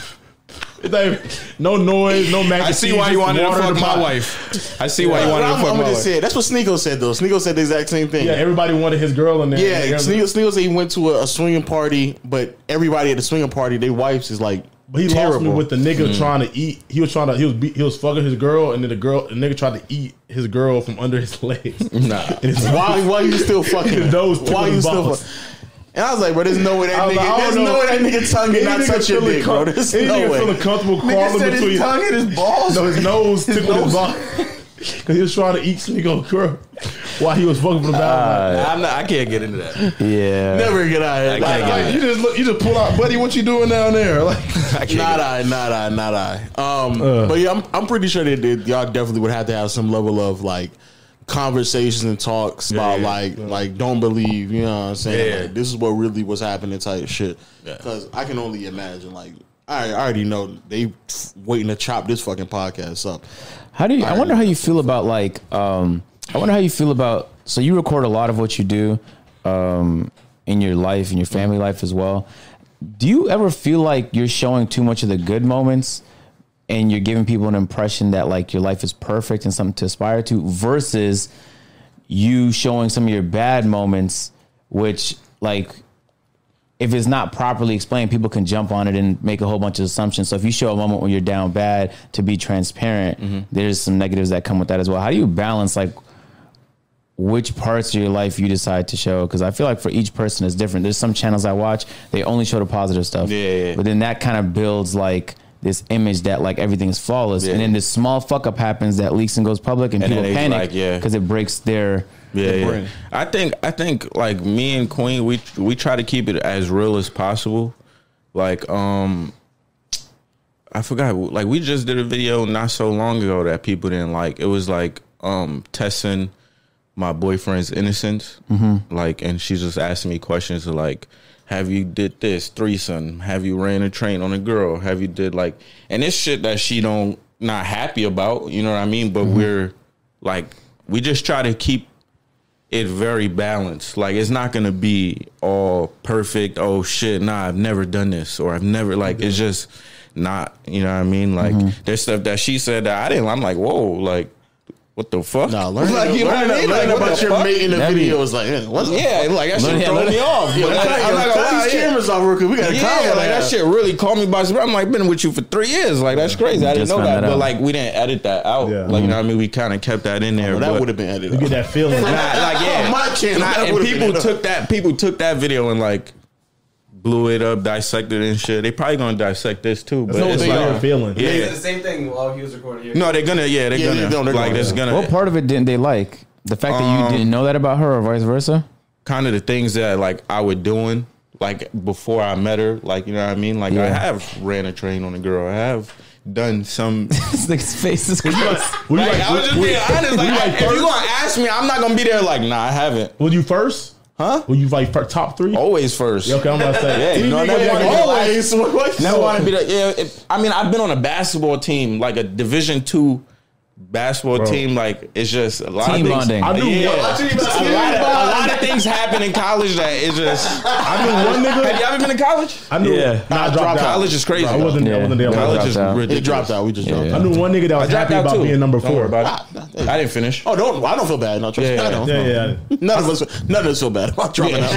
Speaker 3: It's not even- no noise, no magic.
Speaker 4: I see why you wanted to fuck my wife. I see why you wanted to
Speaker 2: I'm,
Speaker 4: fuck
Speaker 2: I'm
Speaker 4: my
Speaker 2: gonna
Speaker 4: wife.
Speaker 2: say that's what Sneeko said though. Sneeko said the exact same thing.
Speaker 3: Yeah, everybody wanted his girl in there.
Speaker 2: Yeah,
Speaker 3: Everybody-
Speaker 2: Sneagle, Sneagle said he went to a, a swinging party, but everybody at the swinging party, their wives is like
Speaker 3: But he
Speaker 2: terrible.
Speaker 3: lost me with the nigga
Speaker 4: Mm.
Speaker 3: trying to eat. He was trying to. He was be, he was fucking his girl, and then the girl, the nigga tried to eat his girl from under his legs.
Speaker 4: Nah.
Speaker 3: And it's
Speaker 2: why? Why you still fucking?
Speaker 3: Those two
Speaker 2: why you still?
Speaker 3: balls.
Speaker 2: Fuck? And I was like, bro, there's no way that
Speaker 3: I was
Speaker 2: nigga.
Speaker 3: like, I
Speaker 2: there's
Speaker 3: don't
Speaker 2: no
Speaker 3: know.
Speaker 2: way that nigga tongue
Speaker 3: Any
Speaker 2: did not
Speaker 3: nigga
Speaker 2: touch your
Speaker 3: feeling
Speaker 2: dick,
Speaker 3: com-
Speaker 2: bro. There's
Speaker 3: any
Speaker 2: no
Speaker 3: nigga
Speaker 2: way.
Speaker 3: feeling comfortable crawling between
Speaker 2: and his balls.
Speaker 3: No, his nose tickled his balls because he was trying to eat Sneeko girl while he was fucking from the bathroom.
Speaker 4: I'm not. I can't get into that.
Speaker 1: Yeah.
Speaker 2: Never get out of here.
Speaker 4: I
Speaker 2: Like,
Speaker 4: can't get
Speaker 2: like,
Speaker 4: it.
Speaker 3: you just look, you just pull out, buddy. What you doing down there? Like,
Speaker 4: I can't.
Speaker 2: Not
Speaker 4: get
Speaker 2: I, not I, not I. Um,
Speaker 4: Uh.
Speaker 2: but yeah, I'm, I'm pretty sure that, that y'all definitely would have to have some level of like conversations and talks about
Speaker 4: yeah.
Speaker 2: like like don't believe. You know what I'm saying?
Speaker 4: Yeah.
Speaker 2: Like, this is what really was happening type shit.
Speaker 4: Yeah.
Speaker 2: Because I can only imagine. Like I, I already know they waiting to chop this fucking podcast up.
Speaker 1: How do you? I wonder how you feel about like. Um, I wonder how you feel about. So you record a lot of what you do, um, in your life and your family life as well. Do you ever feel like you're showing too much of the good moments, and you're giving people an impression that like your life is perfect and something to aspire to, versus you showing some of your bad moments, which like if it's not properly explained, people can jump on it and make a whole bunch of assumptions. So if you show a moment when you're down bad, to be transparent,
Speaker 4: Mm-hmm.
Speaker 1: there's some negatives that come with that as well. How do you balance like which parts of your life you decide to show? Because I feel like for each person is different. There's some channels I watch they only show the positive stuff.
Speaker 4: Yeah, yeah, yeah.
Speaker 1: But then that kind of builds like this image that like everything's flawless, and then this small fuck up happens that leaks and goes public, and,
Speaker 4: And
Speaker 1: people
Speaker 4: then they
Speaker 1: panic
Speaker 4: like, yeah.
Speaker 1: because it breaks their
Speaker 4: Yeah,
Speaker 1: their
Speaker 4: yeah.
Speaker 1: brand.
Speaker 4: I think I think like me and Queen, we we try to keep it as real as possible. Like, um, I forgot. Like, we just did a video not so long ago that people didn't like. It was like um testing my boyfriend's innocence. Like, and she just asking me questions like. Have you did this threesome? Have you ran a train on a girl? Have you did like and this shit that she don't not happy about? You know what I mean? But we're like we just try to keep it very balanced. Like it's not gonna be all perfect. Oh shit, nah, I've never done this, or I've never like it's
Speaker 2: Mm-hmm.
Speaker 4: just not. You know what I mean? Like there's stuff that she said that I didn't. I'm like, whoa, like what the fuck?
Speaker 2: Nah, learn
Speaker 4: like you know what I mean? Like
Speaker 2: Learn
Speaker 4: what
Speaker 2: about
Speaker 4: the
Speaker 2: your
Speaker 4: fuck?
Speaker 2: mate in the
Speaker 1: That'd be-
Speaker 2: video is like, eh, what?
Speaker 4: Yeah, like that
Speaker 1: Learn-
Speaker 4: shit
Speaker 1: yeah,
Speaker 4: throwing
Speaker 1: learn-
Speaker 4: me off.
Speaker 2: Yeah,
Speaker 4: But,
Speaker 2: like,
Speaker 4: like, I'm not
Speaker 2: cut
Speaker 4: gonna lie,
Speaker 2: these
Speaker 4: yeah.
Speaker 2: cameras off real quick. We got a
Speaker 4: Yeah, like that shit really caught me by surprise. I'm like, been with you for three years. Like that's crazy. I
Speaker 1: Just
Speaker 4: didn't know
Speaker 1: found
Speaker 4: that,
Speaker 1: that
Speaker 4: but
Speaker 1: out.
Speaker 4: like we didn't edit that out.
Speaker 3: Yeah.
Speaker 4: Like you know what I mean? We kind of kept that in there.
Speaker 2: Mm-hmm. Oh, that
Speaker 4: but-
Speaker 2: would have been edited.
Speaker 3: you
Speaker 2: out.
Speaker 3: get that feeling.
Speaker 4: Nah, like yeah,
Speaker 2: On my channel,
Speaker 4: Nah,
Speaker 2: that
Speaker 4: and
Speaker 2: would've
Speaker 4: people
Speaker 2: been enough.
Speaker 4: took that. People took that video and like blew it up, dissected it and shit. They probably gonna dissect this too. But
Speaker 3: no
Speaker 4: it's
Speaker 3: they
Speaker 4: like,
Speaker 3: are feeling.
Speaker 4: Yeah.
Speaker 5: He said the same thing while he was recording here.
Speaker 4: no, they're gonna. Yeah, they're
Speaker 2: Yeah,
Speaker 4: gonna.
Speaker 2: yeah, no, they're
Speaker 4: like,
Speaker 2: gonna.
Speaker 4: it's gonna.
Speaker 1: What part of it didn't they like? The fact that you
Speaker 4: Um,
Speaker 1: didn't know that about her, or vice versa.
Speaker 4: kind of the things that like I was doing like before I met her. Like you know what I mean? Like I
Speaker 1: Yeah.
Speaker 4: have ran a train on a girl. I have done some.
Speaker 1: this nigga's face is gross.
Speaker 3: Were you
Speaker 4: Like,
Speaker 3: like,
Speaker 4: I was just
Speaker 3: were-
Speaker 4: being honest. Like,
Speaker 3: were you like
Speaker 4: if you
Speaker 3: first?
Speaker 4: gonna ask me, I'm not gonna be there. Like nah, I haven't.
Speaker 3: Were you first?
Speaker 4: Huh?
Speaker 3: Were you like fir- top three?
Speaker 4: Always first.
Speaker 3: Okay, I'm about to
Speaker 4: Yeah,
Speaker 3: say.
Speaker 4: you know,
Speaker 3: Any
Speaker 4: that
Speaker 3: nigga
Speaker 4: one-
Speaker 3: can go-
Speaker 4: always. Never
Speaker 2: So-
Speaker 4: want to be the. Yeah, if, I mean, I've been on a basketball team, like a Division two basketball team. Like it's just a lot
Speaker 1: Team
Speaker 4: of things.
Speaker 1: bonding.
Speaker 3: I knew
Speaker 4: Yeah.
Speaker 3: one.
Speaker 4: A lot, of, a lot of things happen in college that is just.
Speaker 3: I knew one
Speaker 4: Have
Speaker 3: nigga.
Speaker 4: you ever been to college?
Speaker 3: I knew.
Speaker 4: Yeah.
Speaker 3: Nah, I dropped out.
Speaker 4: College is crazy.
Speaker 3: I wasn't. I
Speaker 1: Yeah.
Speaker 3: wasn't there.
Speaker 1: College
Speaker 4: College
Speaker 1: dropped
Speaker 4: is
Speaker 1: out.
Speaker 4: ridiculous.
Speaker 2: It dropped out. We just dropped
Speaker 1: Yeah.
Speaker 2: out.
Speaker 3: I knew one nigga that was happy about being number
Speaker 4: Don't worry
Speaker 3: four.
Speaker 4: about it. Ah, I didn't finish.
Speaker 2: Oh, don't! I don't feel bad. No, trust me,
Speaker 4: Yeah,
Speaker 2: I don't.
Speaker 3: Yeah, yeah.
Speaker 2: None of us, none of us feel bad about dropping out.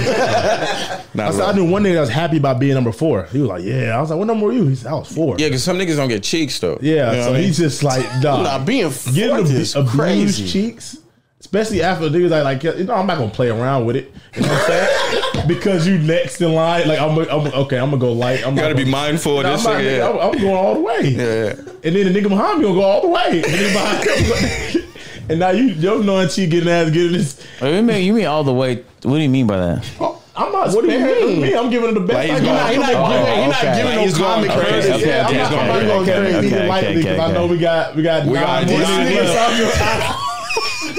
Speaker 4: Not
Speaker 3: I said I knew one nigga that was happy about being number four. He was like, "Yeah." I was like, "What number were you?" He said, "I was four.
Speaker 4: yeah, because some niggas don't get cheeks though.
Speaker 3: Yeah,
Speaker 4: You know
Speaker 3: so
Speaker 4: what I mean?
Speaker 3: he's just like, nah.
Speaker 2: Nah, being
Speaker 3: Getting
Speaker 2: fourth
Speaker 3: ab-
Speaker 2: is
Speaker 3: abused
Speaker 2: crazy.
Speaker 3: cheeks, especially after niggas like, like, you know, I'm not gonna play around with it. You know what I'm saying? because you next in line, like, I'm, I'm okay. I'm gonna go light. I'm
Speaker 4: you gotta
Speaker 3: not
Speaker 4: be
Speaker 3: gonna-
Speaker 4: mindful of
Speaker 3: Nah, I'm,
Speaker 4: this.
Speaker 3: not,
Speaker 4: shit,
Speaker 3: nigga,
Speaker 4: yeah.
Speaker 3: I'm, I'm going all the way.
Speaker 4: Yeah, yeah.
Speaker 3: And then the nigga behind me gonna go all the way. And then behind him,
Speaker 2: and now you your non cheat getting ass getting this.
Speaker 1: Wait, you mean- you mean all the way? What do you mean by that?
Speaker 2: I'm not. What do you mean? Me, I'm giving it the best.
Speaker 4: Like,
Speaker 2: I
Speaker 4: he's
Speaker 2: can.
Speaker 4: going-
Speaker 2: He not, he not
Speaker 1: Oh,
Speaker 2: giving. He
Speaker 1: okay.
Speaker 2: not giving
Speaker 1: Like,
Speaker 2: no
Speaker 4: he's going
Speaker 2: comic
Speaker 4: crazy.
Speaker 2: credit.
Speaker 1: Okay,
Speaker 2: yeah, I'm
Speaker 1: okay, okay,
Speaker 2: not. I'm not going
Speaker 1: okay, okay,
Speaker 2: crazy either
Speaker 1: okay,
Speaker 2: lightly because I
Speaker 1: okay.
Speaker 2: know we got we got
Speaker 4: got
Speaker 2: nine more
Speaker 4: nine
Speaker 2: sneaks
Speaker 4: left.
Speaker 2: out here.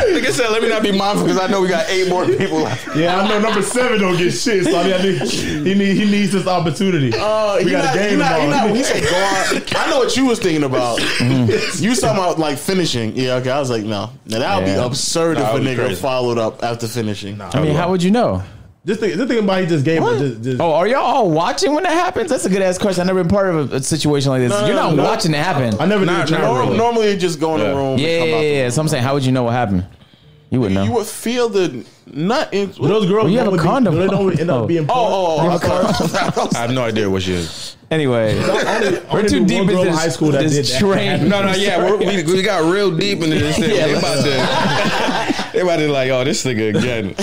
Speaker 4: Like I said, let me not be mindful because I know we got eight more people.
Speaker 2: Yeah, I know number seven don't get shit. So I mean, I need, he need he needs this opportunity. Uh, we he got not- a game he not- he tomorrow. not- He he said guard. I know what you was thinking about. you was talking about like finishing. Yeah, okay. I was like, no, now that would be
Speaker 1: Yeah.
Speaker 2: absurd
Speaker 4: Nah,
Speaker 2: if a
Speaker 4: that
Speaker 2: nigga
Speaker 4: would be crazy.
Speaker 2: followed up after finishing.
Speaker 1: I mean, how would you know?
Speaker 3: Just think, just think about he just gave it. Just, just,
Speaker 1: Oh, are y'all all watching when that happens? That's a good ass question. I've never been part of a, a situation like this.
Speaker 2: No,
Speaker 1: You're
Speaker 2: no,
Speaker 1: not
Speaker 2: no.
Speaker 1: watching it happen.
Speaker 3: I never
Speaker 4: Not-
Speaker 3: did.
Speaker 4: not
Speaker 3: Not
Speaker 2: Norm-
Speaker 4: really.
Speaker 2: Normally, you just go in
Speaker 4: Yeah.
Speaker 2: the room.
Speaker 1: yeah,
Speaker 2: and come
Speaker 1: yeah,
Speaker 2: out
Speaker 1: yeah,
Speaker 2: the
Speaker 1: yeah. So I'm saying, how would you know what happened? You wouldn't know.
Speaker 2: room. You would feel the nut in.
Speaker 3: Those girls
Speaker 1: Well, you have
Speaker 3: don't
Speaker 1: a
Speaker 3: be-
Speaker 1: condom
Speaker 3: They
Speaker 1: on.
Speaker 3: don't end
Speaker 1: Oh.
Speaker 3: up being.
Speaker 2: Oh, oh, oh, oh.
Speaker 4: I have no idea what she is.
Speaker 1: anyway, we're
Speaker 4: oh.
Speaker 3: only
Speaker 1: too
Speaker 3: one
Speaker 1: deep
Speaker 3: girl
Speaker 1: into
Speaker 3: in
Speaker 1: this,
Speaker 3: high school that
Speaker 1: this
Speaker 3: did that.
Speaker 1: train.
Speaker 4: No, no, yeah, we're, we we got real deep into this thing. they about to, they about to like, oh, this nigga again.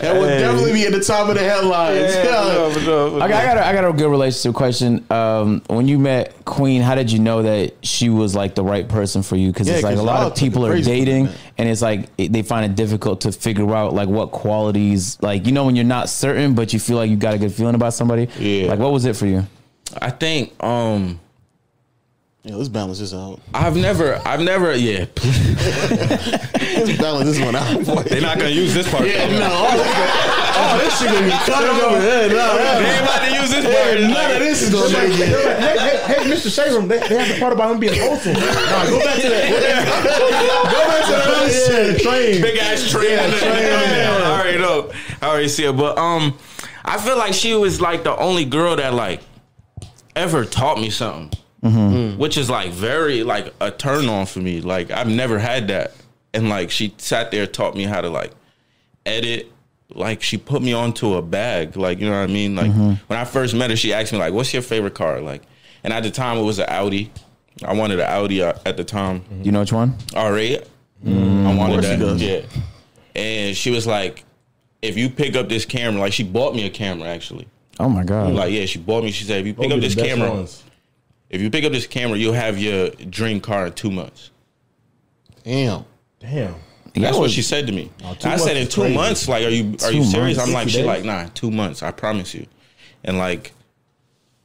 Speaker 2: that would definitely be at the top of the headlines. Yeah.
Speaker 1: Okay, I got a, I got a good relationship question. Um, when you met Queen, how did you know that she was like the right person for you? Because
Speaker 2: Yeah,
Speaker 1: it's like
Speaker 2: 'cause
Speaker 1: a lot
Speaker 2: y'all
Speaker 1: of people
Speaker 2: took it
Speaker 1: are
Speaker 2: crazy for
Speaker 1: dating,
Speaker 2: that.
Speaker 1: and it's like it, they find it difficult to figure out like what qualities, like you know, when you're not certain, but you feel like you got a good feeling about somebody.
Speaker 4: Yeah.
Speaker 1: Like, what was it for you?
Speaker 4: I think um,
Speaker 2: Yeah, let's balance this out.
Speaker 4: I've never, I've never, yeah.
Speaker 2: Let's balance this one out. boy.
Speaker 4: They're not gonna use this part.
Speaker 2: Yeah, no. Oh, this shit gonna be cut over. Yeah, no,
Speaker 4: They
Speaker 2: no.
Speaker 4: ain't about to use this part.
Speaker 2: None of this is gonna
Speaker 3: Hey,
Speaker 2: make it.
Speaker 3: hey, hey, Mr. Shagram, they, they have the part about him being wholesome. Nah, go back to that.
Speaker 2: Yeah, the train.
Speaker 4: big ass train. I already know. I already see it. But um, I feel like she was like the only girl that like ever taught me something, which is like very like a turn on for me. Like I've never had that, and like she sat there taught me how to like edit. Like she put me onto a bag, like you know what I mean. Like when I first met her, she asked me like, "What's your favorite car?" Like, and at the time it was an Audi. I wanted an Audi uh, at the time.
Speaker 1: You know which one?
Speaker 4: All right. I wanted
Speaker 2: course she
Speaker 4: that.
Speaker 2: does.
Speaker 4: Yeah. And she was like, if you pick up this camera, like she bought me a camera actually.
Speaker 1: Oh my god!
Speaker 4: Like, yeah, she bought me. She said, if you pick up this camera, if you pick up this camera, you'll have your dream car in two months.
Speaker 2: Damn.
Speaker 3: Damn.
Speaker 4: That's
Speaker 1: Yeah,
Speaker 4: what
Speaker 1: was-
Speaker 4: she said to me. And I
Speaker 3: months
Speaker 4: said, in
Speaker 3: is
Speaker 4: two
Speaker 3: crazy.
Speaker 4: months, like, are you are
Speaker 1: Two
Speaker 4: you serious?
Speaker 1: months?
Speaker 4: I'm like,
Speaker 3: Sixty
Speaker 4: she like, nah, two months. I promise you. And like,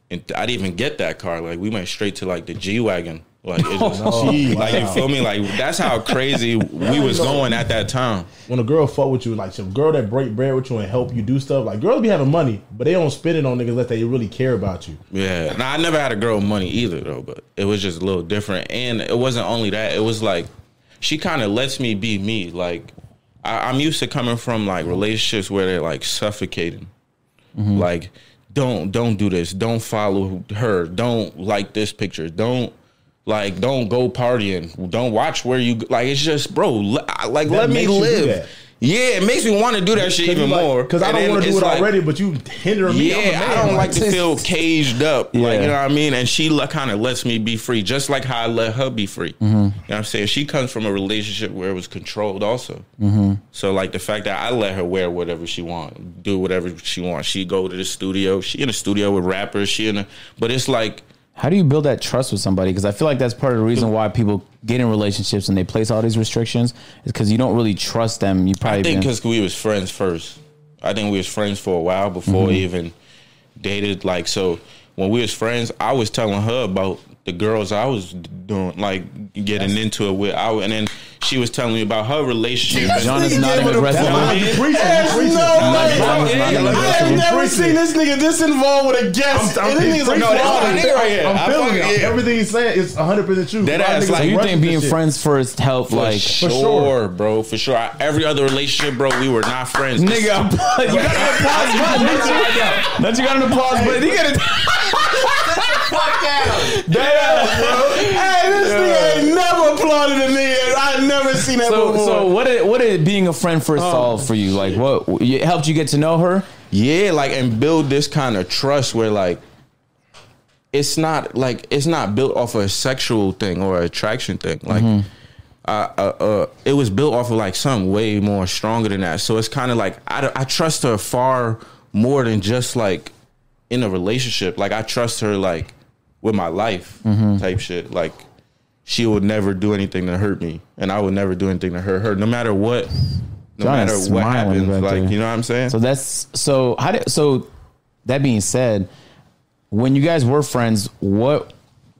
Speaker 4: and I didn't even get that car. Like, we went straight to like the G wagon. Like, it just,
Speaker 2: Gee,
Speaker 4: like you feel me? Like, that's how crazy we was going at that time.
Speaker 3: When a girl fuck with you, like some girl that break bread with you and help you do stuff, like girls be having money, but they don't spend it on niggas unless they really care about you.
Speaker 4: Yeah. Now I never had a girl with money either though, but it was just a little different. And it wasn't only that, it was like she kind of lets me be me. Like I, I'm used to coming from like relationships where they're like suffocating.
Speaker 3: Mm-hmm.
Speaker 4: Like, don't don't do this. Don't follow her. Don't like this picture. Don't like don't go partying. Don't watch where you like it's just bro, le- I- like let me
Speaker 3: makes you do
Speaker 4: live.
Speaker 3: that.
Speaker 4: Yeah, it makes me want to do that shit even more.
Speaker 3: Because I
Speaker 4: And
Speaker 3: don't
Speaker 4: then
Speaker 3: want to do
Speaker 4: it's
Speaker 3: it
Speaker 4: like-
Speaker 3: already, but you hindering me. I'm a
Speaker 4: yeah,
Speaker 3: man.
Speaker 4: I don't like to feel caged up. Like,
Speaker 1: Yeah.
Speaker 4: you know what I mean? And she kind of lets me be free, just like how I let her be free. You know what I'm saying? She comes from a relationship where it was controlled, also. So, like, the fact that I let her wear whatever she want, do whatever she wants. She go to the studio. She in the studio with rappers. She in the, but it's like,
Speaker 1: How do you build that trust with somebody? Because I feel like that's part of the reason why people get in relationships and they place all these restrictions is because you don't really trust them. You probably
Speaker 4: I think
Speaker 1: been-
Speaker 4: because we was friends first. I think we was friends for a while before we even dated. Like so, when we was friends, I was telling her about the girls I was doing, like getting into it with. I w- and then she was telling me about her relationship.
Speaker 1: John is not an aggressive.
Speaker 4: John-
Speaker 2: There's no
Speaker 4: Preaching,
Speaker 2: way.
Speaker 3: preaching.
Speaker 1: John is not an
Speaker 2: I
Speaker 1: aggressive.
Speaker 2: have never seen this nigga this involved with a guest.
Speaker 3: I'm- I'm-
Speaker 2: And this nigga's like,
Speaker 4: No, that's my nigga right here. I
Speaker 3: I'm feeling
Speaker 4: fucking-
Speaker 3: it.
Speaker 4: yeah.
Speaker 3: Everything he's saying is 100% true.
Speaker 4: Dead
Speaker 3: A lot of
Speaker 4: ass,
Speaker 3: niggas
Speaker 4: like,
Speaker 1: So you
Speaker 3: rushing
Speaker 1: think
Speaker 3: this
Speaker 1: being
Speaker 3: shit.
Speaker 1: friends first help
Speaker 4: For
Speaker 1: like
Speaker 4: sure,
Speaker 3: sure.
Speaker 4: bro. For sure. I, every other relationship, bro, we were not friends.
Speaker 1: Nigga, applaud. you got an applause button. Don't you, don't you got an applause button? You got a
Speaker 2: Hey, this nigga ain't never applauded a nigga. I never seen that
Speaker 1: so,
Speaker 2: before. Oh.
Speaker 1: so what did what did being a friend first solve for you? Like what it helped you get to know her?
Speaker 4: Yeah, like and build this kind of trust where like it's not like it's not built off of a sexual thing or attraction thing. Like
Speaker 1: Mm-hmm.
Speaker 4: uh, uh, uh, it was built off of like something way more stronger than that. So it's kind of like I, I trust her far more than just like
Speaker 1: Mm-hmm.
Speaker 4: in a relationship. Like I trust her like with my life type shit. Like she would never do anything to hurt me, and I would never do anything to hurt her, no matter what, no
Speaker 1: John
Speaker 4: matter
Speaker 1: is
Speaker 4: what
Speaker 1: smiling
Speaker 4: happens.
Speaker 1: right
Speaker 4: like
Speaker 1: there.
Speaker 4: you know what I'm saying?
Speaker 1: So that's so how did so that being said, when you guys were friends, what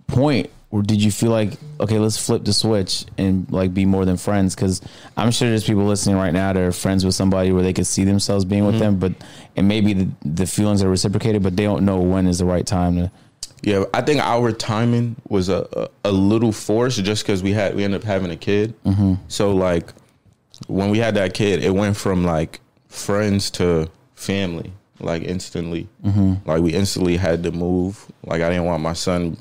Speaker 1: point or did you feel like okay, let's flip the switch and like be more than friends? Because I'm sure there's people listening right now that are friends with somebody where they could see themselves being with them,
Speaker 2: Mm-hmm.
Speaker 1: but and maybe the, the feelings are reciprocated, but they don't know when is the right time to.
Speaker 4: Yeah, I think our timing was a a, a little forced just because we had we ended up having a kid. So like when we had that kid, it went from like friends to family like instantly. Like we instantly had to move. Like I didn't want my son.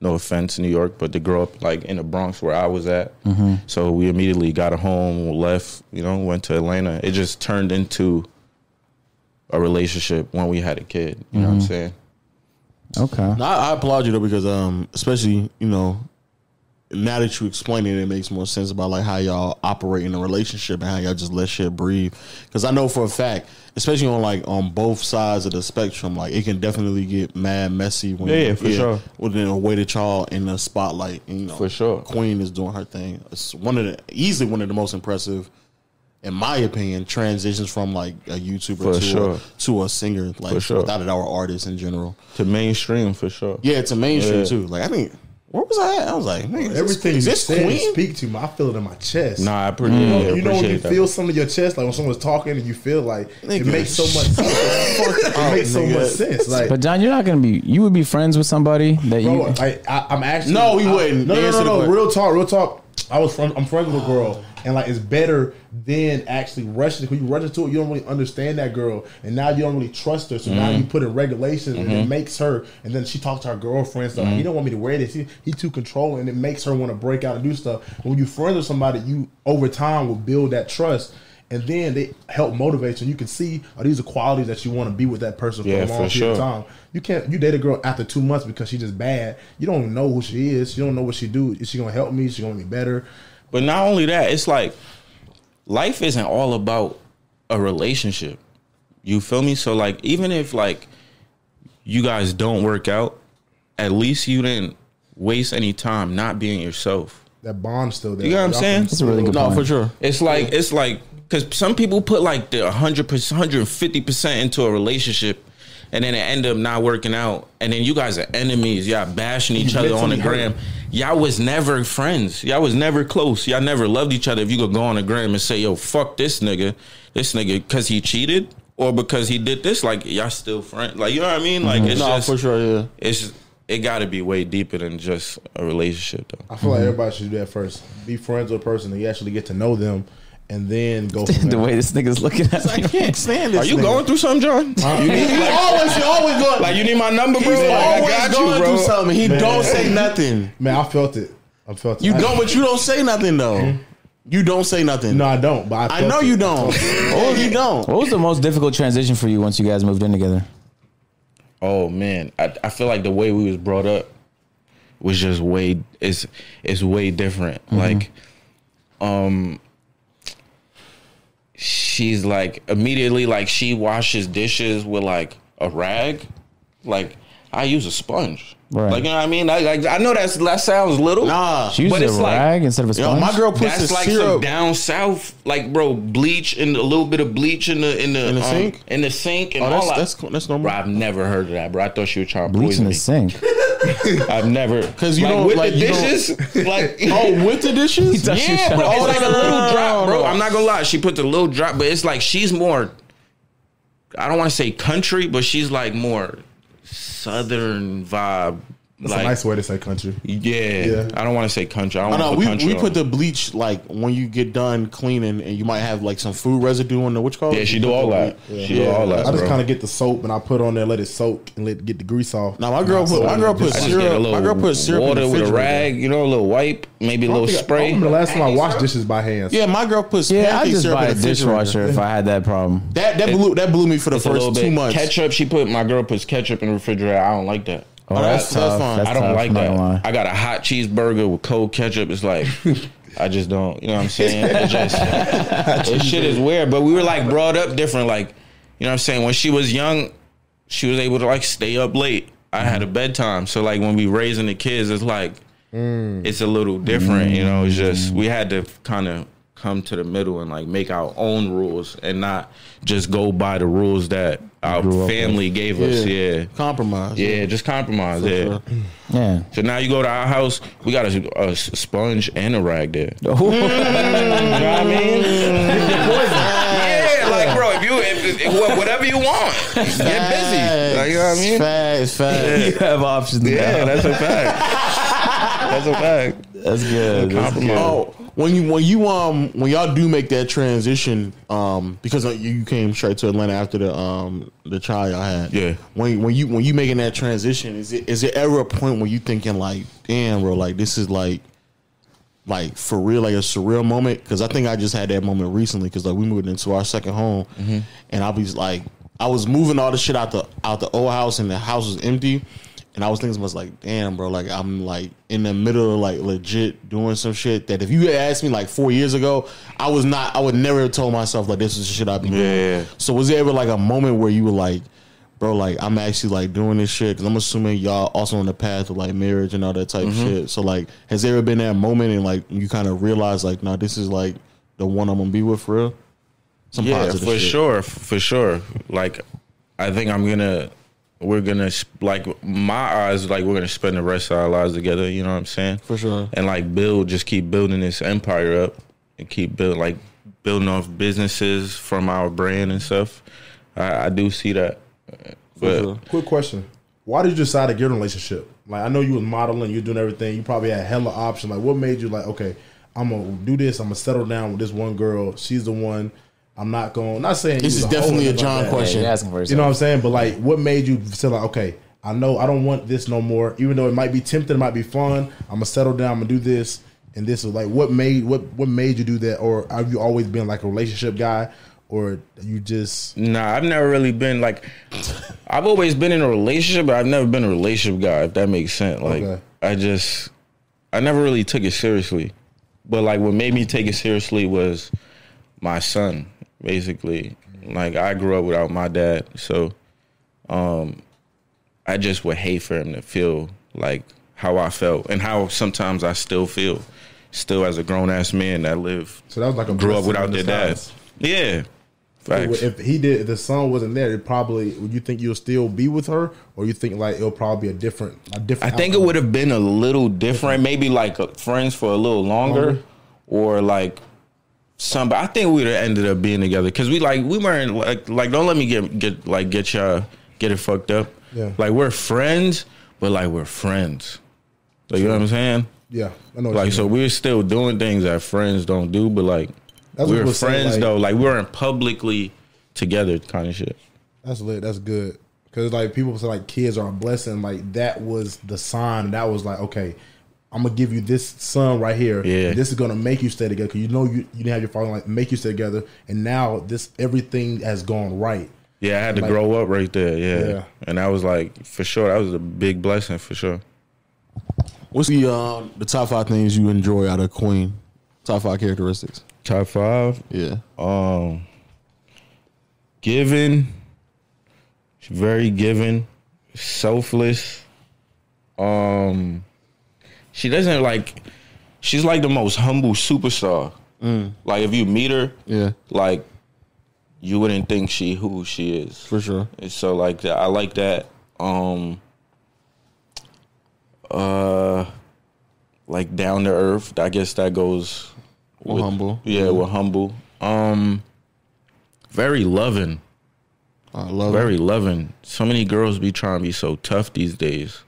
Speaker 4: No offense, New York, but to grow up like in the Bronx where I was at. So we immediately got a home, left, you know, went to Atlanta. It just turned into a relationship when we had a kid. You know what I'm saying?
Speaker 1: Okay.
Speaker 2: No, I, I applaud you though because um, especially you know, now that you explain it, it makes more sense about like how y'all operate in a relationship and how y'all just let shit breathe. Because I know for a fact, especially on like on both sides of the spectrum, like it can definitely get mad messy when
Speaker 4: Yeah, yeah, for sure.
Speaker 2: within a way that y'all in the spotlight. And, you know,
Speaker 4: For sure.
Speaker 2: Queen is doing her thing. It's one of the easily one of the most impressive. In my opinion, transitions from like a YouTuber
Speaker 4: For
Speaker 2: to,
Speaker 4: sure.
Speaker 2: a, to a singer, like
Speaker 4: For sure.
Speaker 2: without it, our artists in general.
Speaker 4: to mainstream for sure.
Speaker 2: Yeah, it's a mainstream
Speaker 4: Yeah.
Speaker 2: too. Like I think where was I at? I was like, man, is
Speaker 3: Everything
Speaker 2: this,
Speaker 3: you
Speaker 2: is
Speaker 3: said and
Speaker 2: this Queen?
Speaker 3: speak to me, I feel it in my chest.
Speaker 4: Nah, I pretty, yeah,
Speaker 3: Mm-hmm. you know when you
Speaker 4: appreciate that.
Speaker 3: feel something in your chest, like when someone's talking and you feel like
Speaker 2: Nigga.
Speaker 3: it makes so much sense. it makes so
Speaker 2: nigga.
Speaker 3: much sense. Like,
Speaker 1: But John, you're not gonna be. You would be friends with somebody that you.
Speaker 3: bro, I, I, I'm actually
Speaker 2: No, he
Speaker 3: I-
Speaker 2: wouldn't.
Speaker 3: No, no,
Speaker 2: Answer the
Speaker 3: no, no,
Speaker 2: question.
Speaker 3: Real talk, real talk. I was from, I'm friends with a girl, and like it's better than actually rushing. When you rush into it, you don't really understand that girl, and now you don't really trust her. So now
Speaker 2: Mm-hmm.
Speaker 3: you put in regulations, and it makes her. And then she talks to her girlfriend, so
Speaker 2: Mm-hmm.
Speaker 3: like, he don't want me to wear this. He, he too controlling, and it makes her want to break out and do stuff. And when you friends with somebody, you over time will build that trust. And then they help motivate you. You can see are these the qualities that you want to be with that person for
Speaker 4: Yeah,
Speaker 3: a long
Speaker 4: for
Speaker 3: period of
Speaker 4: sure.
Speaker 3: time. You can't you date a girl after two months because she just bad. You don't know who she is. You don't know what she do. Is she gonna help me? Is she gonna be better?
Speaker 4: But not only that, it's like life isn't all about a relationship. You feel me? So like even if like you guys don't work out, at least you didn't waste any time not being yourself.
Speaker 3: That bond's still there.
Speaker 4: You know what I'm
Speaker 3: Y'all
Speaker 4: saying?
Speaker 3: can-
Speaker 1: that's a really good
Speaker 2: No,
Speaker 1: point.
Speaker 2: for sure.
Speaker 4: It's like it's like because some people put like the 100 percent, 150 percent into a relationship, and then it end up not working out. And then you guys are enemies. Y'all bashing each other on the
Speaker 3: literally hurt.
Speaker 4: gram. Y'all was never friends. Y'all was never close. Y'all never loved each other. If you could go on the gram and say, "Yo, fuck this nigga, this nigga," because he cheated or because he did this, like y'all still friends. Like you know what I mean? Like it's
Speaker 2: No,
Speaker 4: just
Speaker 2: Mm-hmm. for sure. Yeah,
Speaker 4: it's it got to be way deeper than just a relationship though.
Speaker 3: I feel like everybody should do that first. Be friends with a person and you actually get to know them, and then go. From
Speaker 1: the
Speaker 3: there.
Speaker 1: way this nigga's looking at
Speaker 2: I
Speaker 1: me.
Speaker 2: can't stand this.
Speaker 4: Are you going through something, John? You need,
Speaker 2: He's always, you always going.
Speaker 4: like you need my number, bro.
Speaker 2: he's
Speaker 4: Like, I
Speaker 2: always
Speaker 4: got
Speaker 2: going
Speaker 4: you, bro.
Speaker 2: through something. He don't say nothing.
Speaker 3: Man, I felt it. I felt it.
Speaker 2: You
Speaker 3: I-
Speaker 2: don't, but you don't say nothing though. You don't say nothing.
Speaker 3: No, I Mm-hmm. don't. But I,
Speaker 2: I
Speaker 3: felt
Speaker 2: know
Speaker 3: it.
Speaker 2: you don't. Oh, you don't.
Speaker 1: What was the most difficult transition for you once you guys moved in together?
Speaker 4: Oh man, I, I feel like the way we was brought up was just way it's it's way different.
Speaker 2: Mm-hmm.
Speaker 4: Like, um, she's like immediately like she washes dishes with like a rag, like I use a sponge.
Speaker 1: Right.
Speaker 4: Like you know what I mean? Like, like I know that's that sounds little.
Speaker 2: Nah.
Speaker 1: She used
Speaker 4: But
Speaker 1: a
Speaker 4: it's like-
Speaker 1: rag instead of a
Speaker 2: Yo,
Speaker 1: sponge.
Speaker 2: my girl puts the
Speaker 4: That's like some
Speaker 2: syrup.
Speaker 4: down south, like bro, bleach and a little bit of bleach in the in the,
Speaker 2: In the
Speaker 4: um,
Speaker 2: sink?
Speaker 4: in the sink and
Speaker 2: Oh,
Speaker 4: all
Speaker 2: that's
Speaker 4: that.
Speaker 2: that's cool. that's
Speaker 4: Bro,
Speaker 2: normal.
Speaker 4: I've never heard of that, bro. I thought she was trying to
Speaker 1: bleach in
Speaker 4: poison
Speaker 1: the
Speaker 4: me.
Speaker 1: sink.
Speaker 4: I've never
Speaker 2: 'Cause you
Speaker 4: like,
Speaker 2: don't-
Speaker 4: with
Speaker 2: like,
Speaker 4: the
Speaker 2: you don't-
Speaker 4: dishes, like
Speaker 2: Oh, with the dishes.
Speaker 1: does.
Speaker 4: yeah, bro, it's like a little
Speaker 2: Oh,
Speaker 4: drop,
Speaker 2: no.
Speaker 4: bro. I'm not gonna lie, she put the little drop, but it's like she's more. I don't want to say country, but she's like more southern vibe.
Speaker 3: That's
Speaker 4: like,
Speaker 3: a nice way to say country.
Speaker 4: yeah,
Speaker 3: Yeah.
Speaker 4: I don't want to say country. I
Speaker 2: Oh,
Speaker 4: don't
Speaker 2: no,
Speaker 4: want
Speaker 2: we,
Speaker 4: country.
Speaker 2: we
Speaker 4: on
Speaker 2: put
Speaker 4: it.
Speaker 2: the bleach like when you get done cleaning, and you might have like some food residue on the what you call it.
Speaker 4: yeah, she do
Speaker 2: put
Speaker 4: all
Speaker 2: the
Speaker 4: that.
Speaker 2: ble-
Speaker 4: She do all that.
Speaker 3: I just
Speaker 4: bro.
Speaker 3: kind of get the soap and I put on there, let it soak, and let get the grease off.
Speaker 2: Now my girl
Speaker 3: Nah,
Speaker 2: put my
Speaker 3: so-
Speaker 2: girl put
Speaker 4: I just get a
Speaker 2: syrup.
Speaker 4: little
Speaker 2: My girl put syrup in
Speaker 4: water
Speaker 2: the
Speaker 4: with a
Speaker 2: refrigerator.
Speaker 4: rag, you know, a little wipe, maybe a little
Speaker 3: I remember the
Speaker 4: spray.
Speaker 3: last time I washed dishes by hand.
Speaker 2: Yeah, my girl puts
Speaker 1: Yeah, I
Speaker 2: pancake
Speaker 1: just
Speaker 2: syrup
Speaker 1: buy
Speaker 2: in
Speaker 1: a
Speaker 2: the refrigerator.
Speaker 1: dishwasher if I had that problem.
Speaker 2: That that blew that blew me for the
Speaker 4: It's a little
Speaker 2: first two
Speaker 4: bit.
Speaker 2: months.
Speaker 4: Ketchup, she put my girl puts ketchup in the refrigerator. I don't like that.
Speaker 1: Oh,
Speaker 2: that's- that's fine.
Speaker 4: I don't
Speaker 1: tough,
Speaker 4: like
Speaker 1: not
Speaker 4: that.
Speaker 1: gonna lie.
Speaker 4: I got a hot cheeseburger with cold ketchup. It's like I just don't. You know what I'm saying? It just this shit is weird. But we were like brought up different. Like you know what I'm saying? When she was young, she was able to like stay up late. I had a bedtime. So like when we raising the kids, it's like
Speaker 1: Mm.
Speaker 4: it's a little different. You know, it's just we had to kind of come to the middle and like make our own rules and not just go by the rules that our family gave us. Yeah.
Speaker 2: Compromise.
Speaker 4: Yeah, just compromise. yeah.
Speaker 2: sure.
Speaker 1: Yeah.
Speaker 4: So now you go to our house, we got a, a sponge and a rag there. You know what I mean? yeah, like bro, if you if, if, wha- whatever you want, get busy. Like, you know what I mean?
Speaker 2: Facts, facts.
Speaker 1: you have options
Speaker 4: Yeah,
Speaker 1: now.
Speaker 4: that's a fact. That's a fact.
Speaker 1: That's good. That's good.
Speaker 4: Compromise.
Speaker 2: Oh, when you when you um when y'all do make that transition um because uh, you you came straight to Atlanta after the um the child y'all had
Speaker 4: Yeah.
Speaker 2: when when you when you making that transition is it is there ever a point where you thinking like damn bro like this is like like for real like a surreal moment because I think I just had that moment recently because like we moved into our second home
Speaker 4: Mm-hmm.
Speaker 2: and I was like I was moving all the shit out the out the old house and the house was empty and I was thinking to myself like damn bro like I'm like in the middle of like legit doing some shit that if you had asked me like four years ago I was not I would never have told myself like this is the shit I'd be
Speaker 4: Yeah.
Speaker 2: doing so was there ever like a moment where you were like bro like I'm actually like doing this shit because I'm assuming y'all also on the path of like marriage and all that type
Speaker 4: Mm-hmm.
Speaker 2: shit so like has there ever been that moment and like you kind of realize like nah, this is like the one I'm gonna be with for real some
Speaker 4: yeah,
Speaker 2: positive
Speaker 4: for
Speaker 2: shit.
Speaker 4: sure, for sure. Like, I think I'm gonna, we're gonna s- like my eyes like we're gonna spend the rest of our lives together. You know what I'm saying?
Speaker 2: For sure.
Speaker 4: And like build, just keep building this empire up and keep build like building off businesses from our brand and stuff. I, I do see that. But
Speaker 2: sure.
Speaker 3: Quick question: Why did you decide to get in a relationship? Like I know you was modeling, you doing everything. You probably had hella options. Like what made you like okay, I'm gonna do this. I'm gonna settle down with this one girl. She's the one. I'm not going. Not saying
Speaker 2: This
Speaker 3: you was
Speaker 2: is
Speaker 3: hoe or
Speaker 2: definitely a
Speaker 3: nothing like
Speaker 2: John
Speaker 3: that.
Speaker 1: Yeah,
Speaker 2: question.
Speaker 1: you're asking for yourself.
Speaker 3: You know what I'm saying? But like, what made you say like, okay, I know I don't want this no more. Even though it might be tempting, it might be fun. I'm gonna settle down. I'm gonna do this and this. Is like, what made what what made you do that? Or have you always been like a relationship guy, or you just
Speaker 4: Nah, I've never really been like. I've always been in a relationship, but I've never been a relationship guy. If that makes sense, like
Speaker 3: Okay.
Speaker 4: I just, I never really took it seriously. But like, what made me take it seriously was my son. Basically, like I grew up without my dad, so um, I just would hate for him to feel like how I felt and how sometimes I still feel, still as a grown ass man that live
Speaker 3: so that was like a
Speaker 4: grew up
Speaker 3: blessing
Speaker 4: without
Speaker 3: in
Speaker 4: their dad.
Speaker 3: disguise.
Speaker 4: Yeah, facts.
Speaker 3: If he did, if the son wasn't there, it probably. Would you think you'll still be with her, or you think like it'll probably be a different, a
Speaker 4: I
Speaker 3: different?
Speaker 4: think it
Speaker 3: outcome?
Speaker 4: would have been a little different, maybe like uh, friends for a little longer, or like some. But I think we'd have ended up being together because we like we weren't like like don't let me get get like get y'all get it fucked up.
Speaker 3: Yeah.
Speaker 4: Like we're friends, but like we're friends. Like you know what I'm saying?
Speaker 3: Yeah, I know. what you
Speaker 4: Like so
Speaker 3: mean.
Speaker 4: we're still doing things that friends don't do, but like
Speaker 3: That's what
Speaker 4: we're
Speaker 3: we're saying,
Speaker 4: friends
Speaker 3: like-
Speaker 4: though. Like we weren't publicly together kind of shit.
Speaker 3: That's lit. That's good. Cause like people say like kids are a blessing. Like that was the sign. That was like okay, I'm gonna give you this son right here.
Speaker 4: Yeah.
Speaker 3: This is gonna make you stay together. Cause you know you you didn't have your father like make you stay together. And now this everything has gone right.
Speaker 4: Yeah, I had to
Speaker 3: Like-
Speaker 4: grow up right there. Yeah.
Speaker 3: Yeah.
Speaker 4: and that was like for sure. That was a big blessing for sure.
Speaker 2: What's the um the top five things you enjoy out of Queen? Top five characteristics.
Speaker 4: Top five.
Speaker 2: Yeah.
Speaker 4: Um, giving. She's very giving, selfless. Um, she doesn't like. She's like the most humble superstar. Like if you meet her,
Speaker 2: Yeah.
Speaker 4: like you wouldn't think she who she is.
Speaker 2: For sure.
Speaker 4: And so like that, I like that. Um, uh, like down to earth. I guess that goes
Speaker 2: We're humble.
Speaker 4: yeah, we're humble. Um, very loving,
Speaker 2: I love it.
Speaker 4: very loving. So many girls be trying to be so tough these days.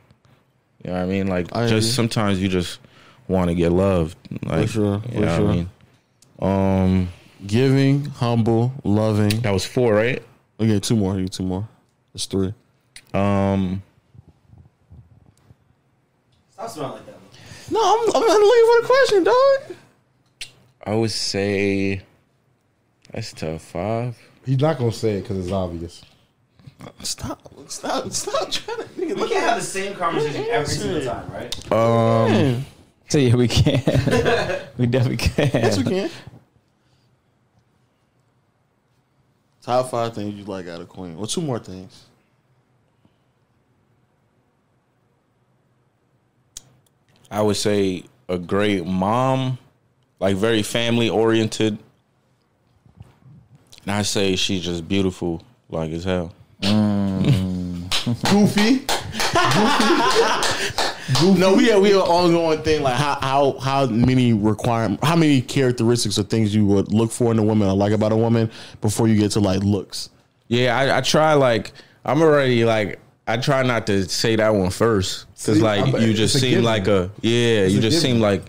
Speaker 4: You know what I mean? Like,
Speaker 2: I
Speaker 4: just
Speaker 2: agree.
Speaker 4: sometimes you just want to get loved. Like,
Speaker 2: sure,
Speaker 4: you
Speaker 2: for
Speaker 4: know
Speaker 2: sure.
Speaker 4: what I mean? Um,
Speaker 2: Giving, humble, loving.
Speaker 4: that was four, right?
Speaker 2: Okay, two more. You two more. It's three.
Speaker 4: Um,
Speaker 5: Stop smelling like that. man.
Speaker 2: No, I'm I'm looking for the question, dog.
Speaker 4: I would say that's tough. Five.
Speaker 3: He's not gonna say it because it's obvious.
Speaker 2: Stop, stop, stop trying to. Nigga,
Speaker 5: We
Speaker 2: look
Speaker 5: can't
Speaker 2: at
Speaker 5: have the same conversation every single time, right?
Speaker 4: Um,
Speaker 2: him.
Speaker 1: So yeah, we can. we definitely can.
Speaker 2: Yes, we can. Top five things you like out of Queen. Well, two more things.
Speaker 4: I would say a great mom, like very family oriented. And I say she's just beautiful, like as hell.
Speaker 2: Goofy. Goofy. No, we had we had an ongoing thing like how how how many requirement how many characteristics or things you would look for in a woman or like about a woman before you get to like looks.
Speaker 4: Yeah, I, I try like I'm already like I try not to say that one first because
Speaker 6: See,
Speaker 4: like
Speaker 6: I'm-
Speaker 4: you just
Speaker 6: it's a
Speaker 4: seem
Speaker 6: given.
Speaker 4: like a yeah you
Speaker 6: a
Speaker 4: just
Speaker 6: given.
Speaker 4: seem like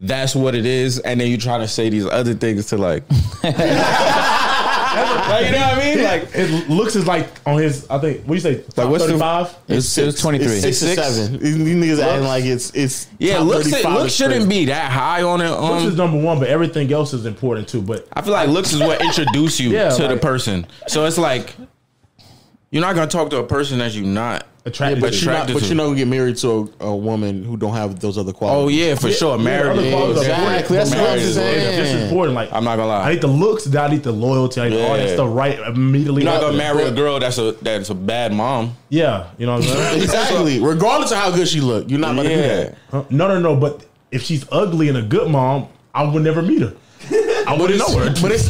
Speaker 4: that's what it is and then you try to say these other things to like like you know what I mean like
Speaker 3: It looks is like on his. I think what do you say?
Speaker 4: Like,
Speaker 3: Like
Speaker 4: what's
Speaker 3: what's
Speaker 4: the-
Speaker 3: thirty-five?
Speaker 1: It's, it was 23.
Speaker 2: It's six,
Speaker 4: Six?
Speaker 2: to seven. These niggas acting like it's it's
Speaker 4: yeah
Speaker 2: top
Speaker 4: looks
Speaker 2: 35
Speaker 4: looks
Speaker 2: is
Speaker 4: shouldn't
Speaker 2: crazy.
Speaker 4: be that high on it um,
Speaker 3: Looks is number one, but everything else is important too. But
Speaker 4: I feel like looks is what introduce you
Speaker 3: Yeah,
Speaker 4: to the
Speaker 3: like-
Speaker 4: person. So it's like you're not gonna talk to a person that you're not.
Speaker 3: attracted,
Speaker 4: but
Speaker 3: to-
Speaker 2: You're not-
Speaker 4: attracted
Speaker 2: but
Speaker 4: to.
Speaker 2: you're not gonna get married to a, a woman who don't have those other
Speaker 4: Oh
Speaker 2: qualities.
Speaker 4: yeah, for sure. Married.
Speaker 3: other qualities
Speaker 4: is-
Speaker 3: are
Speaker 2: exactly. That's what I'm
Speaker 4: Married is-
Speaker 2: saying.
Speaker 3: It's important. Like
Speaker 4: I'm not gonna
Speaker 3: I
Speaker 4: lie.
Speaker 3: need the looks. then I need the loyalty. I need all that
Speaker 4: Yeah.
Speaker 3: stuff right immediately.
Speaker 4: You're not gonna
Speaker 3: after.
Speaker 4: marry a girl that's a that's a bad mom.
Speaker 3: Yeah, you know what I'm saying.
Speaker 2: Exactly. Regardless of how good she look, you're not gonna do that.
Speaker 3: Huh? No, no, no. But if she's ugly and a good mom, I would never meet her. I wouldn't know her.
Speaker 2: But it's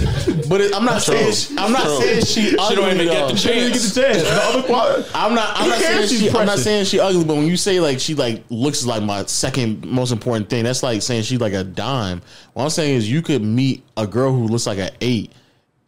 Speaker 2: but it, I'm not saying she, I'm not
Speaker 4: True.
Speaker 2: saying she ugly.
Speaker 4: She don't even get
Speaker 2: though.
Speaker 4: the
Speaker 3: She didn't even get the
Speaker 4: chance.
Speaker 3: chance. The other quali-
Speaker 2: I'm not. I'm
Speaker 3: Who
Speaker 2: not
Speaker 3: cares
Speaker 2: saying
Speaker 3: if she's
Speaker 2: she. I'm not
Speaker 3: precious?
Speaker 2: saying she ugly, but when you say like she like looks like my second most important thing, that's like saying she's like a dime. What I'm saying is you could meet a girl who looks like an eight,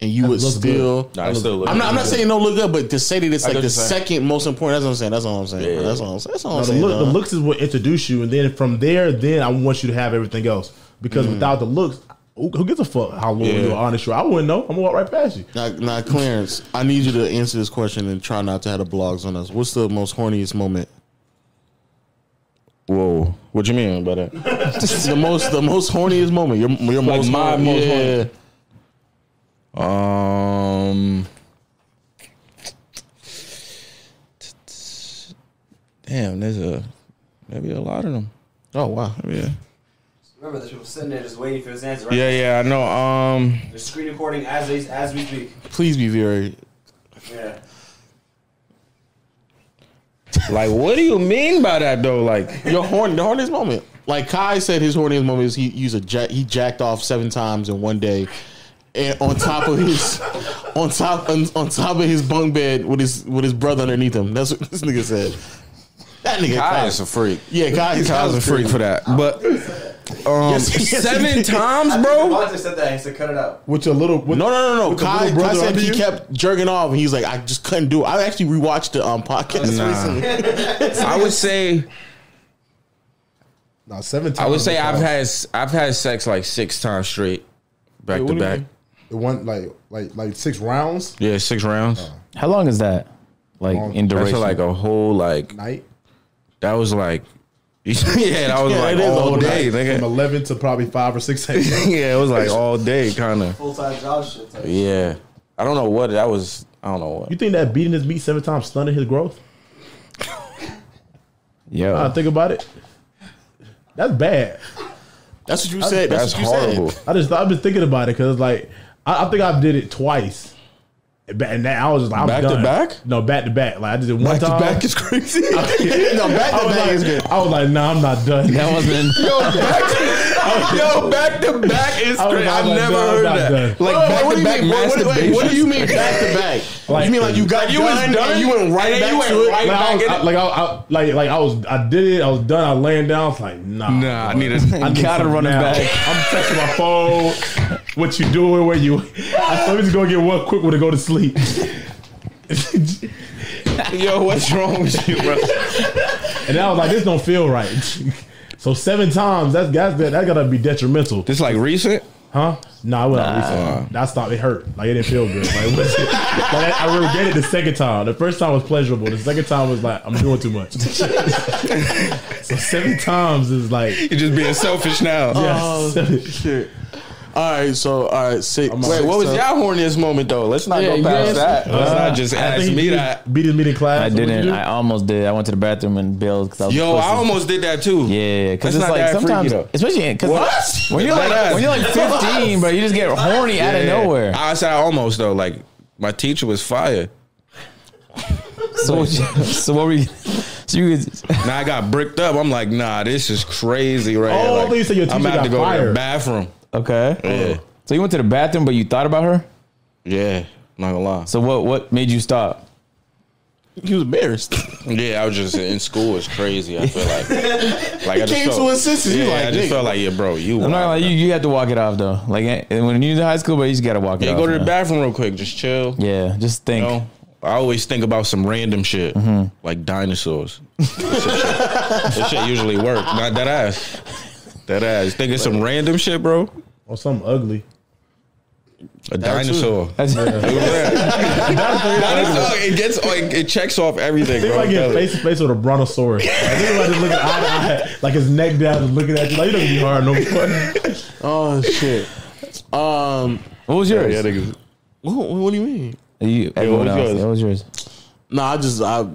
Speaker 2: and you would
Speaker 3: looks
Speaker 2: still.
Speaker 4: Nah, I still look.
Speaker 2: I'm not. I'm not saying no look up, but to say that it's
Speaker 4: I
Speaker 2: like
Speaker 4: get
Speaker 2: the
Speaker 4: what you're saying.
Speaker 2: second most important. That's what I'm saying. That's all I'm saying.
Speaker 4: Yeah.
Speaker 2: That's all I'm saying. That's all
Speaker 3: No,
Speaker 2: I'm
Speaker 3: the,
Speaker 2: saying.
Speaker 3: look, the
Speaker 2: dog.
Speaker 3: looks is what introduce you, and then from there, then I want you to have everything else. Because without the looks, who, who gives a fuck how loyal
Speaker 4: Mm. Yeah.
Speaker 3: you are, honest you are? I wouldn't know. I'm gonna walk right past you.
Speaker 2: Now, now, Clarence, I need you to answer this question and try not to have the blogs on us. What's the most horniest moment?
Speaker 4: Whoa. What you mean by that?
Speaker 2: the most, the most horniest moment. Your, your
Speaker 4: Like
Speaker 2: most,
Speaker 4: my
Speaker 2: horny-
Speaker 4: most
Speaker 2: yeah.
Speaker 4: horny. Um. Damn, there's a maybe a lot of them.
Speaker 2: Oh wow.
Speaker 4: Yeah.
Speaker 5: Remember, there's people sitting there just waiting for his answer, right?
Speaker 4: Yeah, yeah, I know. Um,
Speaker 5: They're screen recording as they, as we speak.
Speaker 2: Please be very.
Speaker 5: Yeah.
Speaker 4: like, what do you mean by that though? Like,
Speaker 2: Your horn, the horniest moment. Like Kai said, his horniest moment is he used a jack, he jacked off seven times in one day, and on top of his, on top on, on top of his bunk bed with his with his brother underneath him. That's what this nigga said. That nigga Kai.
Speaker 4: Kai is a freak.
Speaker 2: yeah, Kai.
Speaker 4: Kai's a freak for that. But um,
Speaker 2: Yes, yes,
Speaker 4: seven
Speaker 2: he-
Speaker 4: times, bro.
Speaker 5: Devontae said that. He said, cut it out.
Speaker 6: With your little with
Speaker 2: No, no, no, no.
Speaker 6: With the
Speaker 2: Kai,
Speaker 6: little
Speaker 2: Kai
Speaker 6: brother
Speaker 2: said
Speaker 6: under
Speaker 2: he
Speaker 6: you?
Speaker 2: kept jerking off, and he's like, I just couldn't do it. I actually rewatched the um, podcast
Speaker 4: Nah.
Speaker 2: recently.
Speaker 4: I would say,
Speaker 6: no, seven times.
Speaker 4: I would say
Speaker 6: was
Speaker 4: I've
Speaker 6: like-
Speaker 4: had I've had sex like six times straight, back
Speaker 2: what do
Speaker 4: to
Speaker 2: you
Speaker 4: back.
Speaker 2: mean?
Speaker 6: it went like like like six rounds
Speaker 4: Yeah, six rounds.
Speaker 1: How long is that? Like in
Speaker 4: That's
Speaker 1: duration?
Speaker 4: like a whole like
Speaker 6: night
Speaker 4: that was like yeah that was
Speaker 2: Yeah,
Speaker 4: like
Speaker 2: it is
Speaker 4: all
Speaker 2: all
Speaker 4: day.
Speaker 2: night.
Speaker 6: from
Speaker 4: nigga.
Speaker 6: eleven to probably five or six a.m.
Speaker 4: yeah, it was like all day kind of.
Speaker 5: Full time job shit. Type.
Speaker 4: Yeah, I don't know what that was. I don't know what.
Speaker 3: You think that beating his meat seven times stunted his growth?
Speaker 1: Yo.
Speaker 3: I think about it. That's bad.
Speaker 2: That's what you said. That's,
Speaker 4: That's
Speaker 2: what you
Speaker 4: horrible.
Speaker 2: Said.
Speaker 3: I just I've been thinking about it because like I, I think I did it twice, and ba- and that I was just like I'm
Speaker 4: Back to
Speaker 3: done.
Speaker 4: back?
Speaker 3: No, back to back. Like I did it one
Speaker 4: Back to
Speaker 3: time.
Speaker 4: back is crazy.
Speaker 2: No, back
Speaker 3: I
Speaker 2: to
Speaker 3: was
Speaker 2: back
Speaker 3: like-
Speaker 2: is good.
Speaker 3: I was like, nah, I'm not done.
Speaker 1: that wasn't.
Speaker 4: Yo, back to back is
Speaker 3: I was
Speaker 4: crazy.
Speaker 3: like,
Speaker 4: I've
Speaker 3: I'm
Speaker 4: never
Speaker 3: done,
Speaker 4: heard
Speaker 3: I'm
Speaker 4: that.
Speaker 3: done.
Speaker 4: Like
Speaker 2: Wait, what do you
Speaker 4: back to back
Speaker 2: mean? What- wait,
Speaker 4: masturbation.
Speaker 2: What do you mean back to back?
Speaker 3: Like-
Speaker 2: You mean like you got
Speaker 4: you was
Speaker 2: done,
Speaker 4: done,
Speaker 2: and you went right
Speaker 4: and
Speaker 2: back
Speaker 4: you went
Speaker 2: to it?
Speaker 3: Like
Speaker 4: right
Speaker 3: I, was,
Speaker 4: back in
Speaker 3: I,
Speaker 4: it?
Speaker 3: like, I, I, like, like I was, I did it. I was done. I was laying down. I was like, nah,
Speaker 4: Nah, I need a.
Speaker 3: I need
Speaker 1: Gotta
Speaker 3: something
Speaker 1: run it
Speaker 3: now.
Speaker 1: back.
Speaker 3: I'm touching my phone. What you doing? Where you? I said, let me just go get one quick one to go to sleep.
Speaker 4: Yo, what's wrong with you, bro?
Speaker 3: And I was like, this don't feel right. So seven times, that's that's that, that gotta be detrimental,
Speaker 4: This like recent?
Speaker 3: huh? Nah, I went out recently. That stopped. It hurt. Like it didn't feel good. Like, what's it? like I, I regret it the second time. The first time was pleasurable. The second time was like, I'm doing too much. so seven times is like, yes,
Speaker 4: You're just being selfish now.
Speaker 3: seven-
Speaker 2: Shit. All right, so all right, six.
Speaker 4: Wait, what was y'all horniest moment though? Let's not go past that. Let's not just
Speaker 3: Uh, I think
Speaker 4: ask
Speaker 3: he
Speaker 4: me
Speaker 3: beat his-
Speaker 4: that.
Speaker 3: Beat his meat in class.
Speaker 1: I
Speaker 3: So what'd you
Speaker 1: didn't.
Speaker 3: do?
Speaker 1: I almost did. I went to the bathroom and billed because I was.
Speaker 4: Yo,
Speaker 1: supposed
Speaker 4: I
Speaker 1: to-
Speaker 4: almost did that too.
Speaker 1: Yeah, because
Speaker 4: That's
Speaker 1: it's
Speaker 4: not
Speaker 1: like
Speaker 4: that freaky,
Speaker 1: sometimes,
Speaker 4: though.
Speaker 1: especially because
Speaker 4: What?
Speaker 1: when you're
Speaker 4: Dead ass.
Speaker 1: like when you're like 15, bro, you just get horny out of
Speaker 4: Yeah.
Speaker 1: nowhere.
Speaker 4: I said I almost though. Like my teacher was fire.
Speaker 1: So, what you- so what were you? So you could,
Speaker 4: Now I got bricked up. I'm like, nah, this is crazy right
Speaker 3: Oh,
Speaker 4: here.
Speaker 3: I
Speaker 4: Like,
Speaker 3: thought you said your
Speaker 4: I'm
Speaker 3: teacher
Speaker 4: about to
Speaker 3: got
Speaker 4: go to the
Speaker 3: fired.
Speaker 4: bathroom.
Speaker 1: okay.
Speaker 4: Yeah.
Speaker 1: So you went to the bathroom, but you thought about her.
Speaker 4: Yeah. Not gonna lie.
Speaker 1: So what? What made you stop?
Speaker 2: He was embarrassed.
Speaker 4: Yeah, I was just in school was crazy. I feel like like I just
Speaker 2: came
Speaker 4: felt,
Speaker 2: to his senses.
Speaker 4: Yeah,
Speaker 2: You like,
Speaker 4: I just
Speaker 2: nigga.
Speaker 4: felt like yeah, bro, you.
Speaker 1: I'm not gonna
Speaker 4: wild.
Speaker 1: lie, you, you have to walk it off though. Like eh, when you're in high school, but you just gotta walk it
Speaker 4: Yeah,
Speaker 1: off.
Speaker 4: go to the
Speaker 1: man.
Speaker 4: bathroom real quick. Just chill.
Speaker 1: Yeah, just think.
Speaker 4: You know, Mm-hmm. I always think about some random shit like dinosaurs. that, shit, that shit usually work. Not that ass. That ass. Thinking some random shit, bro.
Speaker 3: or something ugly.
Speaker 4: A dinosaur.
Speaker 1: That's,
Speaker 4: Dinosaur, it gets like it checks off everything,
Speaker 3: They
Speaker 4: bro.
Speaker 3: might
Speaker 4: I'm
Speaker 3: get
Speaker 4: telling you.
Speaker 3: face to face with a brontosaurus. Like, they might just looking eye to eye, like his neck down, just looking at you. Like, you don't be hard no more.
Speaker 2: oh shit. Um.
Speaker 1: what was yours?
Speaker 4: Yeah, niggas.
Speaker 2: What, what do you mean?
Speaker 1: You, everyone
Speaker 4: was
Speaker 1: else.
Speaker 4: yours?
Speaker 1: What was yours?
Speaker 2: No, I just I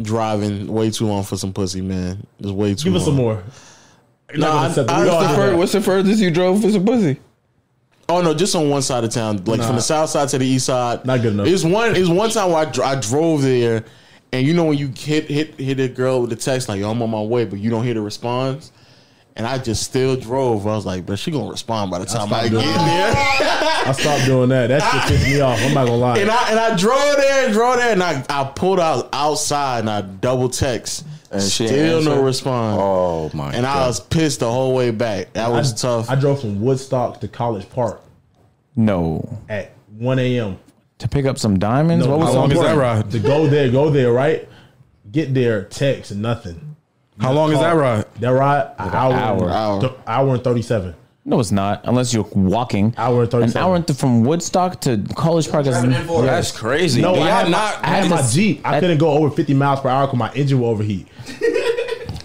Speaker 2: driving way too long for some pussy, man. It's way too.
Speaker 3: Give
Speaker 2: long.
Speaker 3: us some more. You're
Speaker 2: Nah,
Speaker 3: not gonna
Speaker 2: I-
Speaker 3: accept it.
Speaker 2: I-
Speaker 3: We
Speaker 2: it's
Speaker 3: all
Speaker 2: the
Speaker 3: do
Speaker 2: fir-
Speaker 3: that.
Speaker 4: What's the furthest you drove for some pussy?
Speaker 2: Oh no, just on one side of town, like from the south side to the east side.
Speaker 3: Not good enough.
Speaker 2: It's one. It's one time where I, dr- I drove there, and you know when you hit hit hit a girl with a text like "Yo, I'm on my way," but you don't hear the response. And I just still drove. I was like, "But she gonna respond by the time I, get there."
Speaker 3: I stopped doing that. That shit pissed me off. I'm not gonna lie.
Speaker 2: and I and I drove there and drove there, and I, I pulled out outside and I double text. And
Speaker 4: she
Speaker 2: still no
Speaker 4: answered?
Speaker 2: response.
Speaker 4: Oh my
Speaker 2: and I was pissed the whole way back. That was tough.
Speaker 3: I drove from Woodstock to College Park
Speaker 1: No,
Speaker 3: at 1 a.m.
Speaker 1: to pick up some diamonds.
Speaker 3: No,
Speaker 1: what was
Speaker 3: how
Speaker 1: so
Speaker 3: long is that
Speaker 1: important?
Speaker 4: ride?
Speaker 3: To go there, go there, right? Get there, text, nothing.
Speaker 4: How long is that ride?
Speaker 3: That ride, an hour,
Speaker 1: hour.
Speaker 3: hour. Th- hour and 37.
Speaker 1: No, it's not. Unless you're walking.
Speaker 3: Hour and
Speaker 1: An
Speaker 3: 37.
Speaker 1: hour and th- from Woodstock to College Park. Is,
Speaker 5: Driving in for
Speaker 1: yeah.
Speaker 4: That's crazy.
Speaker 3: No,
Speaker 4: Y'all
Speaker 3: I had,
Speaker 4: not.
Speaker 3: my, I had my Jeep. I couldn't go over 50 miles per hour because my engine will overheat.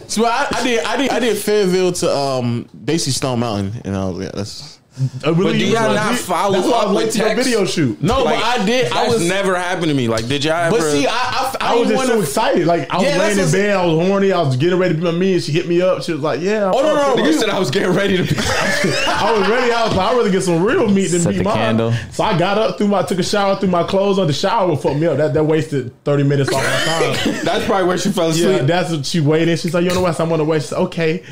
Speaker 2: So I, I did I did I did Fayetteville to um Daisy Stone Mountain and I was yeah that's
Speaker 3: I really
Speaker 4: do
Speaker 3: was
Speaker 4: y'all
Speaker 3: like,
Speaker 4: not
Speaker 3: "Jeep."
Speaker 4: follow
Speaker 3: That's why I
Speaker 4: up
Speaker 3: was late
Speaker 4: with
Speaker 3: to your
Speaker 4: text?
Speaker 3: video shoot.
Speaker 2: no
Speaker 4: Like,
Speaker 2: but I did I
Speaker 4: that's
Speaker 2: was
Speaker 4: never happened to me. Like, did y'all ever?
Speaker 2: but see I I, I,
Speaker 3: I
Speaker 2: didn't
Speaker 3: was just
Speaker 2: want
Speaker 3: so
Speaker 2: to
Speaker 3: excited. Like I was
Speaker 2: Yeah, that's
Speaker 3: laying in
Speaker 2: what's-
Speaker 3: bed, I was horny, I was getting ready to be my me, and she hit me up. She was like, "Yeah."
Speaker 2: Oh, no, no,
Speaker 4: Nigga said I was getting ready to. Be-
Speaker 3: I was ready. I was like, I'd rather get some real meat than
Speaker 1: Set
Speaker 3: meat
Speaker 1: the
Speaker 3: mine.
Speaker 1: candle.
Speaker 3: So I got up, threw my, took a shower, threw my clothes on. The shower would fuck me up. That that wasted thirty minutes off my time.
Speaker 4: That's probably where she fell
Speaker 3: yeah,
Speaker 4: asleep.
Speaker 3: that's what she waited. She's like, you know what? I'm on the way. She's like, okay.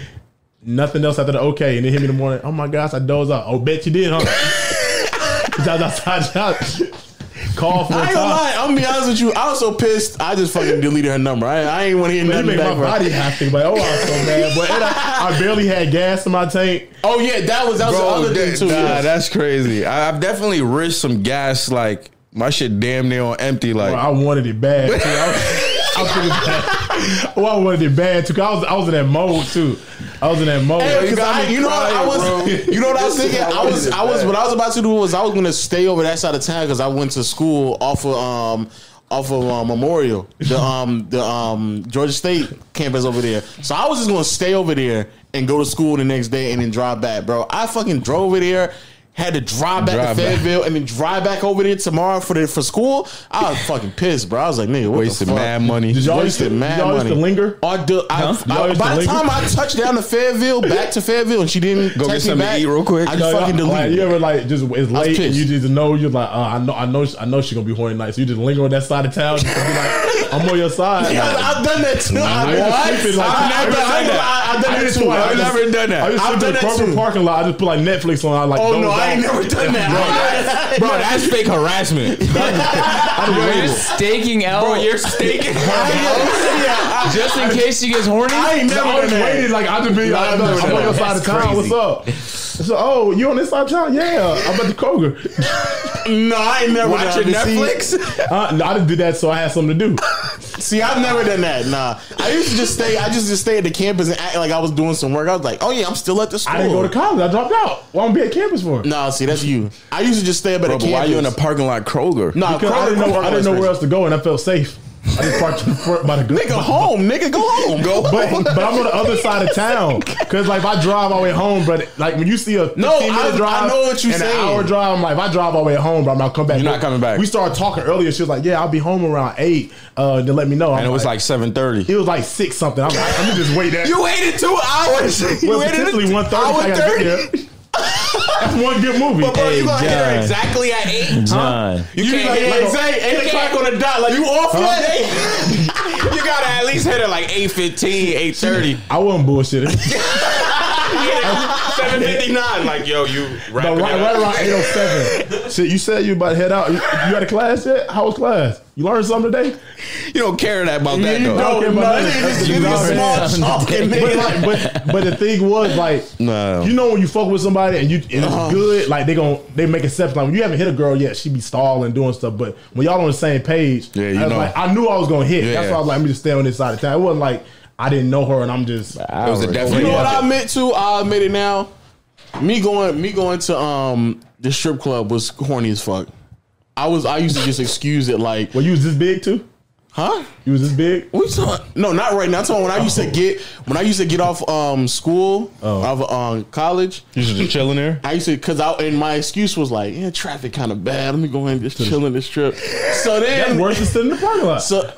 Speaker 3: Nothing else after the okay, and then hit me in the morning. Oh my gosh, I dozed off. Oh, bet you did, huh? Cause I was outside, Call for
Speaker 2: I
Speaker 3: a
Speaker 2: ain't gonna
Speaker 3: time.
Speaker 2: lie I'm gonna be honest with you I was so pissed I just fucking deleted her number I I ain't want to hear
Speaker 3: It
Speaker 2: nothing
Speaker 3: made
Speaker 2: back
Speaker 3: my
Speaker 2: from her.
Speaker 3: body happy. Like, oh, I was so mad, but and I, I barely had gas in my tank.
Speaker 2: oh yeah that was that was the
Speaker 4: Bro,
Speaker 2: other
Speaker 4: that-
Speaker 2: thing too
Speaker 4: nah,
Speaker 2: yeah.
Speaker 4: that's crazy. I, I've definitely risked some gas. Like my shit, damn near on empty. Like
Speaker 3: Bro, I wanted it bad. Too. I, was, I, was feeling bad. Oh, I wanted it bad too. 'cause I was I was in that mode too. I was in that mode.
Speaker 2: Hey, 'cause
Speaker 4: got
Speaker 2: I-
Speaker 4: me
Speaker 2: you know what I
Speaker 4: crying,
Speaker 2: was
Speaker 4: bro.
Speaker 2: you know what I was thinking I was
Speaker 4: is
Speaker 2: I was
Speaker 4: bad.
Speaker 2: what I was about to do was I was gonna stay over that side of town because I went to school off of um off of um, Memorial the um the um Georgia State campus over there so I was just gonna stay over there and go to school the next day and then drive back bro I fucking drove over there. Had to drive back
Speaker 4: Drive
Speaker 2: to
Speaker 4: back.
Speaker 2: Fayetteville and then drive back over there tomorrow for the, for school. I was fucking pissed, bro. I was like, nigga, what
Speaker 4: wasted
Speaker 2: the fuck?
Speaker 4: mad money.
Speaker 3: Did y'all used
Speaker 2: wasted
Speaker 3: to,
Speaker 2: mad
Speaker 3: y'all used to
Speaker 2: money.
Speaker 3: linger?
Speaker 2: I do, I,
Speaker 3: Y'all
Speaker 2: I,
Speaker 3: used to
Speaker 2: by the
Speaker 3: linger?
Speaker 2: time I touched down to Fayetteville, back to Fayetteville, and she didn't
Speaker 4: Go
Speaker 2: text
Speaker 4: get
Speaker 2: me
Speaker 4: something to
Speaker 2: back,
Speaker 4: eat real quick.
Speaker 2: I just
Speaker 3: No, y'all-
Speaker 2: fucking
Speaker 3: like,
Speaker 2: deleted.
Speaker 3: you
Speaker 2: it.
Speaker 3: ever like just it's late and
Speaker 2: pissed.
Speaker 3: you just know you're like uh, I know I know I know she gonna be horny tonight so you just linger on that side of town just to be like I'm on your side.
Speaker 2: Yeah,
Speaker 3: Like,
Speaker 2: I've done that too. I,
Speaker 3: I was sleeping like-
Speaker 2: I've never
Speaker 3: I
Speaker 2: done
Speaker 3: did
Speaker 2: that. I've done
Speaker 3: I
Speaker 2: that
Speaker 3: did
Speaker 2: too.
Speaker 3: too. I
Speaker 2: I've
Speaker 3: just-
Speaker 2: never done that.
Speaker 3: I just
Speaker 2: I've
Speaker 3: sit
Speaker 2: done
Speaker 3: in the
Speaker 2: that
Speaker 3: corporate
Speaker 2: too.
Speaker 3: parking lot. I just put like Netflix on. I like
Speaker 2: Oh no,
Speaker 3: dozed
Speaker 2: I ain't
Speaker 3: off.
Speaker 2: never done that.
Speaker 4: bro, that's fake harassment.
Speaker 1: Bro, you're staking out.
Speaker 4: Bro, you're staking.
Speaker 2: I ain't- yeah, I-
Speaker 1: just in case she gets horny.
Speaker 2: I ain't never
Speaker 3: I
Speaker 2: done
Speaker 3: always waited
Speaker 2: that.
Speaker 3: like I just be like,
Speaker 2: I've never
Speaker 3: I'm on
Speaker 2: done
Speaker 3: your
Speaker 2: that.
Speaker 3: side of town.
Speaker 4: crazy.
Speaker 3: What's up? So, oh, you on this side of town? Yeah, I'm at the Kroger.
Speaker 2: No, I ain't never
Speaker 4: Watching
Speaker 2: done that. See-
Speaker 4: Netflix.
Speaker 3: Uh, no, I just did that so I had something to do.
Speaker 2: See, I've never done that. Nah, I used to just stay. I just just stay at the campus and act like I was doing some work. I was like, oh yeah, I'm still at the school.
Speaker 3: I didn't go to college. I dropped out. Why am I be at campus for?
Speaker 2: Nah, see, that's you. I used to just stay up at the
Speaker 4: Bro, but
Speaker 2: campus.
Speaker 4: why you in a parking lot, Kroger?
Speaker 2: Nah,
Speaker 3: Because I
Speaker 2: Kroger-
Speaker 3: didn't know I
Speaker 2: Kroger's
Speaker 3: didn't know
Speaker 2: crazy.
Speaker 3: where else to go, and I felt safe. I just parked in front by the
Speaker 2: Nigga, home, nigga, go home. Go
Speaker 3: But, but I'm on the other side of town because like if I drive all the way home, but like when you see a 15 minute
Speaker 2: I- I
Speaker 3: drive,
Speaker 2: know what you
Speaker 3: and
Speaker 2: saying.
Speaker 3: an hour drive, I'm like if I drive all the way home, but I'm not coming back.
Speaker 4: You're not coming back.
Speaker 3: We started talking earlier. She was like, "Yeah, I'll be home around eight. Uh, to let me know." I'm
Speaker 4: And it was like seven thirty.
Speaker 3: it was like six something. I'm like, let me just wait that.
Speaker 4: You waited two hours.
Speaker 3: well, potentially one thirty. I gotta get there. That's one good movie.
Speaker 2: you gonna hit her
Speaker 1: John.
Speaker 2: exactly at eight?
Speaker 1: John.
Speaker 2: You,
Speaker 4: can't
Speaker 2: like,
Speaker 4: hit
Speaker 2: exactly eight o'clock on the dot. Like you off yet?
Speaker 4: you gotta at least hit it like 815, 830.
Speaker 3: I wasn't bullshitting.
Speaker 4: Seven fifty nine. Like yo, you
Speaker 3: but
Speaker 4: wrapping
Speaker 3: right,
Speaker 4: it
Speaker 3: right
Speaker 4: up.
Speaker 3: around 807. Shit, you said you about to head out. You, you had a class yet? How was class? You learned something today?
Speaker 4: You don't care that about that
Speaker 3: you
Speaker 4: though.
Speaker 7: No,
Speaker 3: don't. Okay, but
Speaker 7: nigga,
Speaker 3: that's-
Speaker 7: just give me a
Speaker 3: that's-
Speaker 7: small talk and
Speaker 3: But,
Speaker 7: then-
Speaker 3: like, but but the thing was like
Speaker 4: No. Uh-huh.
Speaker 3: you know when you fuck with somebody and you and it's good like they gon' they make exceptions like when you haven't hit a girl yet she be stalling doing stuff but when y'all on the same page
Speaker 4: Yeah, you
Speaker 3: I was
Speaker 4: know.
Speaker 3: like I knew I was gonna hit that's
Speaker 4: Yeah.
Speaker 3: why I was like let me just stay on this side of town it wasn't like I didn't know her and I'm just
Speaker 4: It was a definite.
Speaker 2: You know what I admit to? I admit it now. Me going, me going to um the strip club was horny as fuck. I was, I used to just excuse it like,
Speaker 3: well you was this big too
Speaker 2: huh?
Speaker 3: you was this big
Speaker 2: What you talking? No, not right now. I'm talking when I used to get when I used to get off um school
Speaker 3: Oh.
Speaker 2: of um college.
Speaker 4: You should just chilling there.
Speaker 2: I used to because I and my excuse was like, yeah, traffic kind of bad. Let me go in and just chill in this strip. So
Speaker 3: that's
Speaker 2: then,
Speaker 3: worse than sitting in the parking lot
Speaker 2: so.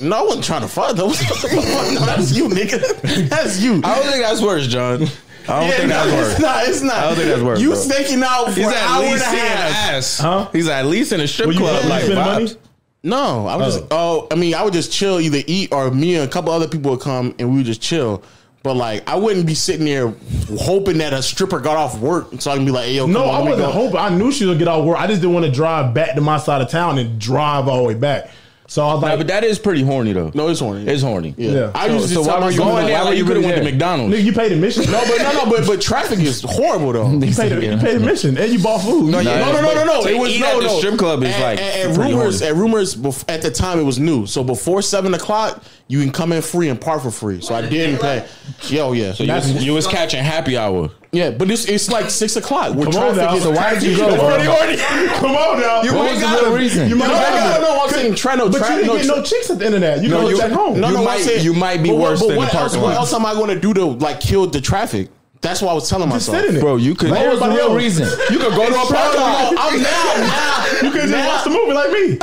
Speaker 2: No, I wasn't trying to fuck. That was no, that's you, nigga. That's you.
Speaker 4: I don't think that's worse, John. I don't
Speaker 2: Yeah, no,
Speaker 4: think that's
Speaker 2: it's
Speaker 4: worse.
Speaker 2: not. It's not. I
Speaker 4: don't think that's worth it,
Speaker 2: You
Speaker 4: bro.
Speaker 2: staking out for
Speaker 4: He's
Speaker 2: an
Speaker 4: at
Speaker 2: hour and a
Speaker 4: least seeing
Speaker 2: half.
Speaker 4: ass.
Speaker 3: Huh?
Speaker 4: He's at least in a strip
Speaker 3: Were you
Speaker 4: club.
Speaker 3: spending-
Speaker 4: Like
Speaker 3: you spending
Speaker 4: vibes.
Speaker 3: money
Speaker 2: No, I would just. Oh, I mean, I would just chill. Either eat or me and a couple other people would come and we would just chill. But like, I wouldn't be sitting there hoping that a stripper got off work so I can be like, "Hey, yo,
Speaker 3: no
Speaker 2: come on,
Speaker 3: I
Speaker 2: let me
Speaker 3: wasn't
Speaker 2: go.
Speaker 3: hoping I knew she was gonna get out of work I just didn't want to drive back to my side of town and drive all the way back so I was
Speaker 4: Nah,
Speaker 3: like
Speaker 4: but that is pretty horny though.
Speaker 2: No, it's horny.
Speaker 4: It's horny.
Speaker 2: yeah.
Speaker 3: Yeah.
Speaker 2: I used to
Speaker 4: So
Speaker 2: tell
Speaker 4: why were you
Speaker 2: myself,
Speaker 4: going there?
Speaker 2: like,
Speaker 4: Like you could have went to
Speaker 3: nigga
Speaker 4: McDonald's.
Speaker 3: you paid admission
Speaker 2: No, but no, no, but but traffic is horrible though.
Speaker 3: You paid, a, you paid admission and you bought food.
Speaker 4: No, yeah.
Speaker 2: No, no, no, no, no.
Speaker 4: To
Speaker 2: It was
Speaker 4: eat
Speaker 2: no,
Speaker 4: at the
Speaker 2: no.
Speaker 4: strip club is
Speaker 2: At-
Speaker 4: like
Speaker 2: at, at
Speaker 4: pretty
Speaker 2: rumors.
Speaker 4: horny.
Speaker 2: At rumors bef- at the time it was new. So before seven o'clock, you can come in free and park for free. So I didn't pay. Yo, yeah,
Speaker 4: You was, you was catching happy hour.
Speaker 2: yeah. But it's it's like six o'clock. We're
Speaker 3: Come on now. So why did you go,
Speaker 2: It's
Speaker 4: uh,
Speaker 3: bro?
Speaker 2: pretty horny.
Speaker 3: Come on now.
Speaker 2: You
Speaker 3: What
Speaker 2: might
Speaker 3: was
Speaker 2: got
Speaker 3: real
Speaker 2: a
Speaker 1: reason.
Speaker 3: You
Speaker 2: No,
Speaker 3: might
Speaker 2: no, no,
Speaker 3: got
Speaker 2: no. I'm saying try no.
Speaker 3: But
Speaker 2: tra-
Speaker 3: you didn't get
Speaker 2: tra-
Speaker 3: no chicks at the end of that. You
Speaker 4: No,
Speaker 3: know,
Speaker 4: you-
Speaker 3: it's at home.
Speaker 2: No,
Speaker 4: You
Speaker 2: no, I'm
Speaker 4: might-
Speaker 2: saying,
Speaker 4: you might be
Speaker 2: but what-
Speaker 4: worse
Speaker 2: but
Speaker 4: than the
Speaker 2: what else,
Speaker 4: parking
Speaker 2: What
Speaker 4: lot.
Speaker 2: else am I going to do to like kill the traffic? That's what I was telling
Speaker 3: Just
Speaker 2: myself.
Speaker 3: sit in it.
Speaker 4: Bro, you could
Speaker 3: Like
Speaker 1: What was the
Speaker 3: everybody
Speaker 1: real
Speaker 3: else.
Speaker 1: reason?
Speaker 4: you could go to a parking lot.
Speaker 2: Bro, I'm now, now.
Speaker 3: You could just
Speaker 2: now-
Speaker 3: watch the movie like me.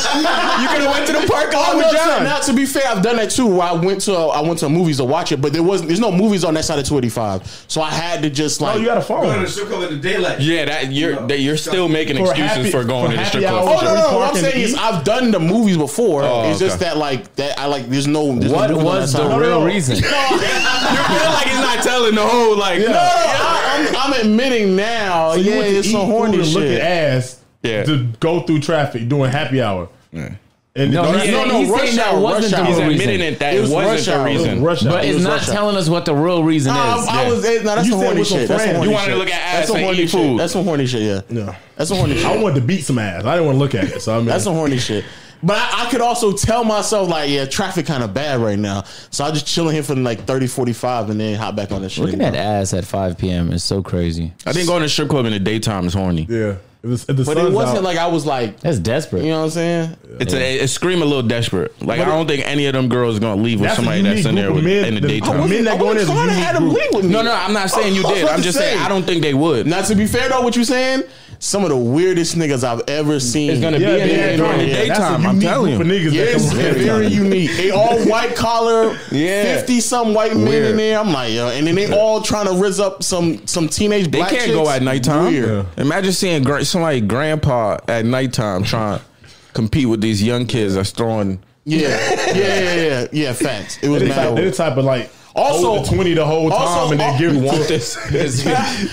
Speaker 4: You could have went to the parking lot
Speaker 2: Oh,
Speaker 4: with
Speaker 2: no,
Speaker 4: John.
Speaker 2: to, now to be fair, I've done that too. Where I went to I went to movies to watch it, but there wasn't there's no movies on that side of 285, so I had to just like
Speaker 3: Oh, you got a
Speaker 5: Go to
Speaker 3: phone.
Speaker 5: the strip club in the daylight.
Speaker 4: Yeah, that you're
Speaker 5: No.
Speaker 4: that you're still making
Speaker 3: For
Speaker 4: excuses
Speaker 3: happy-
Speaker 4: for going
Speaker 3: for
Speaker 4: to the
Speaker 3: happy
Speaker 4: strip club.
Speaker 3: hour.
Speaker 2: Oh no, no, no!
Speaker 3: Park
Speaker 2: What I'm
Speaker 3: and
Speaker 2: saying is
Speaker 3: eat?
Speaker 2: I've done the movies before.
Speaker 4: Oh,
Speaker 2: it's just
Speaker 4: okay.
Speaker 2: that like that I like there's no there's
Speaker 1: What
Speaker 2: no movies on
Speaker 1: was
Speaker 2: that
Speaker 1: the
Speaker 2: side.
Speaker 3: no,
Speaker 1: real
Speaker 3: no.
Speaker 1: reason?
Speaker 4: you feel like he's not telling the whole like.
Speaker 2: No, no, no, I, I'm, I'm admitting now.
Speaker 3: So you
Speaker 2: yeah,
Speaker 3: went to
Speaker 2: it's
Speaker 3: eat
Speaker 2: some
Speaker 3: food
Speaker 2: horny
Speaker 3: and look at
Speaker 2: shit.
Speaker 3: ass
Speaker 4: Yeah.
Speaker 3: to go through traffic doing happy hour. And
Speaker 1: No,
Speaker 3: the-
Speaker 1: he's
Speaker 2: no,
Speaker 1: saying-
Speaker 2: no,
Speaker 1: he's
Speaker 2: rush
Speaker 1: saying that
Speaker 2: hour,
Speaker 1: wasn't
Speaker 2: rush
Speaker 1: the
Speaker 2: hour.
Speaker 1: real
Speaker 4: He's
Speaker 2: It
Speaker 1: reason.
Speaker 4: admitting it that
Speaker 2: It
Speaker 4: it
Speaker 2: was
Speaker 4: wasn't
Speaker 2: rush
Speaker 4: the
Speaker 2: hour. It was
Speaker 4: reason.
Speaker 3: rush hour.
Speaker 1: But it's
Speaker 2: was
Speaker 1: not
Speaker 2: rush hour.
Speaker 1: telling us what the real reason
Speaker 2: I,
Speaker 1: is.
Speaker 2: I was eh, no, that's
Speaker 3: You
Speaker 2: some
Speaker 3: said
Speaker 2: horny
Speaker 3: with some
Speaker 2: shit. That's some
Speaker 3: friends.
Speaker 2: horny
Speaker 4: You wanted to
Speaker 2: shit.
Speaker 4: look at
Speaker 2: That's
Speaker 4: ass
Speaker 2: some
Speaker 4: and
Speaker 2: horny
Speaker 4: eat
Speaker 2: shit.
Speaker 4: food.
Speaker 2: That's some horny shit. Yeah,
Speaker 3: No.
Speaker 2: that's some horny shit.
Speaker 3: I wanted to beat some ass. I didn't want to look at it. So I mean,
Speaker 2: That's some horny shit. But I, I could also tell myself, like, yeah, traffic kind of bad right now. So I'll just chill in here for like 30, 45 and then hop back on the shit.
Speaker 1: Looking at ass at 5 p.m. is so crazy.
Speaker 4: I think going to the strip club in the daytime is horny.
Speaker 3: yeah. It was, if the
Speaker 2: but it wasn't like I was like,
Speaker 1: That's desperate.
Speaker 2: you know what I'm saying?
Speaker 4: It's a, it's scream a little desperate. Like I don't think any of them girls gonna leave with
Speaker 3: That's a
Speaker 4: somebody that's
Speaker 3: unique
Speaker 4: in there
Speaker 3: group
Speaker 4: with,
Speaker 3: of men
Speaker 4: in the
Speaker 2: Oh,
Speaker 3: that- I
Speaker 4: daytime.
Speaker 3: wasn't- Men that go in as a
Speaker 2: trying to
Speaker 3: unique
Speaker 2: have them
Speaker 3: group.
Speaker 2: leave with me.
Speaker 4: No, no, I'm not saying you
Speaker 2: I was
Speaker 4: did.
Speaker 2: about
Speaker 4: I'm
Speaker 2: to
Speaker 4: just saying
Speaker 2: Oh, say.
Speaker 4: I don't think they would.
Speaker 2: Now, to be fair though, what you saying? Some of the weirdest niggas I've ever seen.
Speaker 4: It's gonna
Speaker 3: yeah,
Speaker 4: be in
Speaker 3: yeah,
Speaker 4: there during the
Speaker 3: yeah, that's a
Speaker 4: daytime. I'm
Speaker 3: unique
Speaker 4: telling
Speaker 3: group
Speaker 4: you.
Speaker 3: of niggas that
Speaker 2: Yes,
Speaker 3: come around.
Speaker 2: very unique. They all white collar,
Speaker 4: Yeah.
Speaker 2: fifty some white men
Speaker 4: Weird.
Speaker 2: in there. I'm like, yo, and then they all trying to rizz up some some teenage
Speaker 4: They
Speaker 2: black.
Speaker 4: can't
Speaker 2: chicks.
Speaker 4: go at nighttime.
Speaker 2: Weird.
Speaker 4: Imagine seeing gra- somebody grandpa at nighttime trying to compete with these young kids that's throwing.
Speaker 2: Yeah, yeah, yeah, yeah, yeah. Facts. It was
Speaker 3: They the type-
Speaker 2: mad.
Speaker 3: they the type of like
Speaker 2: Also-
Speaker 3: hold the twenty the whole time
Speaker 2: also- uh,
Speaker 3: and then
Speaker 2: al-
Speaker 3: give
Speaker 2: You
Speaker 3: it
Speaker 4: want
Speaker 3: to-
Speaker 4: this?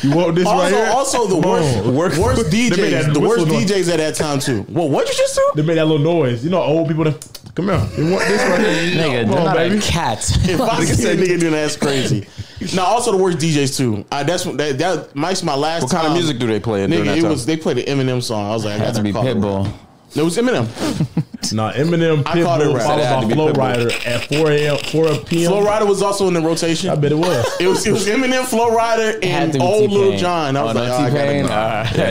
Speaker 3: You want this right
Speaker 2: Also,
Speaker 3: here?
Speaker 2: also the
Speaker 3: Come
Speaker 2: worst,
Speaker 3: on.
Speaker 2: worst, worst
Speaker 3: They made that
Speaker 2: DJs, the worst
Speaker 3: whistle noise.
Speaker 2: DJs at that time too. Well, what you just do?
Speaker 3: They made that little noise. You know, old people. That, come here. They want this right here.
Speaker 1: Nigga,
Speaker 3: come
Speaker 1: they're
Speaker 3: on,
Speaker 1: not
Speaker 3: baby.
Speaker 1: a cat.
Speaker 2: If I see a nigga do that, that's crazy. now, also the worst DJs too. I, that's that. That Mike's my last.
Speaker 4: What kind of
Speaker 2: time.
Speaker 4: music do they play? during
Speaker 2: Nigga,
Speaker 4: that
Speaker 2: it
Speaker 4: time?
Speaker 2: was they played the Eminem song. I was like, I got
Speaker 1: Had to be
Speaker 2: call it right.
Speaker 1: Pitbull.
Speaker 2: It was Eminem.
Speaker 3: Nah, Eminem,
Speaker 2: I called it
Speaker 3: Pitbull,
Speaker 2: right.
Speaker 3: followed
Speaker 2: It
Speaker 4: had to
Speaker 3: by
Speaker 4: be
Speaker 3: Flow
Speaker 4: Pitbull.
Speaker 3: Rider at 4 a.m., 4 p.m.
Speaker 2: Flow Rider was also in the rotation.
Speaker 3: I bet it was.
Speaker 2: It was it was Eminem, Flow Rider,
Speaker 1: Had
Speaker 2: and
Speaker 1: to be
Speaker 2: old Lil
Speaker 1: T-Pain.
Speaker 2: John. I was
Speaker 1: Oh,
Speaker 2: like,
Speaker 1: no,
Speaker 2: oh, I gotta
Speaker 1: T-Pain?
Speaker 2: go.
Speaker 1: All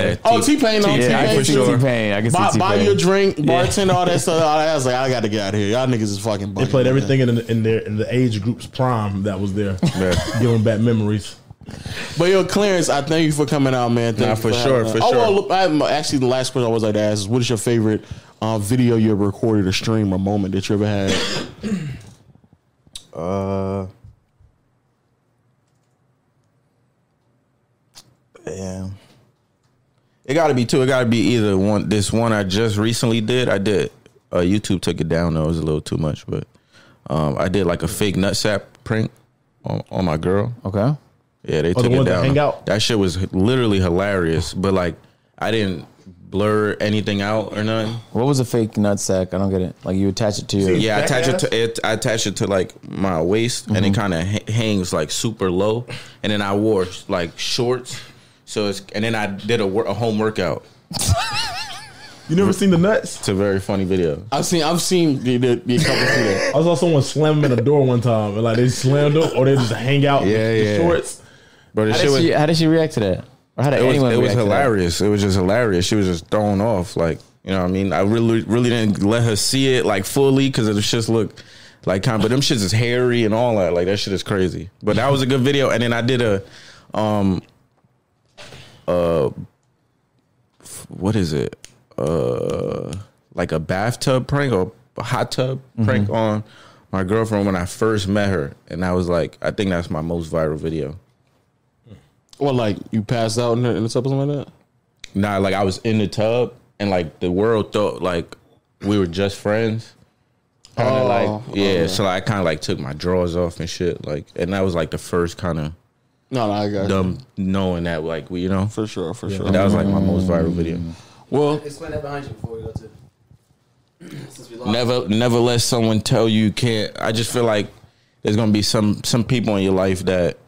Speaker 1: right.
Speaker 2: Oh, T Pain on T
Speaker 1: Yeah, I
Speaker 2: Pain.
Speaker 1: can see
Speaker 4: for sure.
Speaker 1: T-Pain. I can see
Speaker 2: Buy,
Speaker 1: T-Pain.
Speaker 2: buy you a drink,
Speaker 1: Yeah.
Speaker 2: bartender, all that stuff. All that. I was like, I got to get out of here. Y'all niggas is fucking.
Speaker 3: They
Speaker 2: bugging,
Speaker 3: played
Speaker 2: man.
Speaker 3: everything in, the, in their in the age group's prime that was there, giving back memories.
Speaker 2: But yo, Clarence, I thank you for coming out, man. Thank
Speaker 4: Nah,
Speaker 2: you
Speaker 4: for sure,
Speaker 2: having us.
Speaker 4: for
Speaker 2: oh,
Speaker 4: sure.
Speaker 2: Well, look, I, my- actually, the last question I was like to ask is, what is your favorite uh, video you ever recorded, or stream, or moment that you ever had?
Speaker 4: Uh, damn. It got to be two. It got to be either one. This one I just recently did. I did. Uh, YouTube took it down though. It was a little too much, but Um, I did like a fake nutsack print on, on my girl.
Speaker 1: Okay.
Speaker 4: Yeah, they
Speaker 8: the
Speaker 4: took it
Speaker 8: ones that
Speaker 4: down.
Speaker 8: hang out?
Speaker 4: That shit was literally hilarious, but like I didn't blur anything out or nothing.
Speaker 1: What was a fake nut sack? I don't get it. Like you attach it to your.
Speaker 4: Yeah, I attach it to it. I attach it to like my waist, and
Speaker 8: Mm-hmm.
Speaker 4: it kind of ha- hangs like super low. And then I wore like shorts, so it's and then I did a, wor- a home workout.
Speaker 8: You never seen the nuts?
Speaker 4: It's a very funny video.
Speaker 2: I've seen I've seen the the, the couple see that.
Speaker 8: I saw someone slam in a door one time, and like they slammed up, or they just hang out.
Speaker 4: Yeah,
Speaker 8: with the
Speaker 4: yeah.
Speaker 8: Shorts.
Speaker 4: Bro, the
Speaker 1: How
Speaker 4: shit
Speaker 1: did,
Speaker 4: was
Speaker 1: she, how did she react to that? Or how did
Speaker 4: it was,
Speaker 1: anyone
Speaker 4: it was
Speaker 1: react to that?
Speaker 4: hilarious. It was just hilarious. She was just thrown off. Like, you know what I mean? I really, really didn't let her see it like fully because it shits look like kind but them shits is hairy and all that. Like, that shit is crazy. But that was a good video. And then I did a, um, uh, f- what is it? Uh, like a bathtub prank or a hot tub prank on my girlfriend when I first met her. And I was like, I think that's my most viral video.
Speaker 2: Well, like you passed out in the, in the tub or something like that.
Speaker 4: Nah, like I was in the tub and like the world thought like we were just friends. Kinda
Speaker 2: Oh,
Speaker 4: like yeah,
Speaker 2: okay.
Speaker 4: so I kind of like took my drawers off and shit. Like, and that was like the first kind of
Speaker 2: No, no, I got you.
Speaker 4: dumb knowing that like we, you know,
Speaker 2: for sure, for sure.
Speaker 4: and that was like my most viral video.
Speaker 2: well,
Speaker 5: Explain that behind you before we go to. Since we lost.
Speaker 4: Never, never let someone tell you you can't. I just feel like there's gonna be some some people in your life that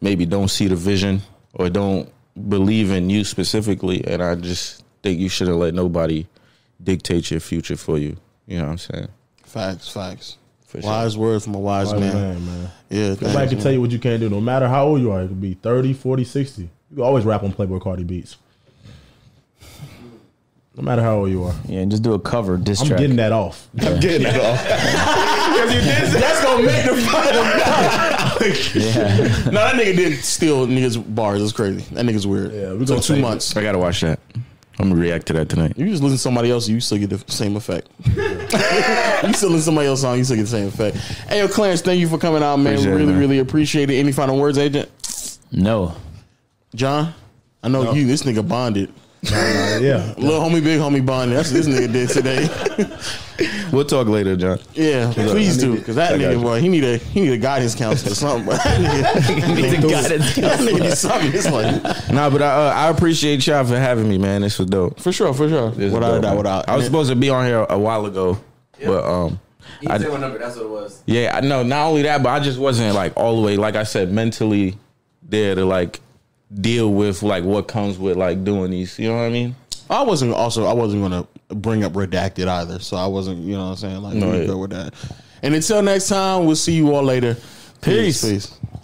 Speaker 4: maybe don't see the vision or don't believe in you specifically, and I just think you shouldn't let nobody dictate your future for you. You know what I'm saying?
Speaker 2: facts, facts.
Speaker 4: For sure.
Speaker 2: Wise words from a wise,
Speaker 8: Like,
Speaker 2: man.
Speaker 8: man, man.
Speaker 2: Yeah, thanks,
Speaker 8: Nobody can
Speaker 2: man.
Speaker 8: tell you what you can't do, no matter how old you are. It could be 30, 40, 60. You can always rap on Playboy Cardi beats. No matter how old you are.
Speaker 1: Yeah, and just do a cover diss
Speaker 8: I'm
Speaker 1: track.
Speaker 8: getting that off.
Speaker 2: I'm getting it off.
Speaker 4: That's gonna make the
Speaker 1: Yeah.
Speaker 2: no, that nigga did steal niggas bars. It's crazy. That nigga's weird.
Speaker 8: Yeah, we
Speaker 2: so
Speaker 8: gonna
Speaker 2: two
Speaker 8: save
Speaker 2: months.
Speaker 4: I gotta watch that. I'm gonna react to that tonight.
Speaker 2: You just listen to somebody else, you still get the same effect. you still listen to somebody else's song, you still get the same effect. Hey, yo, Clarence, thank you for coming out, man.
Speaker 4: Appreciate it,
Speaker 2: really,
Speaker 4: man.
Speaker 2: really appreciate it. Any final words, agent?
Speaker 1: no.
Speaker 2: John, I know you. This nigga bonded.
Speaker 8: Yeah.
Speaker 2: Little homie, big homie bonded. That's what this nigga did today.
Speaker 4: We'll talk later, John.
Speaker 2: Yeah, please do, because that
Speaker 4: I got
Speaker 2: nigga
Speaker 4: you.
Speaker 2: boy, he need a he need a guidance counselor or something. bro. That nigga- that nigga do-
Speaker 1: guidance
Speaker 2: That nigga need something. It's like
Speaker 4: Nah, but I, uh, I appreciate y'all for having me, man. This was dope.
Speaker 2: for sure, for sure.
Speaker 4: This was
Speaker 2: Without a
Speaker 4: dope,
Speaker 2: doubt,
Speaker 4: man.
Speaker 2: without.
Speaker 4: I was supposed to be on here a while ago, but um,
Speaker 5: You
Speaker 4: I-
Speaker 5: said my number. That's what it was.
Speaker 4: Yeah, I know. Not only that, but I just wasn't like all the way, like I said, mentally there to like deal with like what comes with like doing these. You know what I mean?
Speaker 2: I wasn't also I wasn't gonna bring up redacted either, so I wasn't you know what I'm saying like
Speaker 4: No,
Speaker 2: we
Speaker 4: yeah.
Speaker 2: go with that. And until next time, we'll see you all later.
Speaker 1: Peace.
Speaker 2: peace.